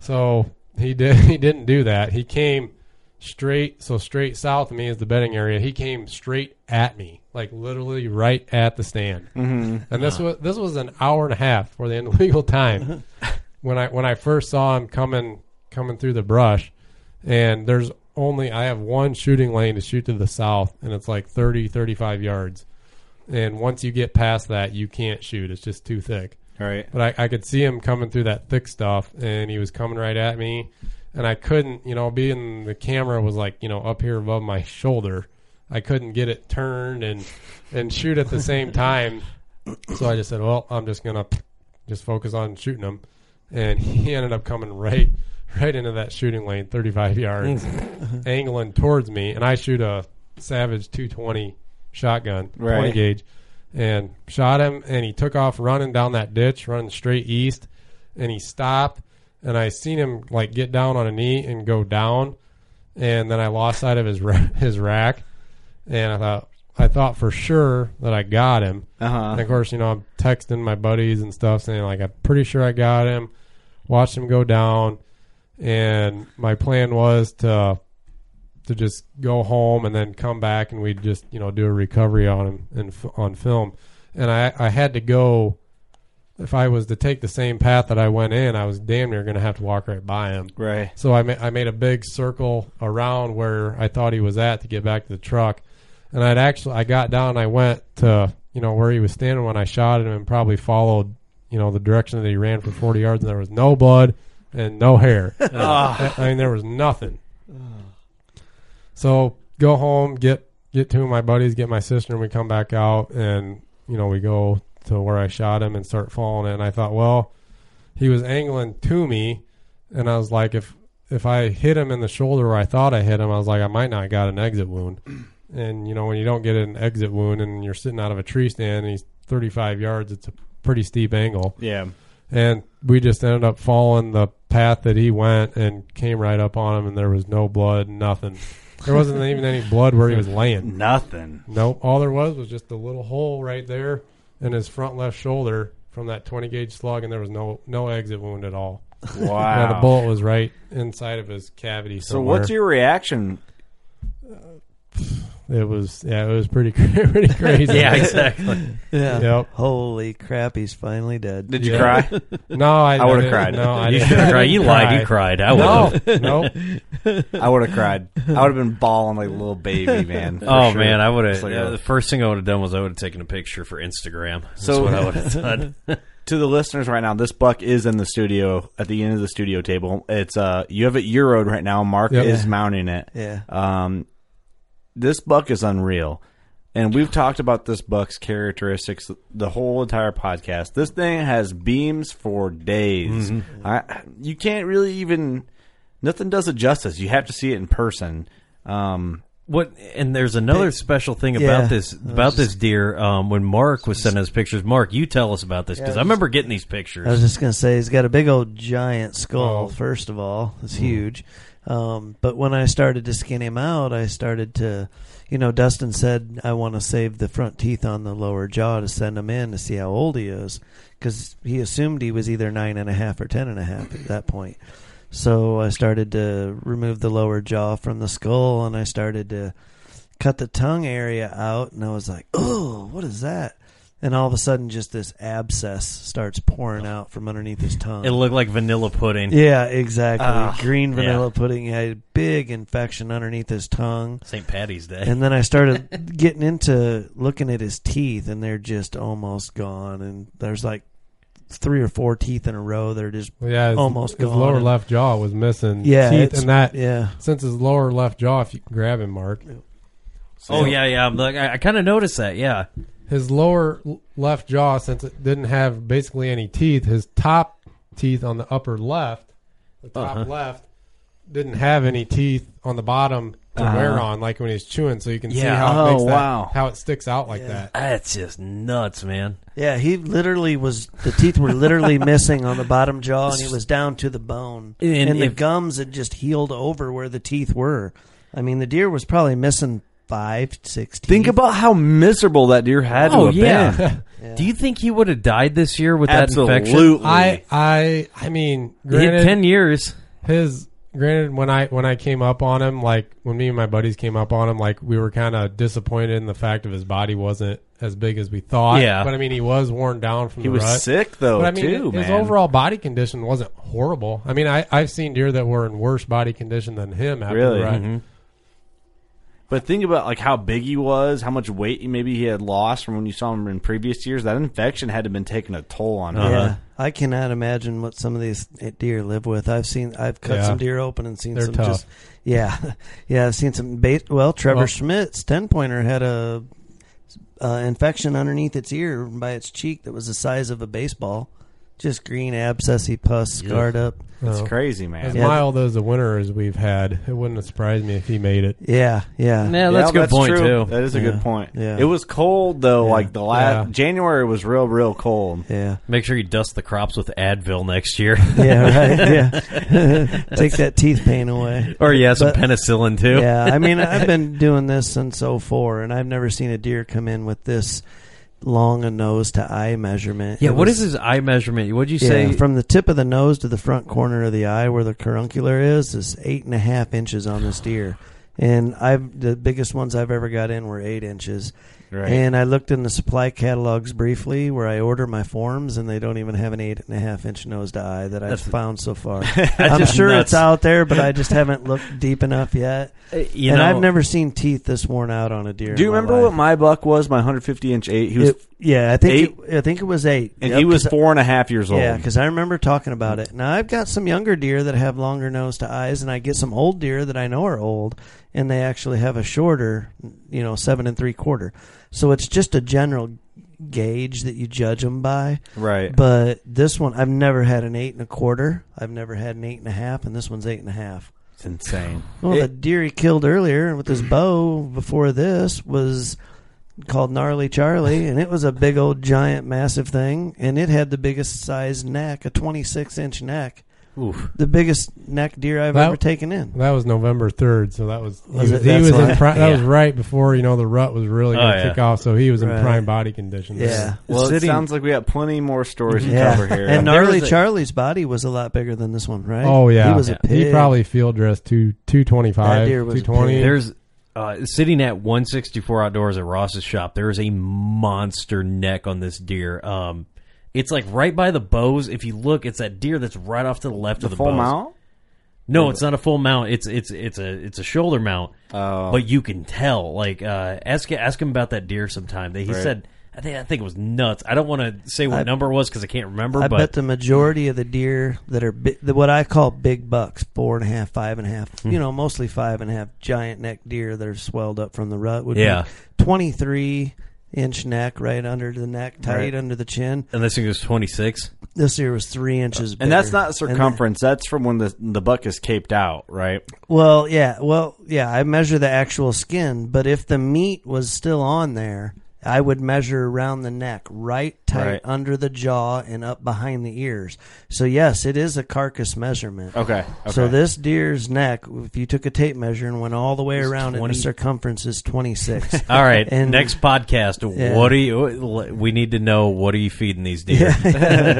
S8: So he did. He didn't do that. He came straight. So straight south of me is the bedding area. He came straight at me, like literally right at the stand.
S7: Mhm.
S8: And this was this was an hour and a half for the end of legal time when I when I first saw him coming coming through the brush. And there's only I have one shooting lane to shoot to the south, and it's like 30, 35 yards. And once you get past that, you can't shoot. It's just too thick.
S7: Right.
S8: But I, I could see him coming through that thick stuff, and he was coming right at me, and I couldn't, you know, being the camera was like, you know, up here above my shoulder, I couldn't get it turned and and shoot at the same time. So I just said, well, I'm just gonna just focus on shooting him, and he ended up coming right right into that shooting lane, 35 yards, angling towards me, and I shoot a Savage 220 shotgun,
S7: Right.
S8: 20 gauge and shot him and he took off running down that ditch running straight east and he stopped and i seen him like get down on a knee and go down and then i lost sight of his ra- his rack and i thought i thought for sure that i got him
S7: Uh-huh.
S8: and of course you know i'm texting my buddies and stuff saying like i'm pretty sure i got him watched him go down and my plan was to to just go home and then come back and we'd just you know do a recovery on him and f- on film and i i had to go if i was to take the same path that i went in i was damn near going to have to walk right by him
S7: Right.
S8: so I, ma- I made a big circle around where i thought he was at to get back to the truck and i'd actually i got down and i went to you know where he was standing when i shot him and probably followed you know the direction that he ran for 40 yards and there was no blood and no hair
S7: Ah.
S8: I mean there was nothing so go home, get get two of my buddies, get my sister, and we come back out, and you know we go to where I shot him and start falling. And I thought, well, he was angling to me, and I was like, if if I hit him in the shoulder where I thought I hit him, I was like, I might not got an exit wound. And you know when you don't get an exit wound and you're sitting out of a tree stand and he's 35 yards, it's a pretty steep angle.
S7: Yeah.
S8: And we just ended up following the path that he went and came right up on him, and there was no blood, nothing. There wasn't even any blood where he was laying.
S7: Nothing.
S8: Nope. All there was was just a little hole right there in his front left shoulder from that 20 gauge slug, and there was no no exit wound at all.
S7: Wow.
S8: Yeah, the bullet was right inside of his cavity.
S7: So what's your reaction?
S8: It was yeah, it was pretty cra- pretty crazy.
S5: Yeah, exactly.
S6: Yeah.
S8: Yep.
S6: Holy crap, he's finally dead.
S7: Did you
S8: Yeah.
S7: cry?
S8: No, I,
S7: I would've
S8: didn't.
S7: cried.
S8: No, I
S5: You
S8: didn't.
S5: should've
S8: I
S5: cried.
S8: didn't
S5: You lied. You cried. I would've.
S8: No, nope.
S7: I would have cried. I would have been bawling like a little baby, man. for
S5: Oh
S7: sure.
S5: man, I would have.
S7: It's like,
S5: the first thing I would have done was I would have taken a picture for Instagram. That's
S7: So-
S5: what I would have done.
S7: to the listeners right now, this buck is in the studio at the end of the studio table. It's uh, you have it euroed right now. Mark
S8: Yep.
S7: is mounting it.
S6: Yeah.
S7: Um, this buck is unreal, and we've talked about this buck's characteristics the whole entire podcast. This thing has beams for days.
S5: Mm-hmm.
S7: I, you can't really even nothing does it justice. You have to see it in person. Um,
S5: What and there's another
S6: Big-
S5: special thing about
S6: Yeah,
S5: this
S6: I was
S5: about this
S6: just-
S5: deer. Um, when Mark was sending us pictures, Mark, you tell us about this
S6: Yeah,
S5: because
S6: I
S5: I
S6: was-
S5: remember getting these
S6: I was
S5: pictures.
S6: just gonna say he's got a big old giant skull.
S8: Oh. Hmm.
S6: First of all, it's huge. Um, but when I started to skin him out, I started to, you know, Dustin said I want to save the front teeth on the lower jaw to send him in to see how old he is, because he assumed he was either nine and a half or ten and a half at that point. So I started to remove the lower jaw from the skull, and I started to cut the tongue area out, and I was like, oh, what is that? And all of a sudden, just this abscess starts pouring out from underneath his tongue.
S5: It looked like vanilla pudding.
S6: yeah, exactly.
S5: Ah,
S6: Green
S5: yeah.
S6: vanilla pudding. He had a big infection underneath his tongue.
S5: St. Patty's Day.
S6: And then I started getting into looking at his teeth, and they're just almost gone. And there's like three or four teeth in a row that are just
S8: Well, yeah, his,
S6: almost
S8: his
S6: gone.
S8: lower
S6: And-
S8: left jaw was missing
S6: Yeah,
S8: teeth,
S6: it's-
S8: and that
S6: yeah.
S8: since his lower left jaw, if you grab him, Mark,
S5: oh yeah, yeah. I'm like, I, I kind of noticed that. Yeah,
S8: his lower l- left jaw, since it didn't have basically any teeth, his top teeth on the upper left, the top
S5: Uh-huh.
S8: left, didn't have any teeth on the bottom to wear
S5: Uh-huh.
S8: on, like when he's chewing. So you can see
S5: Yeah.
S8: how it
S7: Oh,
S8: makes that-
S7: wow.
S8: how it sticks out like that.
S5: that's just nuts, man.
S6: Yeah, he literally was. The teeth were literally missing on the bottom jaw, and he was down to the bone.
S5: And
S6: And, the
S5: if-
S6: gums had just healed over where the teeth were. I mean, the deer was probably missing five, six teeth.
S7: Think about how miserable that deer had to
S5: Oh
S7: have
S5: yeah.
S7: been.
S5: Do you think he would have died this year with that infection?
S7: Absolutely.
S8: I I I mean,
S5: He had
S8: granted,
S5: ten years.
S8: his granted when I when I came up on him, like when me and my buddies came up on him, like we were kind of disappointed in the fact of his body wasn't as big as we thought.
S5: Yeah.
S8: but I mean he was worn down from
S7: He
S8: the
S7: was
S8: rut.
S7: sick though
S8: But I mean,
S7: too,
S8: his
S7: man.
S8: overall body condition wasn't horrible. I mean, I I've seen deer that were in worse body condition than him. After
S7: Really? Mm-hmm.
S8: the rut.
S5: Mhm.
S7: But think about like how big he was, how much weight maybe he had lost from when you saw him in previous years. That infection had to have been taking a toll on him.
S8: Uh-huh.
S6: Yeah, I cannot imagine what some of these deer live with. I've seen, I've cut
S8: Yeah.
S6: some deer open and seen
S8: They're
S6: some
S8: tough.
S6: just, yeah, yeah. I've seen some bait. Well, Trevor
S8: Well-
S6: Schmidt's ten pointer had a uh, infection underneath its ear by its cheek that was the size of a baseball, just green abscessy pus, scarred up.
S7: It's
S8: No.
S7: crazy, man.
S8: As
S6: Yeah.
S8: mild as the winter as we've had, it wouldn't have surprised me if he made it.
S6: Yeah, yeah.
S5: Yeah, that's a good point
S7: true.
S5: too.
S7: That is a
S6: Yeah.
S7: good point.
S6: Yeah.
S7: It was cold though.
S6: Yeah.
S7: Like the last
S8: Yeah.
S7: January was real, real cold.
S6: Yeah.
S5: Make sure you dust the crops with Advil next year,
S6: Yeah, right. Yeah. Take that teeth pain away.
S5: or yeah, some
S6: But-
S5: penicillin too.
S6: Yeah, I mean, I've been doing this since '04, and I've never seen a deer come in with this long a nose to eye measurement.
S5: Yeah,
S6: It
S5: what
S6: was-
S5: is his eye measurement? What'd you
S6: yeah,
S5: say?
S6: from the tip of the nose to the front corner of the eye where the caruncular is is eight and a half inches on this deer, and I've the biggest ones I've ever got in were eight inches.
S7: Right.
S6: And I looked in the supply catalogs briefly where I order my forms, and they don't even have an eight and a half inch nose to eye that I've
S5: That's-
S6: found so far. I'm
S5: just
S6: sure
S5: nuts.
S6: it's out there, but I just haven't looked deep enough yet.
S5: Uh, you
S6: and
S5: know-
S6: I've never seen teeth this worn out on a deer.
S7: Do you
S6: in my
S7: remember
S6: life.
S7: what my buck was? My 150 inch eight. He was,
S6: It- yeah, I think
S7: eight?
S6: it, I think it was eight,
S7: and
S6: Yep,
S7: he was
S6: 'cause I-
S7: four and a half years old.
S6: Yeah, because I remember talking about it. Now I've got some younger deer that have longer nose to eyes, and I get some old deer that I know are old, and they actually have a shorter, you know, seven and three quarter. So it's just a general gauge that you judge them by.
S7: right.
S6: But this one, I've never had an eight and a quarter. I've never had an eight and a half, and this one's eight and a half.
S7: it's insane.
S6: Well,
S7: It- Mm-hmm.
S6: the deer he killed earlier with his bow before this was called Gnarly Charlie, and it was a big old giant massive thing, and it had the biggest size neck, a 26 inch neck,
S5: Oof.
S6: the biggest neck deer I've
S8: That-
S6: ever taken in.
S8: That was November third, so that was he
S6: Was
S8: was,
S6: it-
S8: he
S6: that's
S8: was in
S6: why-
S8: pri- that was
S5: Yeah.
S8: right before you know the rut was really
S5: Oh,
S8: going to
S5: yeah.
S8: kick off. So he was in
S6: Right.
S8: prime body condition.
S6: Yeah.
S7: Well,
S6: Sitting-
S7: it sounds like we got plenty more stories to
S6: yeah.
S7: cover here.
S6: And
S7: There
S6: Gnarly
S7: was a-
S6: Charlie's body was a lot bigger than this one, right?
S8: Oh yeah,
S6: He was a pig.
S8: He probably field dressed two two twenty
S6: That
S8: five,
S6: deer was a
S8: two
S6: pig.
S8: twenty.
S5: There's uh, sitting at 164 outdoors at Ross's shop. There is a monster neck on this deer. Um, it's like right by the bows. If you look, it's that deer that's right off to the left
S7: the
S5: of the
S7: full
S5: bows.
S7: mount.
S5: No, it's not a full mount. It's it's it's a it's a shoulder mount.
S7: Oh.
S5: But you can tell. Like uh, ask ask him about that deer sometime. That he
S7: Right.
S5: said. I think I think it was nuts. I don't want to say what
S6: I-
S5: number it was because I can't remember.
S6: I
S5: but
S6: bet the majority of the deer that are bi- the, what I call big bucks, four and a half, five and a half,
S7: Hmm.
S6: you know, mostly five and a half giant neck deer that are swelled up from the rut would
S5: Yeah.
S6: be 23 inch neck, right under the neck, tight
S7: Right.
S6: under the chin.
S5: unless it was 26.
S6: This year was three inches.
S7: And that's
S6: bigger.
S7: not circumference. that's from when the the buck is caped out, right?
S6: Well, yeah. Well, yeah. I measure the actual skin, but if the meat was still on there, I would measure around the neck, right tight
S7: Right.
S6: under the jaw and up behind the ears. So yes, it is a carcass measurement.
S7: Okay,
S6: So
S7: okay.
S6: this deer's neck, if you took a tape measure and went all the way around it,
S5: 20.
S6: the circumference is twenty six.
S5: All right, next podcast.
S6: Yeah.
S5: What are you? We need to know what are you feeding these deer?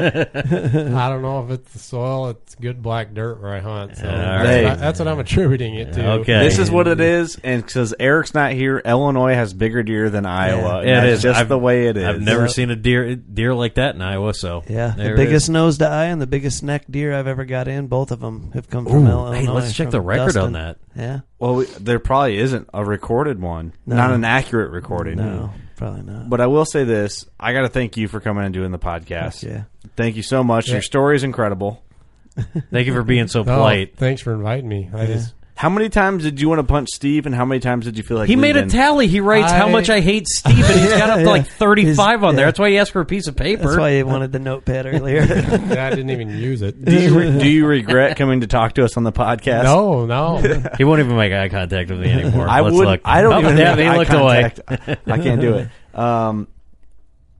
S8: I don't know if it's the soil. It's good black dirt where I hunt. So
S5: All
S8: that's,
S5: right.
S8: what I, that's what I'm attributing it to.
S5: Okay.
S7: This is what it is, and because Eric's not here, Illinois has bigger deer than
S5: Yeah,
S7: Iowa. and
S5: it
S7: that's
S5: is.
S7: just
S5: I've-
S7: the way it is.
S5: I've never seen a deer deer like that in Iowa. So
S6: Yeah,
S5: there
S6: the
S5: it
S6: biggest
S5: is.
S6: nose to eye and the biggest neck deer I've ever got in. Both of them have come from
S5: Ooh,
S6: Illinois.
S5: hey, let's check
S6: from
S5: the record
S6: Dustin.
S5: on that.
S6: Yeah,
S7: Well, we, there probably isn't a recorded one,
S6: No.
S7: not an accurate recording.
S6: No, probably not.
S7: But I will say this: I got to thank you for coming and doing the podcast.
S6: Yeah.
S7: Thank you so much.
S8: Yeah.
S7: Your story is incredible.
S5: Thank you for being so
S8: Oh,
S5: polite.
S8: thanks for inviting me. I just
S7: How many times did you want to punch Steve, and how many times did you feel like
S5: he made a
S7: leaving?
S5: tally. He writes how
S8: I-
S5: much I hate Steve, and he's got up to
S6: Yeah.
S5: like thirty five
S6: He's-
S5: on there.
S6: yeah.
S5: That's why he asked for a piece of paper.
S6: That's why he wanted the notepad earlier.
S8: I didn't even use it.
S7: Do you, re- do you regret coming to talk to us on the podcast?
S8: no, no.
S5: he won't even make eye contact with me anymore.
S7: I
S5: Let's
S7: would.
S5: Look.
S7: I don't
S5: Oh,
S7: even.
S5: yeah,
S7: have
S5: he
S7: eye
S5: looked
S7: contact.
S5: away.
S7: I can't do it. Um,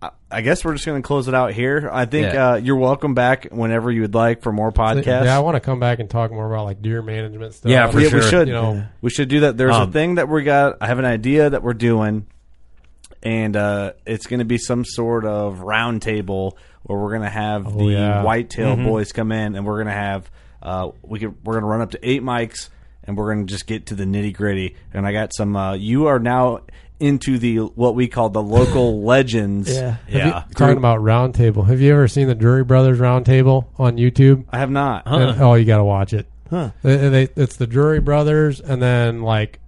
S7: I, I guess we're just going to close it out here. I think
S5: Yeah.
S7: uh, you're welcome back whenever you would like for more podcasts.
S8: yeah, I want to come back and talk more about like deer management stuff.
S5: Yeah, for
S7: Yeah,
S5: sure.
S7: we should.
S8: You know,
S7: We should do that. There's
S5: Um,
S7: a thing that we got. I have an idea that we're doing, and uh, it's going to be some sort of round table where we're going to have
S8: Oh,
S7: the
S8: yeah.
S7: whitetail boys come in, and we're going to have uh, we could we're going to run up to eight mics, and we're going to just get to the nitty gritty. And I got some. Uh, you are now into the what we call the local legends.
S6: Yeah.
S5: yeah.
S8: talking about roundtable. Have you ever seen the Drury Brothers roundtable on YouTube?
S7: I have not.
S8: And- oh, you got to watch it.
S6: Huh.
S8: They- they- it's the Drury Brothers, and then like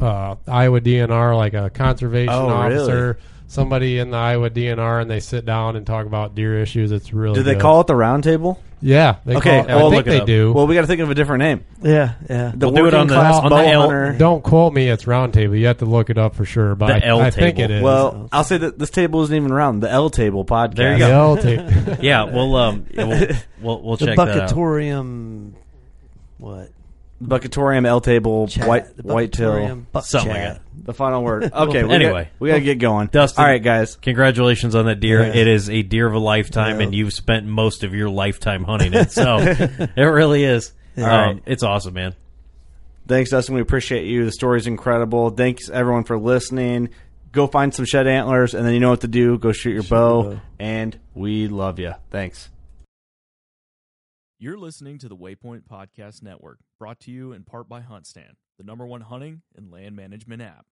S8: uh, Iowa DNR, like a conservation
S7: Oh,
S8: officer,
S7: really?
S8: somebody in the Iowa DNR, and they sit down and talk about deer issues. It's really.
S7: Do they
S8: good.
S7: call it the round table?
S8: Yeah. They
S7: Okay,
S8: call it-
S7: I'll
S8: I
S7: look
S8: think
S5: it
S8: they
S5: up.
S8: do.
S7: Well, we got to think of a different name.
S6: yeah, yeah.
S7: The
S5: We'll do it on
S7: working
S5: the-
S7: class
S5: on the
S7: bow
S5: L-
S7: hunter.
S8: don't quote me. It's roundtable. You have to look it up for sure. But
S5: The
S8: I,
S5: L
S8: I think
S5: table.
S8: it is.
S7: Well, I'll say that this table isn't even round. The L table podcast.
S5: There you
S8: the
S5: go.
S8: L table.
S5: Yeah, we'll um, yeah, we'll we'll, we'll
S6: the
S5: check uh, that out.
S6: buckatorium. What?
S7: Buckatorium, L table,
S6: Chat.
S7: white
S6: the
S7: white till.
S6: buckatorium buck
S5: Something like
S6: chat.
S7: The final word. Okay. we
S5: Anyway.
S7: got- we gotta get going.
S5: Dustin.
S7: All right, guys.
S5: Congratulations on that deer.
S6: Yeah.
S5: It is a deer of a lifetime,
S6: Yeah.
S5: and you've spent most of your lifetime hunting it. So it really is. All right,
S7: right.
S5: It's awesome, man.
S7: Thanks, Dustin. We appreciate you. The story's incredible. Thanks everyone for listening. Go find some shed antlers, and then you know what to do. Go shoot your bow,
S6: bow.
S7: and we love you. Thanks.
S9: You're listening to the Waypoint Podcast Network, brought to you in part by HuntStand, the number one hunting and land management app.